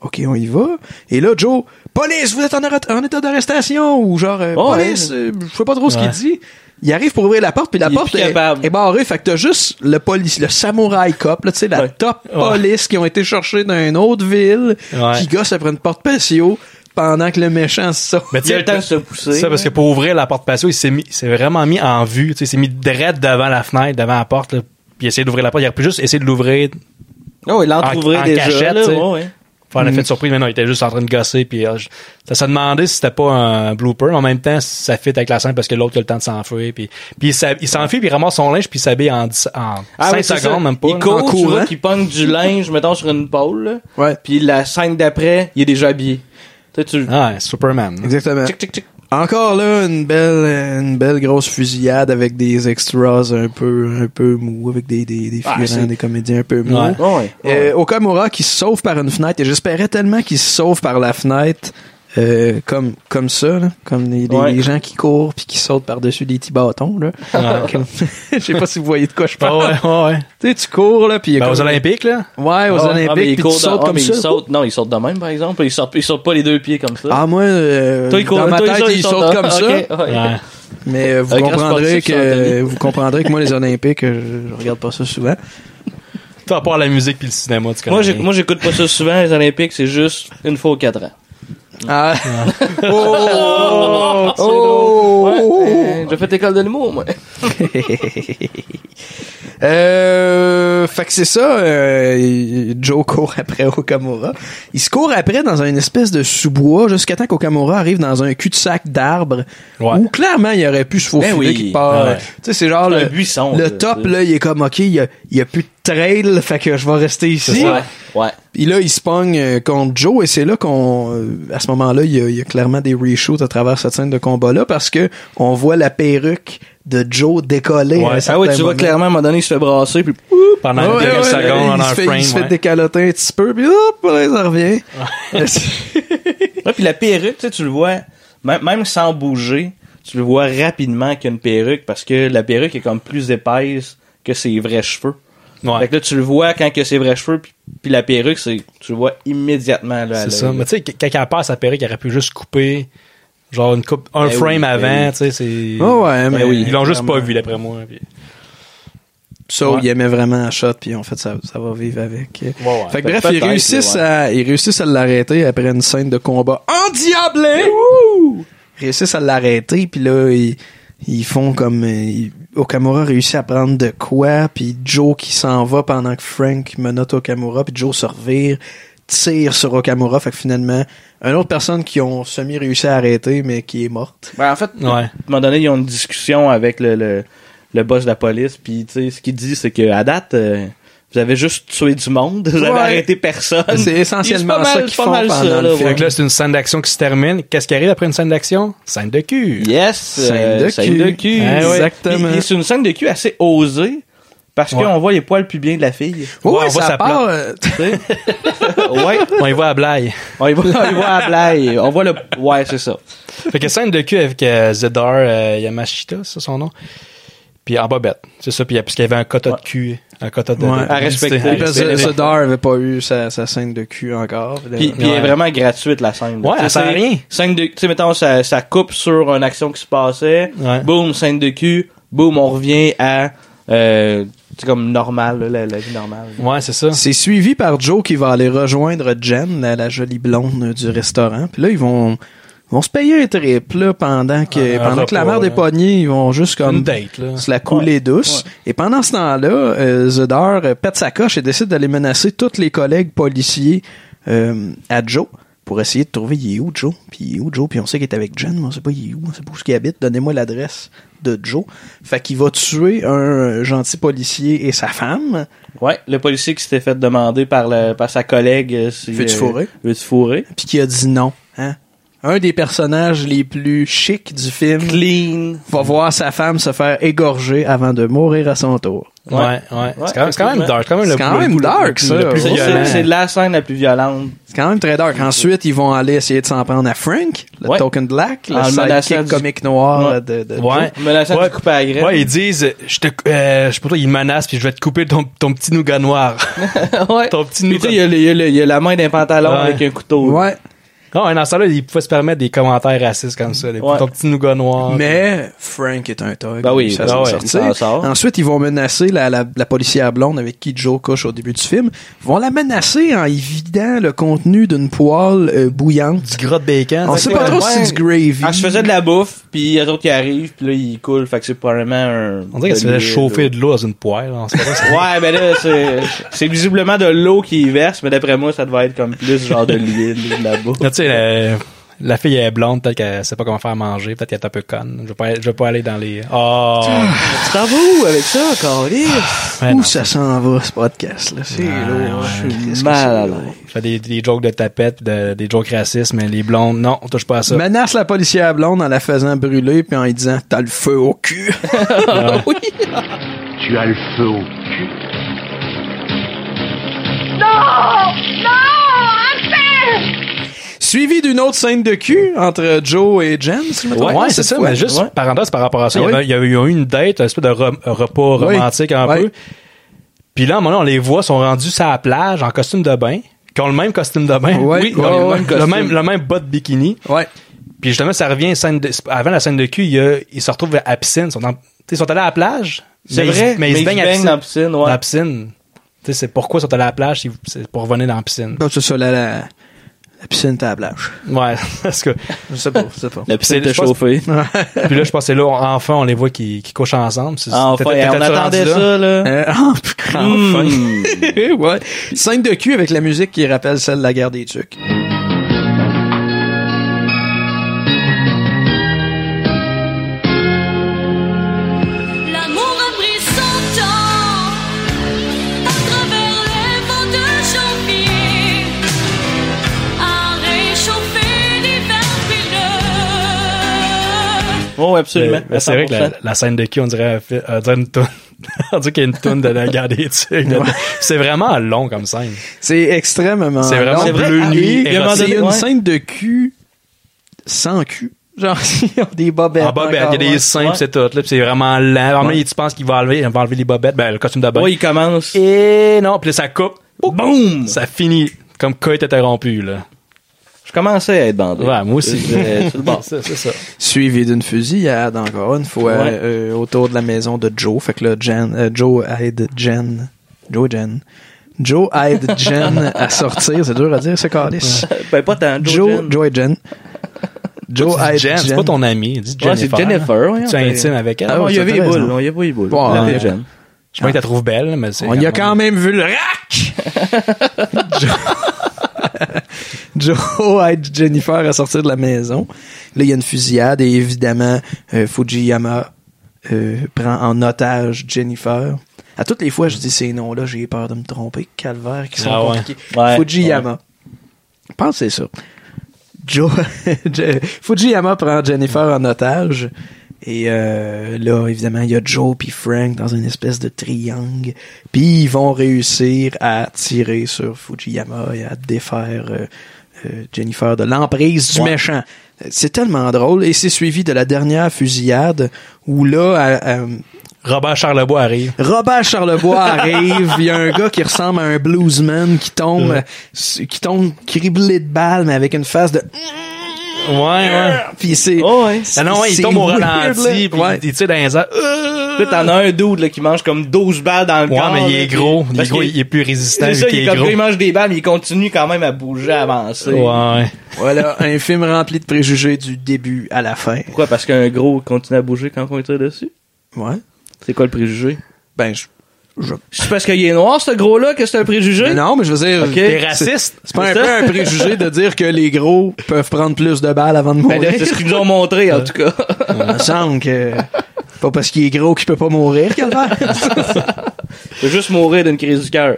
Speaker 1: OK, on y va. Et là, Joe, police, vous êtes en, arrêt- en état d'arrestation. Ou genre, euh,
Speaker 3: Ouais.
Speaker 1: police, euh, je sais pas trop ce qu'il
Speaker 3: Ouais.
Speaker 1: dit. Il arrive pour ouvrir la porte, puis la
Speaker 3: Il est
Speaker 1: porte
Speaker 3: plus
Speaker 1: est,
Speaker 3: capable.
Speaker 1: est barrée. Fait que t'as juste le police, le samouraï cop, là, tu sais, la top police qui ont été cherchés dans une autre ville,
Speaker 2: Ouais.
Speaker 1: qui gosse après une porte patio pendant que le méchant sort.
Speaker 2: Mais tu sais, Ça,
Speaker 1: hein.
Speaker 2: parce que pour ouvrir la porte patio, il s'est mis, il s'est vraiment mis en vue. Tu sais, il s'est mis direct devant la fenêtre, devant la porte, là, puis il a essayé d'ouvrir la porte. Il aurait pu juste essayer de l'ouvrir.
Speaker 1: Oh,
Speaker 3: Non, il
Speaker 2: en,
Speaker 3: l'entrouvrait déjà.
Speaker 2: cachette,
Speaker 3: là,
Speaker 2: tu sais.
Speaker 3: ouais, ouais.
Speaker 2: Faire l'effet
Speaker 3: Mm.
Speaker 2: de surprise, mais non, il était juste en train de gosser. Puis, euh, je- ça se demandait si c'était pas un blooper, mais en même temps, ça fit avec la scène parce que l'autre a le temps de s'enfuir. Puis, puis il s'ha- il s'enfuit, puis il ramasse son linge, puis il s'habille en, dix- en
Speaker 3: Ah
Speaker 2: 5
Speaker 3: oui, c'est
Speaker 2: secondes,
Speaker 3: ça.
Speaker 2: même pas.
Speaker 3: Il
Speaker 2: là,
Speaker 3: court,
Speaker 2: en
Speaker 3: tu vois,
Speaker 2: courant.
Speaker 3: qu'il pogne du linge, mettons, sur une pole. là. Puis la scène d'après, il est déjà habillé. Tu sais, tu...
Speaker 2: Ouais, Ah, Superman. hein.
Speaker 1: Exactement. Encore là, une belle, une belle grosse fusillade avec des extras un peu, un peu mous, avec des, des, des
Speaker 3: Ah,
Speaker 1: figurants,
Speaker 3: c'est-
Speaker 1: des comédiens un peu mous.
Speaker 3: Ouais. Ouais,
Speaker 1: Euh, Okamura qui se sauve par une fenêtre, et j'espérais tellement qu'il se sauve par la fenêtre, euh, comme, comme ça, là, comme les, les-
Speaker 3: Ouais.
Speaker 1: les gens qui courent puis qui sautent par-dessus des petits bâtons, là.
Speaker 2: Ouais. Bah
Speaker 1: Comme- Je sais pas si vous voyez de quoi je parle.
Speaker 2: Ouais, ouais, ouais.
Speaker 1: Tu sais, tu cours, là, puis il y a
Speaker 2: Ben, aux
Speaker 1: comme-
Speaker 2: Olympiques, là?
Speaker 1: Ouais, aux
Speaker 3: Ah ouais.
Speaker 1: Olympiques,
Speaker 3: Ah, mais il
Speaker 1: puis tu
Speaker 3: court de-
Speaker 1: sautes
Speaker 3: ah,
Speaker 1: comme
Speaker 3: mais il
Speaker 1: ça.
Speaker 3: saute- non, il saute de même, par exemple. Il sort, il sort pas les deux pieds comme ça.
Speaker 1: Ah, moi, euh,
Speaker 3: Toi, il court-
Speaker 1: dans ma
Speaker 3: toi, il
Speaker 1: tête,
Speaker 3: saute-
Speaker 1: il
Speaker 3: il
Speaker 1: saute,
Speaker 3: saute dans-
Speaker 1: comme ça.
Speaker 3: ok, ouais. Ouais.
Speaker 1: Mais euh, vous,
Speaker 3: Un grand
Speaker 1: comprendrez
Speaker 3: sportif, ça,
Speaker 1: que,
Speaker 3: Anthony.
Speaker 1: vous comprendrez que moi, les Olympiques, euh, je, je regarde pas ça souvent.
Speaker 2: Toi, à part la musique puis le cinéma, tu connais.
Speaker 3: Moi, j'ai-
Speaker 2: rien.
Speaker 3: moi, j'écoute pas ça souvent, les Olympiques, c'est juste une fois aux quatre ans.
Speaker 1: Ah!
Speaker 3: oh! oh, Ouais, euh, J'ai fait école de l'humour, moi.
Speaker 1: Euh, fait que c'est ça, euh, Joe court après Okamura. Il se court après dans une espèce de sous-bois jusqu'à temps qu'Okamura arrive dans un cul-de-sac d'arbres où clairement il aurait pu se faufiler
Speaker 3: Ben oui.
Speaker 1: quelque part.
Speaker 3: Ouais.
Speaker 1: Tu sais, c'est genre
Speaker 3: C'est
Speaker 1: le,
Speaker 3: un buisson,
Speaker 1: le
Speaker 3: là,
Speaker 1: top,
Speaker 3: tu sais.
Speaker 1: là, il est comme, OK, il y a, il y a plus de trail, fait que je vais rester ici.
Speaker 3: Ouais, ouais.
Speaker 1: Puis là, il se pogne euh, contre Joe et c'est là qu'on, euh, à ce moment-là, il y, a, il y a clairement des reshoots à travers cette scène de combat-là parce que on voit la perruque de Joe décoller. à un
Speaker 3: Ouais.
Speaker 1: certain
Speaker 3: Ah ouais, tu vois
Speaker 1: moment.
Speaker 3: clairement, à un moment donné, il se fait brasser, puis
Speaker 2: pendant
Speaker 1: Ouais,
Speaker 2: quelques
Speaker 1: ouais,
Speaker 2: secondes,
Speaker 1: il
Speaker 2: on a
Speaker 1: se
Speaker 2: un
Speaker 1: fait,
Speaker 2: frame,
Speaker 1: Il se fait
Speaker 2: ouais.
Speaker 1: décaloter un petit peu, puis hop, là, ça revient.
Speaker 3: Ouais, puis la perruque, tu sais, tu le vois, même, même sans bouger, tu le vois rapidement qu'il y a une perruque parce que la perruque est comme plus épaisse que ses vrais cheveux. Fait que là, tu le vois quand que ses vrais cheveux, puis, puis la perruque, c'est, tu le vois immédiatement. là,
Speaker 2: C'est
Speaker 3: à l'œil,
Speaker 2: ça.
Speaker 3: là.
Speaker 2: Mais tu sais, quand elle perd sa perruque, elle aurait pu juste couper genre une coupe, un
Speaker 3: Ben oui,
Speaker 2: frame
Speaker 3: ben
Speaker 2: avant,
Speaker 3: oui.
Speaker 2: tu sais, c'est.
Speaker 1: Ah ouais, mais
Speaker 2: Ben
Speaker 1: oui,
Speaker 2: Ils l'ont juste pas
Speaker 1: clairement.
Speaker 2: vu, d'après moi. puis-
Speaker 1: Ça,
Speaker 2: Ouais.
Speaker 1: il aimait vraiment la shot, puis en fait, ça, ça va vivre avec.
Speaker 2: ouais.
Speaker 1: Fait que
Speaker 2: Peut-
Speaker 1: bref, ils
Speaker 2: peut-être,
Speaker 1: réussissent,
Speaker 2: ouais.
Speaker 1: à, ils réussissent à l'arrêter après une scène de combat endiablée. Ils réussissent à l'arrêter, puis là, ils, ils font comme... euh, ils- Okamura réussit à prendre de quoi, puis Joe qui s'en va pendant que Frank menotte Okamura, puis Joe se revire, tire sur Okamura, fait que finalement, une autre personne qui ont semi-réussi à arrêter, mais qui est morte.
Speaker 3: Ben, en fait, à un moment donné, ils ont une discussion avec le, le, le boss de la police, puis tu sais, ce qu'il dit, c'est que à date, euh, vous avez juste tué du monde, vous avez
Speaker 1: Ouais.
Speaker 3: arrêté personne.
Speaker 1: C'est essentiellement
Speaker 3: Puis c'est pas
Speaker 1: ça
Speaker 3: mal-
Speaker 1: qu'ils
Speaker 3: pas
Speaker 1: font
Speaker 3: mal
Speaker 1: pendant le
Speaker 3: ça, là,
Speaker 1: film.
Speaker 2: Fait
Speaker 3: ouais.
Speaker 2: que là, c'est une scène d'action qui se termine. Qu'est-ce qui arrive après une scène d'action? Scène de cul.
Speaker 3: Yes!
Speaker 1: Scène de
Speaker 3: scène
Speaker 1: cul.
Speaker 3: de cul.
Speaker 1: Ah ouais. Exactement.
Speaker 3: Puis- puis c'est une scène de cul assez osée, parce
Speaker 2: Ouais.
Speaker 3: qu'on voit les poils pubiens de la fille.
Speaker 1: Ouais,
Speaker 2: on voit
Speaker 1: ça
Speaker 2: sa
Speaker 1: part...
Speaker 2: plate.
Speaker 1: euh,
Speaker 3: Tu sais? ouais.
Speaker 2: On y voit à blague.
Speaker 3: On y voit, on y voit à blague. On voit le... Ouais, c'est ça.
Speaker 2: Fait que scène de cul avec euh, Zedar euh, Yamashita, c'est son nom. Puis en bobette. C'est ça. Puis parce qu'il y avait un quota de cul. Un quota de.
Speaker 1: Ouais.
Speaker 2: de-
Speaker 1: À
Speaker 3: respecter.
Speaker 2: c'était-
Speaker 1: Parce que Sodar avait pas eu sa, sa scène de cul encore.
Speaker 3: Puis, puis elle est vraiment gratuite, la scène.
Speaker 2: Ouais,
Speaker 3: Tu sais,
Speaker 2: elle sert à
Speaker 3: c'est-
Speaker 2: rien.
Speaker 3: Scène de, tu sais, mettons, ça, ça coupe sur une action qui se passait.
Speaker 2: Ouais.
Speaker 3: Boum, scène de cul. Boum, on revient à, euh, tu sais, comme normal, là, la, la vie normale.
Speaker 2: Ouais, c'est ça.
Speaker 1: C'est suivi par Joe qui va aller rejoindre Jen, la, la jolie blonde euh, du restaurant. Puis là, ils vont, ils vont se payer un trip là, pendant que,
Speaker 2: Un
Speaker 1: pendant que la
Speaker 2: repas,
Speaker 1: mère des
Speaker 2: là.
Speaker 1: poignées, ils vont juste comme
Speaker 2: Une date, là.
Speaker 1: se la couler douce. Et pendant ce temps-là, euh, Zedar euh, pète sa coche et décide d'aller menacer tous les collègues policiers euh, à Joe pour essayer de trouver il est où Joe, puis il est où Joe, puis on sait qu'il est avec Jen, mais on sait pas il est où, on sait pas où il habite, donnez-moi l'adresse de Joe. Fait qu'il va tuer un gentil policier et sa femme.
Speaker 3: Ouais, le policier qui s'était fait demander par, le, par sa collègue euh, si.
Speaker 1: Veux-tu
Speaker 3: euh,
Speaker 1: fourrer?
Speaker 3: Veux-tu fourrer?
Speaker 1: puis qui a dit non. Hein? Un des personnages les plus chics du film
Speaker 3: Clean.
Speaker 1: va voir sa femme se faire égorger avant de mourir à son tour.
Speaker 2: Ouais, ouais. C'est quand même, c'est quand même dark. C'est quand même, le,
Speaker 1: C'est quand
Speaker 2: le-
Speaker 1: même
Speaker 2: le-
Speaker 1: dark, ça.
Speaker 2: Le plus
Speaker 1: C'est-
Speaker 2: violent.
Speaker 3: C'est c'est la scène la plus violente.
Speaker 1: C'est quand même très dark. Ensuite, ils vont aller essayer de s'en prendre à Frank, le
Speaker 3: Ouais.
Speaker 1: token black, le
Speaker 3: En le menaçant
Speaker 1: sidekick
Speaker 3: du-
Speaker 1: comique noir
Speaker 3: Ouais.
Speaker 1: de, de
Speaker 2: Ouais.
Speaker 3: Euh, Mais la scène
Speaker 2: Ouais.
Speaker 3: du coupe à la graine.
Speaker 2: Ouais, ils disent, je te, euh, je sais pas toi, ils menacent puis je vais te couper ton, ton petit nougat noir.
Speaker 3: ouais.
Speaker 2: ton petit
Speaker 3: Puis tu
Speaker 2: nougat.
Speaker 3: sais, il y, a le- il y a le- il y a la main d'un pantalon
Speaker 2: Ouais.
Speaker 3: avec un couteau.
Speaker 1: Joe. Ouais.
Speaker 2: Non, dans ce temps-là, ils pouvaient se permettre des commentaires racistes comme ça. les-
Speaker 3: Ouais.
Speaker 2: Ton petit nougat noir.
Speaker 1: Mais Frank est un thug.
Speaker 3: Ah, Ben oui,
Speaker 1: ça
Speaker 3: ben
Speaker 1: s'en
Speaker 3: ouais,
Speaker 1: sortir.
Speaker 3: ça en sort.
Speaker 1: Ensuite, ils vont menacer la, la, la policière blonde avec qui Joe couche au début du film. Ils vont la menacer en y vidant le contenu d'une poêle euh, bouillante.
Speaker 2: Du gras de bacon.
Speaker 1: On
Speaker 2: ça,
Speaker 1: sait
Speaker 2: c'est
Speaker 1: pas
Speaker 2: comme-
Speaker 1: trop si c'est du gravy.
Speaker 3: Ah, je faisais de la bouffe, puis il y a d'autres qui arrivent, puis là, ils coulent. Fait que c'est probablement un.
Speaker 2: On dirait
Speaker 3: de
Speaker 2: qu'ils se faisaient
Speaker 3: l'huile,
Speaker 2: chauffer de l'eau dans une poêle. On sait pas si-
Speaker 3: Ouais, ben là, c'est, c'est visiblement de l'eau qui verse, mais d'après moi, ça devait être comme plus genre de l'huile ou de la bouffe.
Speaker 2: Là, tu sais, la, la fille elle est blonde, peut-être qu'elle sait pas comment faire à manger, peut-être qu'elle est un peu conne. Je vais pas, je vais pas aller dans les. Oh!
Speaker 3: Tu t'en vas où avec ça, Carlis?
Speaker 2: Ah, Ouais,
Speaker 1: Où
Speaker 2: non. Ah,
Speaker 1: ça s'en va, ce podcast-là? C'est lourd.
Speaker 3: Je
Speaker 1: Qu'est-ce
Speaker 3: suis
Speaker 1: que
Speaker 3: mal à
Speaker 1: c'est
Speaker 3: l'aise.
Speaker 2: Je fais des, des jokes de tapette, de- des jokes racistes, mais les blondes, non, on touche pas à ça.
Speaker 1: Menace la policière blonde en la faisant brûler puis en lui disant T'as le feu au cul.
Speaker 2: Ouais.
Speaker 16: Tu as le feu au cul.
Speaker 1: Suivi d'une autre scène de cul entre Joe et Jen, si je me trompe
Speaker 2: Ouais,
Speaker 1: pas,
Speaker 2: c'est
Speaker 1: cette
Speaker 2: ça,
Speaker 1: fois.
Speaker 2: mais juste
Speaker 1: Ouais.
Speaker 2: parenthèse par rapport à ça,
Speaker 1: Ah
Speaker 2: il y
Speaker 1: oui?
Speaker 2: avait- il y a eu- il y a eu une date, un espèce de re- repas
Speaker 1: Oui.
Speaker 2: romantique un
Speaker 1: Oui.
Speaker 2: peu. Puis là, à un moment donné, on les voit, sont rendus sur la plage en costume de bain, qui ont le même costume de bain.
Speaker 1: Ouais,
Speaker 2: oui, ils ont
Speaker 1: ouais,
Speaker 2: le,
Speaker 1: ouais,
Speaker 2: même
Speaker 1: costume.
Speaker 2: le même le même bas de bikini.
Speaker 1: Ouais.
Speaker 2: Puis justement, ça revient scène de- avant la scène de cul, il y a- ils se retrouvent à la piscine. Ils sont, dans- tu sais, ils sont allés à la plage.
Speaker 3: C'est
Speaker 2: mais
Speaker 3: vrai,
Speaker 2: Ils, mais ils se baignent à la piscine.
Speaker 3: dans la piscine,
Speaker 2: Dans
Speaker 3: ouais.
Speaker 2: la piscine. Tu sais, c'est pourquoi ils sont allés à la plage, c'est- c'est pour revenir dans la piscine.
Speaker 1: Comme c'est ça, la, la, la piscine t'as la plage.
Speaker 2: Ouais, parce que.
Speaker 1: Je sais pas, je sais pas.
Speaker 3: La piscine
Speaker 2: C'est-
Speaker 3: t'a
Speaker 2: je pense-
Speaker 3: chauffé.
Speaker 2: Puis là, je pensais là, on- enfin, on les voit qui, qui couchent ensemble. C'est-
Speaker 3: Ah, Enfin,
Speaker 2: t'étais- t'étais-tu
Speaker 3: on attendait
Speaker 2: rendu là?
Speaker 3: ça, là.
Speaker 1: Euh, enfin.
Speaker 3: Hmm.
Speaker 1: ouais. Scène de cul avec la musique qui rappelle celle de la guerre des tucs.
Speaker 13: L'amour a pris son temps à travers les vents de janvier, à réchauffer l'hiver frileux.
Speaker 3: Oh, absolument.
Speaker 2: Mais- Euh, mais c'est vrai que la,
Speaker 3: 100%.
Speaker 2: la scène de cul, on dirait, elle fait- on dirait une toune. on dirait qu'il y a une toune de la guerre des tucs. dedans. C'est vraiment long comme scène.
Speaker 1: C'est extrêmement.
Speaker 2: C'est vraiment
Speaker 1: long.
Speaker 2: bleu
Speaker 1: Ah,
Speaker 2: nuit,
Speaker 1: et il y a un moment
Speaker 2: érotique.
Speaker 1: donné, une
Speaker 3: Ouais.
Speaker 1: scène de cul sans cul. Genre, ils ont des bobettes.
Speaker 2: En bobette, Ah, il y a des seins, pis c'est tout, là, pis c'est vraiment lent. Vraiment,
Speaker 1: Ouais.
Speaker 2: tu penses qu'il va enlever, il va enlever les bobettes, ben, le costume de bain.
Speaker 3: Ouais, il commence.
Speaker 2: Et non, puis là, ça coupe. Boum! Ça finit. Comme cas est interrompu, là.
Speaker 3: Je commençais à être bandé.
Speaker 2: Ouais, moi aussi.
Speaker 3: Euh, sur le bord.
Speaker 2: c'est ça.
Speaker 1: Suivi d'une fusillade, encore une fois,
Speaker 3: Ouais.
Speaker 1: euh, autour de la maison de Joe. Fait que là, Jen, euh, Joe aide Jen. Joe et Jen. Joe aide Jen à sortir. C'est dur à dire, ce calice.
Speaker 3: ben, pas tant. Joe,
Speaker 1: Joe,
Speaker 3: Jen.
Speaker 1: Joe et Jen. Joe
Speaker 2: Toi, tu dis
Speaker 1: aide Jen.
Speaker 2: Jen, c'est pas ton ami. Dis
Speaker 3: Ouais,
Speaker 2: Jennifer. hein.
Speaker 3: c'est Jennifer, ouais,
Speaker 2: tu es
Speaker 3: ouais.
Speaker 2: intime avec elle.
Speaker 3: Ah, on y
Speaker 2: ça,
Speaker 3: a vu
Speaker 2: t'as
Speaker 3: les
Speaker 2: raison.
Speaker 3: boules, on y a vu les boules.
Speaker 2: Ouais,
Speaker 3: On
Speaker 2: ouais.
Speaker 3: est jeune.
Speaker 2: Je sais pas que tu la trouves belle, mais c'est.
Speaker 1: On y a quand même vu le rack! Joe aide Jennifer à sortir de la maison. Là, il y a une fusillade et évidemment, euh, Fujiyama euh, prend en otage Jennifer. À toutes les fois, je dis ces noms-là, j'ai peur de me tromper. Calvaire, qui sont
Speaker 2: Ah ouais.
Speaker 1: compliqués.
Speaker 3: Ouais,
Speaker 1: Fujiyama. Je pense que c'est ça. Joe, Je- Fujiyama prend Jennifer en otage. Et euh, là, évidemment, il y a Joe puis Frank dans une espèce de triangle. Puis ils vont réussir à tirer sur Fujiyama et à défaire euh, euh, Jennifer de l'emprise du méchant. C'est tellement drôle. Et c'est suivi de la dernière fusillade où là... à- à-
Speaker 2: Robert Charlebois arrive.
Speaker 1: Robert Charlebois arrive, il y a un gars qui ressemble à un bluesman qui tombe, euh, s- qui tombe criblé de balles, mais avec une face de...
Speaker 2: Ouais, ouais.
Speaker 1: Puis c'est...
Speaker 3: Oh,
Speaker 2: Ah non, ouais, il
Speaker 1: c'est
Speaker 2: tombe au
Speaker 1: weird,
Speaker 2: ralenti,
Speaker 1: là.
Speaker 2: puis il tire dans les airs. Euh!
Speaker 3: Là, t'en as un dude là, qui mange comme 12 balles dans le
Speaker 2: Ouais,
Speaker 3: corps.
Speaker 2: mais il
Speaker 3: là,
Speaker 2: est
Speaker 3: puis-
Speaker 2: gros. Il est
Speaker 3: parce
Speaker 2: gros,
Speaker 3: qu'il-
Speaker 2: il est plus résistant,
Speaker 3: C'est
Speaker 2: vu
Speaker 3: ça,
Speaker 2: qu'il
Speaker 3: il,
Speaker 2: est
Speaker 3: est comme
Speaker 2: gros.
Speaker 3: il mange des balles, mais il continue quand même à bouger, à avancer.
Speaker 2: Ouais.
Speaker 1: Voilà, un film rempli de préjugés du début à la fin.
Speaker 3: Pourquoi? Parce qu'un gros continue à bouger quand on lui tire dessus?
Speaker 1: Ouais.
Speaker 3: C'est quoi le préjugé?
Speaker 1: Ben, je... je-
Speaker 3: C'est parce qu'il est noir, ce gros-là, que c'est un préjugé?
Speaker 1: Mais non, mais je veux dire... c'est-
Speaker 3: Ok. T'es raciste?
Speaker 1: C'est pas un
Speaker 3: C'est ça?
Speaker 1: peu un préjugé de dire que les gros peuvent prendre plus de balles avant de
Speaker 3: Ben
Speaker 1: mourir.
Speaker 3: là, c'est ce qu'ils nous ont montré, en tout cas.
Speaker 1: Il me semble que... Pas parce qu'il est gros qu'il peut pas mourir, Calvaire.
Speaker 3: Il faut juste mourir d'une crise du cœur.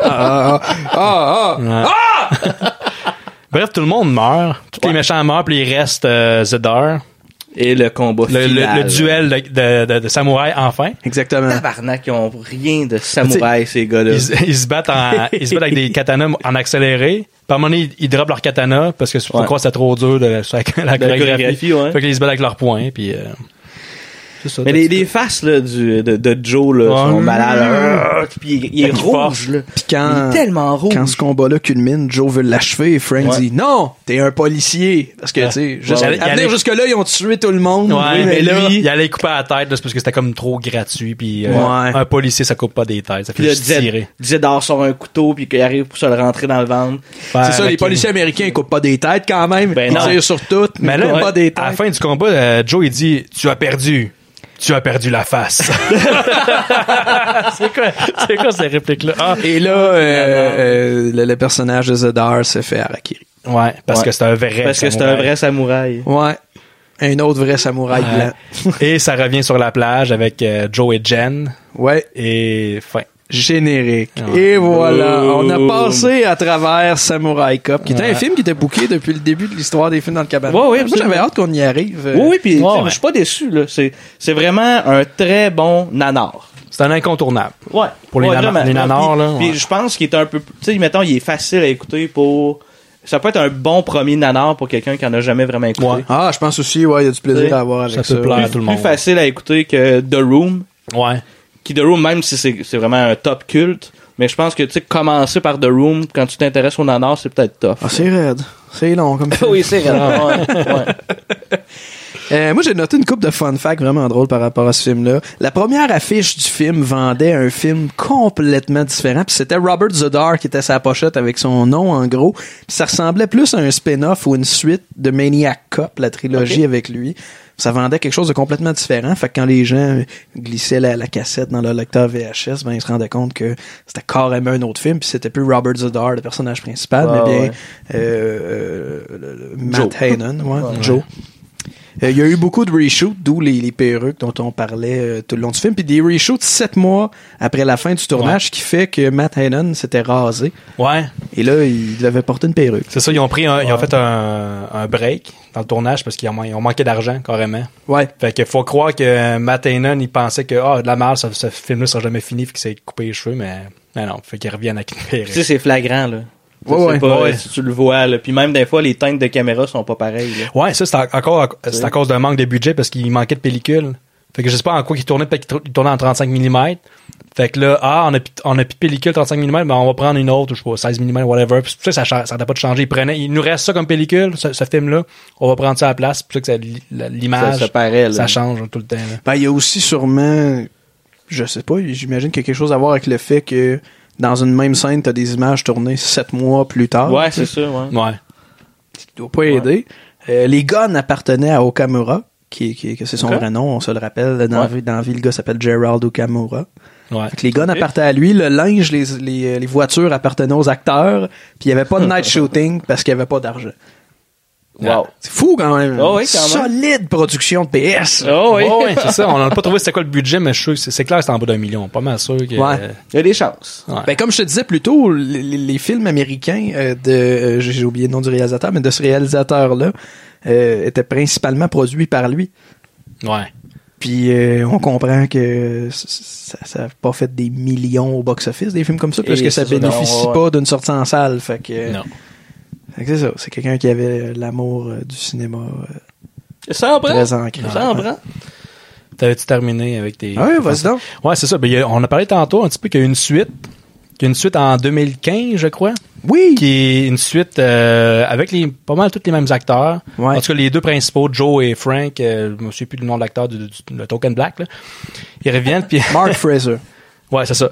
Speaker 1: Ah, ah,
Speaker 2: ah. Bref, tout le monde meurt. Tous les méchants meurent, puis il reste euh, Zedder.
Speaker 3: Et le combat
Speaker 2: Le, le-
Speaker 3: final.
Speaker 2: le duel de, de, de- de samouraï, enfin.
Speaker 1: Exactement.
Speaker 3: Tabarnak, ils ont rien de samouraï, ces gars-là.
Speaker 2: Ils, se- ils se battent en- ils se battent avec des katanas en accéléré. Par un moment donné, ils, ils droppent leur katana parce que je crois
Speaker 3: Ouais.
Speaker 2: que c'était trop dur de, la- la,
Speaker 3: De la
Speaker 2: chorégraphie.
Speaker 3: chorégraphie, ouais.
Speaker 2: Fait qu'ils se battent avec leurs poings, puis... euh, c'est ça,
Speaker 3: Mais
Speaker 2: t'as
Speaker 3: les,
Speaker 2: dit.
Speaker 3: les faces là, du, de, de Joe là,
Speaker 2: Ouais.
Speaker 3: sont malades. là. Puis il, il est
Speaker 2: Fait qu'il
Speaker 3: rouge.
Speaker 2: force.
Speaker 3: Là.
Speaker 1: Puis
Speaker 2: Ah.
Speaker 1: quand,
Speaker 3: Il est tellement rouge.
Speaker 1: Quand ce combat-là culmine, Joe veut l'achever et Frank
Speaker 3: Ouais.
Speaker 1: dit Non, t'es un policier. Parce que, tu sais, juste-
Speaker 2: Ouais, ouais.
Speaker 1: à venir
Speaker 2: Il allait-
Speaker 1: jusque-là, ils ont tué tout le monde.
Speaker 2: Ouais,
Speaker 1: Oui,
Speaker 2: mais,
Speaker 1: mais là.
Speaker 2: lui, il allait couper la tête, là, c'est parce que c'était comme trop gratuit, puis euh,
Speaker 1: Ouais.
Speaker 2: un policier, ça coupe pas des têtes, ça fait
Speaker 3: Puis là,
Speaker 2: juste tirer.
Speaker 3: Zed, Zed sort un couteau puis qu'il arrive pour se le rentrer dans le ventre.
Speaker 1: C'est ça, les policiers américains, ils coupent pas des têtes quand même.
Speaker 3: Ben
Speaker 1: ils
Speaker 3: non.
Speaker 1: tirent sur tout, mais
Speaker 2: Mais
Speaker 1: ils coupent
Speaker 2: là,
Speaker 1: pas des têtes.
Speaker 2: à la fin du combat, euh, Joe, il dit, tu as perdu. Tu as perdu la face. c'est quoi, c'est quoi cette réplique-là? Ah,
Speaker 1: Et là, euh, euh, le, le personnage de Zedar se fait harakiri.
Speaker 2: ouais, parce
Speaker 3: Ouais.
Speaker 2: que c'est un vrai
Speaker 3: Parce que c'est un
Speaker 2: samouraï.
Speaker 3: vrai samouraï.
Speaker 1: Ouais. Un autre vrai samouraï
Speaker 2: Ouais.
Speaker 1: blanc.
Speaker 2: et ça revient sur la plage avec euh, Joe et Jen.
Speaker 1: Ouais.
Speaker 2: Et fin.
Speaker 1: Générique.
Speaker 2: Ouais. Oh.
Speaker 1: Et voilà, on a
Speaker 3: Boom.
Speaker 1: passé à travers Samurai Cop, qui était un
Speaker 2: Ouais.
Speaker 1: film qui était booké depuis le début de l'histoire des films dans le cabanon.
Speaker 3: Ouais, ouais,
Speaker 1: Moi,
Speaker 3: absolument.
Speaker 1: j'avais hâte qu'on y arrive. euh,
Speaker 3: Oui, oui, puis tu sais,
Speaker 2: Ouais.
Speaker 3: je suis pas déçu. là. C'est c'est vraiment un très bon nanar.
Speaker 2: C'est un incontournable.
Speaker 3: Ouais.
Speaker 2: Pour les
Speaker 3: Ouais,
Speaker 2: nana-
Speaker 3: vraiment.
Speaker 2: les nanars,
Speaker 3: Puis-
Speaker 2: là, ouais.
Speaker 3: Puis je pense qu'il est un peu. Tu sais, mettons, il est facile à écouter pour. Ça peut être un bon premier nanar pour quelqu'un qui en a jamais vraiment écouté.
Speaker 2: Ouais.
Speaker 1: Ah, je pense aussi, ouais, il y a du plaisir à avoir avec ça.
Speaker 2: Ça peut plaire à tout le
Speaker 3: Plus
Speaker 2: monde.
Speaker 3: facile à écouter que The Room,
Speaker 2: Ouais.
Speaker 3: qui The Room, même si c'est c'est vraiment un top culte, mais je pense que, tu sais, commencer par The Room, quand tu t'intéresses au nanar, c'est peut-être tough.
Speaker 1: Ah, c'est raide. C'est long comme ça.
Speaker 3: oui, c'est vrai. Ouais, ouais.
Speaker 1: Euh, moi, j'ai noté une coupe de fun facts vraiment drôles par rapport à ce film-là. La première affiche du film vendait un film complètement différent. Puis c'était Robert Zodar qui était sa pochette avec son nom, en gros. Puis ça ressemblait plus à un spin-off ou une suite de Maniac Cop, la trilogie avec lui. Ça vendait quelque chose de complètement différent. Fait que quand les gens glissaient la, la cassette dans leur lecteur VHS, ben ils se rendaient compte que c'était carrément un autre film. Puis c'était plus Robert Zodar, le personnage principal,
Speaker 3: Ah,
Speaker 1: mais bien
Speaker 3: ouais.
Speaker 1: euh, euh, le- le- Matt Hayden, ouais, Joe. Euh, Il y a eu beaucoup de reshoots, d'où les, les perruques dont on parlait euh, tout le long du film, puis des reshoots sept mois après la fin du tournage, ce qui fait que Matt Hannon s'était rasé.
Speaker 2: Ouais.
Speaker 1: Et là, il devait porter une perruque.
Speaker 2: C'est ça, ils ont pris un- ils ont fait un, un break dans le tournage parce qu'ils ont, ils ont manqué d'argent, carrément.
Speaker 1: Ouais.
Speaker 2: Fait que faut croire que Matt Hainan, il pensait que, ah, de la merde, ce, ce film-là sera jamais fini, fait qu'il s'est coupé les cheveux, mais, mais non. Fait qu'ils reviennent à
Speaker 3: Tu sais, c'est flagrant, là. Tu sais,
Speaker 2: Ouais,
Speaker 3: c'est
Speaker 2: ouais.
Speaker 3: pas-
Speaker 2: Ouais.
Speaker 3: tu- Tu le vois, là. Puis même des fois, les teintes de caméra sont pas pareilles. là.
Speaker 2: Ouais, ça, c'est en- encore c'est à cause d'un manque de budget parce qu'il manquait de pellicule. Fait que je sais pas en quoi il tournait, peut-être qu'il tr- il tournait en 35 mm. Fait que là, ah, on a, pi- on a plus de pellicule 35 mm, ben on va prendre une autre, ou je sais pas, 16 mm, whatever. Puis c'est pour ça, que ça, cha- ça n'a pas de changer. Il prenait, il nous reste ça comme pellicule, ce, ce film-là. On va prendre ça à la place. C'est pour ça que ça- li- la- l'image,
Speaker 1: Ça- ça paraît, là.
Speaker 2: ça change tout le temps. là.
Speaker 1: Ben, il y a aussi sûrement, je sais pas, j'imagine qu'il y a quelque chose à voir avec le fait que dans une même scène, t'as des images tournées sept mois plus
Speaker 2: Ah,
Speaker 1: tard.
Speaker 3: Ouais,
Speaker 1: tu sais.
Speaker 3: c'est ça, ouais.
Speaker 2: Ouais.
Speaker 1: Ce qui doit pas aider. Euh, les guns appartenaient à Okamura, qui, qui, que c'est son
Speaker 2: Ok.
Speaker 1: vrai nom, on se le rappelle. Dans, la vie- dans la vie, le gars s'appelle Gerald Okamura.
Speaker 2: Ouais.
Speaker 1: Fait que les guns appartenaient à lui, le linge, les, les, les voitures appartenaient aux acteurs, puis il n'y avait pas de night shooting parce qu'il n'y avait pas d'argent.
Speaker 3: Wow.
Speaker 1: C'est fou quand même.
Speaker 3: Ah oui, quand même.
Speaker 1: Solide production de Ben, PS.
Speaker 3: Ah oui.
Speaker 2: Ouais, ouais, c'est ça. On n'a pas trouvé c'était quoi le budget, mais je suis sûr que c'est- c'est clair que c'était en bas d'un million. Pas mal sûr que. euh,
Speaker 1: Ouais.
Speaker 3: Il y a des chances.
Speaker 2: Ouais.
Speaker 1: Ben, comme je te disais plus tôt, les, les- les films américains euh, de, euh, j'ai j'ai oublié le nom du réalisateur, mais de ce réalisateur-là, euh, étaient principalement produits par lui.
Speaker 2: Ouais.
Speaker 1: Puis euh, on comprend que c- c- ça n'a pas fait des millions au box-office, des films comme ça,
Speaker 3: Et
Speaker 1: parce que ça
Speaker 3: c'est ça,
Speaker 1: bénéficie
Speaker 3: non, ouais, ouais.
Speaker 1: pas d'une sortie en salle. Fait que, euh,
Speaker 2: Non.
Speaker 1: fait que c'est ça, c'est quelqu'un qui avait l'amour euh, du cinéma. euh.
Speaker 3: Ça en prend.
Speaker 1: Très
Speaker 3: Ça
Speaker 1: ancré.
Speaker 3: en prend.
Speaker 2: T'avais-tu terminé avec tes.
Speaker 1: Ah oui, vas-y donc.
Speaker 2: Ouais, c'est ça. Ben, il y a- on a parlé tantôt un petit peu qu'il y a eu une suite. qu'il y a une suite en 2015, je crois.
Speaker 1: Oui.
Speaker 2: Qui est une suite euh, avec les, pas mal tous les mêmes acteurs. En tout cas, les deux principaux, Joe et Frank, euh, je me souviens plus du nom de l'acteur du, du- le Token Black. là. Ils reviennent. Puis...
Speaker 1: Mark Fraser.
Speaker 2: Ouais, c'est ça.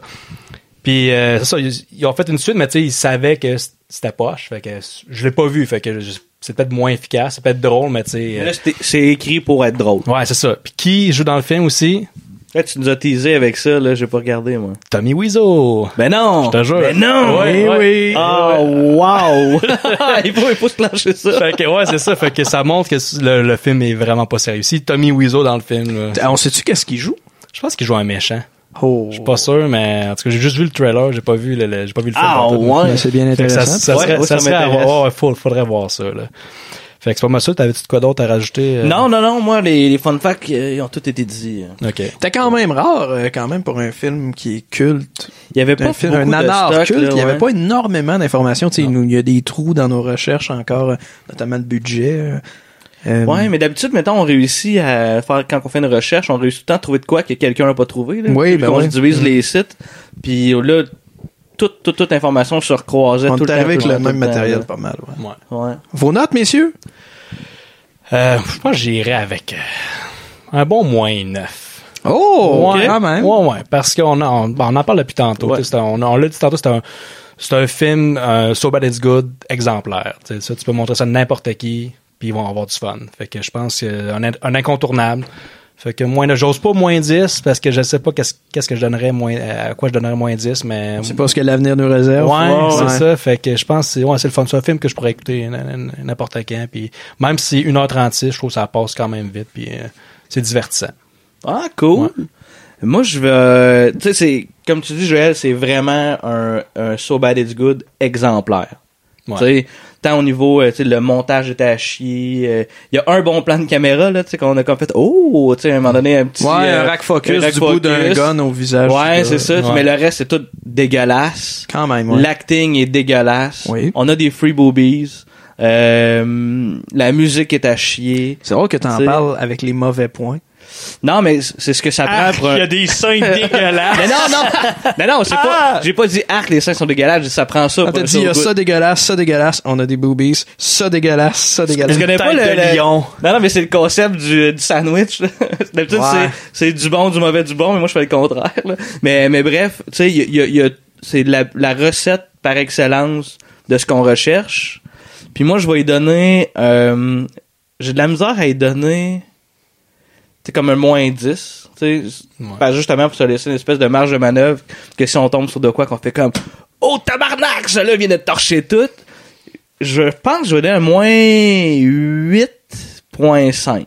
Speaker 2: Puis euh, c'est ça, ils, ils ont fait une suite, mais tu sais, ils savaient que c- c'était poche. Fait que je l'ai pas vu. Fait que je- c'est peut-être moins efficace, c'est peut-être drôle, mais tu sais. euh,
Speaker 3: Là, c'était- c'est écrit pour être drôle.
Speaker 2: Ouais, c'est ça. Puis qui joue dans le film aussi?
Speaker 3: Là, tu nous as teasé avec ça, là, j'ai pas regardé, moi.
Speaker 2: Tommy Wiseau.
Speaker 3: Ben non!
Speaker 2: Je te jure.
Speaker 3: Ben non!
Speaker 2: Ouais,
Speaker 3: Eh
Speaker 2: ouais.
Speaker 3: oui! Ah, wow! il faut, il faut se clencher ça.
Speaker 2: Fait que ouais, c'est ça. Fait que ça montre que le, le film est vraiment pas sérieux. Si Tommy Wiseau dans le film, là,
Speaker 1: Ah, On sait-tu qu'est-ce qu'il joue?
Speaker 2: je pense qu'il joue un méchant.
Speaker 1: Oh.
Speaker 2: Je suis pas sûr, mais en tout cas, j'ai juste vu le trailer, j'ai pas vu le, le- j'ai pas vu le film.
Speaker 3: Ah,
Speaker 2: en tout.
Speaker 3: ouais.
Speaker 1: Ben, c'est bien
Speaker 2: Fait que
Speaker 1: intéressant.
Speaker 2: Ça, ça
Speaker 3: Ouais,
Speaker 2: serait,
Speaker 3: ouais,
Speaker 2: ça
Speaker 3: ça
Speaker 2: serait à
Speaker 3: m'intéresse.
Speaker 2: voir. Ouais, faut- faudrait voir ça, là. Fait que c'est pas mal ça. T'avais-tu de quoi d'autre à rajouter? euh?
Speaker 3: Non, non, non, moi, les, les fun facts, euh, ils ont tous été dits.
Speaker 2: OK.
Speaker 1: C'était quand même rare, euh, quand même, pour un film qui est culte.
Speaker 3: Il y avait pas
Speaker 1: un film,
Speaker 3: beaucoup
Speaker 1: un nanar
Speaker 3: de stock,
Speaker 1: culte.
Speaker 3: là,
Speaker 1: Il n'y avait
Speaker 3: ouais.
Speaker 1: pas énormément d'informations. Tu sais, nous, Il y a des trous dans nos recherches encore, euh, notamment de budget. euh, euh,
Speaker 3: Ouais, mais d'habitude, mettons, on réussit à faire, quand on fait une recherche, on réussit tout le temps à trouver de quoi que quelqu'un n'a pas trouvé, là.
Speaker 1: Oui,
Speaker 3: Puis
Speaker 1: ben
Speaker 3: qu'on
Speaker 1: ouais.
Speaker 3: se divise les sites. Puis là, toute, toute, toute information se recroisait
Speaker 1: on
Speaker 3: tout le
Speaker 1: est
Speaker 3: temps.
Speaker 1: arrivé
Speaker 3: tout
Speaker 1: avec le
Speaker 3: temps,
Speaker 1: même
Speaker 3: tout temps,
Speaker 1: matériel
Speaker 3: là.
Speaker 1: pas mal. ouais.
Speaker 2: Ouais.
Speaker 3: Ouais.
Speaker 1: Vos notes, messieurs?
Speaker 2: Euh, je pense que j'irais avec euh, un bon moins neuf.
Speaker 1: Oh!
Speaker 2: ouais,
Speaker 1: Quand même.
Speaker 2: Ouais, ouais, parce qu'on en- on, on en parle depuis tantôt.
Speaker 3: Ouais.
Speaker 2: tu sais, c'est un- on, on l'a dit tantôt, c'est un, c'est un film euh, So Bad It's Good exemplaire. tu sais, ça, tu peux montrer ça à n'importe qui, puis ils vont avoir du fun. Fait que je pense que euh, un, in- un incontournable. Fait que moins de j'ose pas moins 10 parce que je sais pas qu'est-ce qu'est-ce que je donnerais moins euh, à quoi je donnerais moins 10 mais
Speaker 1: C'est pas ce que l'avenir nous réserve.
Speaker 2: Ouais, c'est
Speaker 1: Ouais.
Speaker 2: ça. Fait que je pense que c'est ouais, c'est le fun. C'est un film que je pourrais écouter n- n- n'importe quand. Puis même si c'est 1h36, je trouve que ça passe quand même vite. Puis euh, c'est divertissant.
Speaker 3: Ah, cool. Moi, je vais. euh, Tu sais, c'est. Comme tu dis, Joël, c'est vraiment un, un So Bad It's Good exemplaire.
Speaker 2: Ouais.
Speaker 3: Tu sais, tant au niveau. euh, Tu sais, le montage était à chier. euh, Il y a un bon plan de caméra, là, tu sais, qu'on a comme fait. Oh, tu sais, à un moment donné, un petit.
Speaker 1: Ouais,
Speaker 3: euh,
Speaker 1: un rack focus
Speaker 3: un rack
Speaker 1: du bout d'un
Speaker 3: focus.
Speaker 1: gun au visage.
Speaker 3: Ouais, c'est ça.
Speaker 1: Ouais.
Speaker 3: Mais le reste, c'est tout dégueulasse.
Speaker 1: Quand même, ouais.
Speaker 3: L'acting est dégueulasse.
Speaker 1: Oui.
Speaker 3: On a des free boobies. Euh, la musique est à chier.
Speaker 1: C'est drôle que t'en
Speaker 3: C'est-
Speaker 1: parles avec les mauvais points.
Speaker 3: Non, mais c'est ce que ça prend
Speaker 1: Ah,
Speaker 3: pour un-
Speaker 2: des scènes dégueulasses.
Speaker 3: Mais non, non! Mais non, c'est pas. J'ai pas dit arc, les seins sont dégueulasses, j'ai dit ça prend ça.
Speaker 1: Quand
Speaker 3: pour
Speaker 1: Ah! t'as
Speaker 3: le
Speaker 1: dit, il y a
Speaker 3: show
Speaker 1: ça
Speaker 3: good.
Speaker 1: dégueulasse, ça dégueulasse, on a des boobies, ça dégueulasse, ça dégueulasse.
Speaker 3: Je connais pas le.
Speaker 2: Tête de
Speaker 3: le-
Speaker 2: lion.
Speaker 3: Non, non, mais c'est le concept du, du sandwich. là. D'habitude,
Speaker 1: Ouais.
Speaker 3: c'est- c'est du bon, du mauvais, du bon, mais moi, je fais le contraire. là. Mais, mais bref, tu sais, il y a- il y a- il y a, c'est la, la recette par excellence de ce qu'on recherche. Puis moi, je vais y donner. euh, j'ai de la misère à y donner. C'est comme un moins 10. Tu sais, Parce que justement, pour se laisser une espèce de marge de manœuvre que si on tombe sur de quoi qu'on fait comme Oh tabarnak, ça là vient de torcher tout. Je pense que je vais donner un moins 8.5.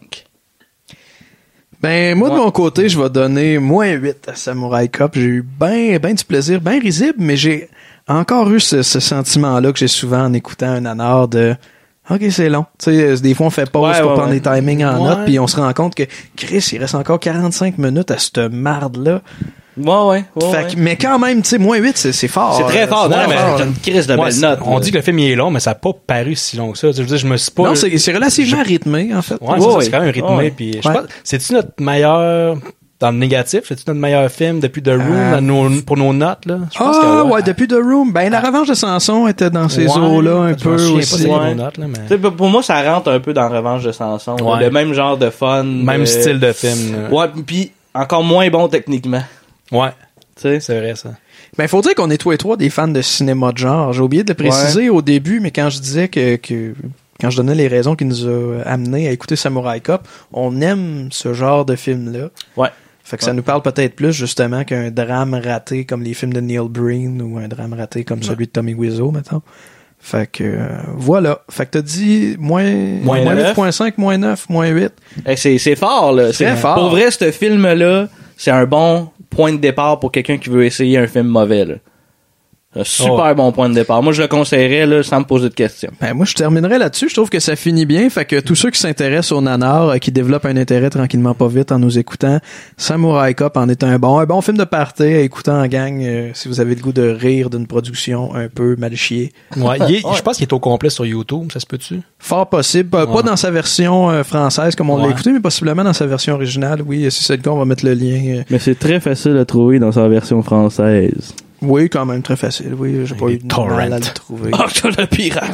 Speaker 1: Ben, moi, de
Speaker 3: Ouais.
Speaker 1: mon côté, je vais donner moins 8 à Samurai Cup. J'ai eu ben, ben du plaisir, ben risible, mais j'ai encore eu ce, ce sentiment-là que j'ai souvent en écoutant un anard de OK, c'est long. Tu sais, euh, des fois, on fait pause
Speaker 3: Ouais,
Speaker 1: pour
Speaker 3: ouais,
Speaker 1: prendre
Speaker 3: ouais.
Speaker 1: des timings en
Speaker 2: Ouais.
Speaker 1: note, puis on se rend compte que Chris, il reste encore 45 minutes à cette marde-là.
Speaker 3: Ouais, ouais.
Speaker 1: Fait que- mais quand même, tu sais, moins 8, c'est, c'est fort. euh,
Speaker 2: C'est très fort,
Speaker 1: C'est
Speaker 2: non,
Speaker 3: hein,
Speaker 2: mais
Speaker 1: fort,
Speaker 2: c'est
Speaker 1: là.
Speaker 2: une
Speaker 3: crise
Speaker 2: de
Speaker 1: Ouais,
Speaker 2: belles
Speaker 1: c'est-
Speaker 2: notes. On
Speaker 1: là.
Speaker 2: dit que le film il est long, mais ça n'a pas paru si long que ça. Je veux dire, je me suis pas.
Speaker 1: Non, c'est, c'est relativement rythmé, en fait.
Speaker 2: Ouais, c'est ça, c'est quand même rythmé. Puis, je
Speaker 1: Ouais.
Speaker 2: pense, c'est-tu notre meilleur, dans le négatif, c'est-tu notre meilleur film depuis The Room
Speaker 1: Euh,
Speaker 2: dans nos- pour nos notes, là? Je pense
Speaker 1: Ah,
Speaker 2: que,
Speaker 1: ouais, depuis The Room. Ben, la revanche de Samson était dans ces
Speaker 2: Ouais,
Speaker 1: eaux-là un
Speaker 2: je m'en
Speaker 1: peu
Speaker 2: souviens pas
Speaker 1: aussi.
Speaker 2: c'est quoi
Speaker 1: Ouais.
Speaker 2: nos notes, là, mais-
Speaker 3: Tu sais, Pour pour moi, ça rentre un peu dans Revanche de Samson. là.
Speaker 2: Ouais.
Speaker 3: Le même genre de fun.
Speaker 2: Même
Speaker 3: euh,
Speaker 2: style de film, là.
Speaker 3: Ouais, puis encore moins bon techniquement.
Speaker 2: Ouais.
Speaker 3: C'est
Speaker 2: vrai, ça.
Speaker 1: Ben, faut dire qu'on est tous les trois des fans de cinéma de genre. J'ai oublié de le préciser au début, mais quand je disais que, que- quand je donnais les raisons qui nous ont amenés à écouter Samurai Cop, on aime ce genre de film-là.
Speaker 3: Ouais.
Speaker 1: Fait que ça nous parle peut-être plus, justement, qu'un drame raté comme les films de Neil Breen ou un drame raté comme celui de Tommy Wiseau, maintenant. Fait que, euh, voilà. Fait que t'as dit moins,
Speaker 3: Moins
Speaker 1: moins
Speaker 3: neuf.
Speaker 1: 8.5, moins 9, moins 8.
Speaker 3: Hey, c'est, c'est fort, là. C'est
Speaker 1: fort.
Speaker 3: Pour vrai, ce film-là, c'est un bon point de départ pour quelqu'un qui veut essayer un film mauvais, là. Un super
Speaker 2: Oh.
Speaker 3: bon point de départ. Moi, je le conseillerais, là, sans me poser de questions.
Speaker 1: Ben, moi, je terminerai là-dessus. Je trouve que ça finit bien. Fait que tous ceux qui s'intéressent au nanar, euh, qui développent un intérêt tranquillement pas vite en nous écoutant, Samurai Cop en est un bon. Un bon film de party à écouter en gang euh, si vous avez le goût de rire d'une production un peu mal chiée.
Speaker 2: Ouais, il est- je pense qu'il est au complet sur YouTube, ça se peut-tu?
Speaker 1: Fort possible. Pas, pas
Speaker 2: Ouais.
Speaker 1: dans sa version euh, française comme on l'a
Speaker 2: Ouais.
Speaker 1: écouté, mais possiblement dans sa version originale. Oui, si c'est le cas, on va mettre le lien. euh.
Speaker 3: Mais c'est très facile à trouver dans sa version française.
Speaker 1: Oui, quand même, très facile. Oui, j'ai pas eu de mal à le trouver.
Speaker 3: Oh, je le pirate!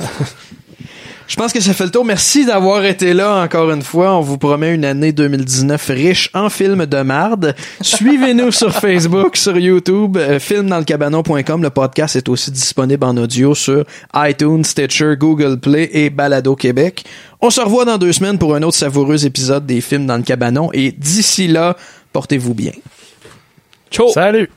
Speaker 1: Je pense que ça fait le tour. Merci d'avoir été là encore une fois. On vous promet une année 2019 riche en films de marde. Suivez-nous sur Facebook, sur YouTube, euh, filmdanslecabanon.com. Le podcast est aussi disponible en audio sur iTunes, Stitcher, Google Play et Balado Québec. On se revoit dans deux semaines pour un autre savoureux épisode des films dans le cabanon et d'ici là, portez-vous bien.
Speaker 2: Ciao! Salut!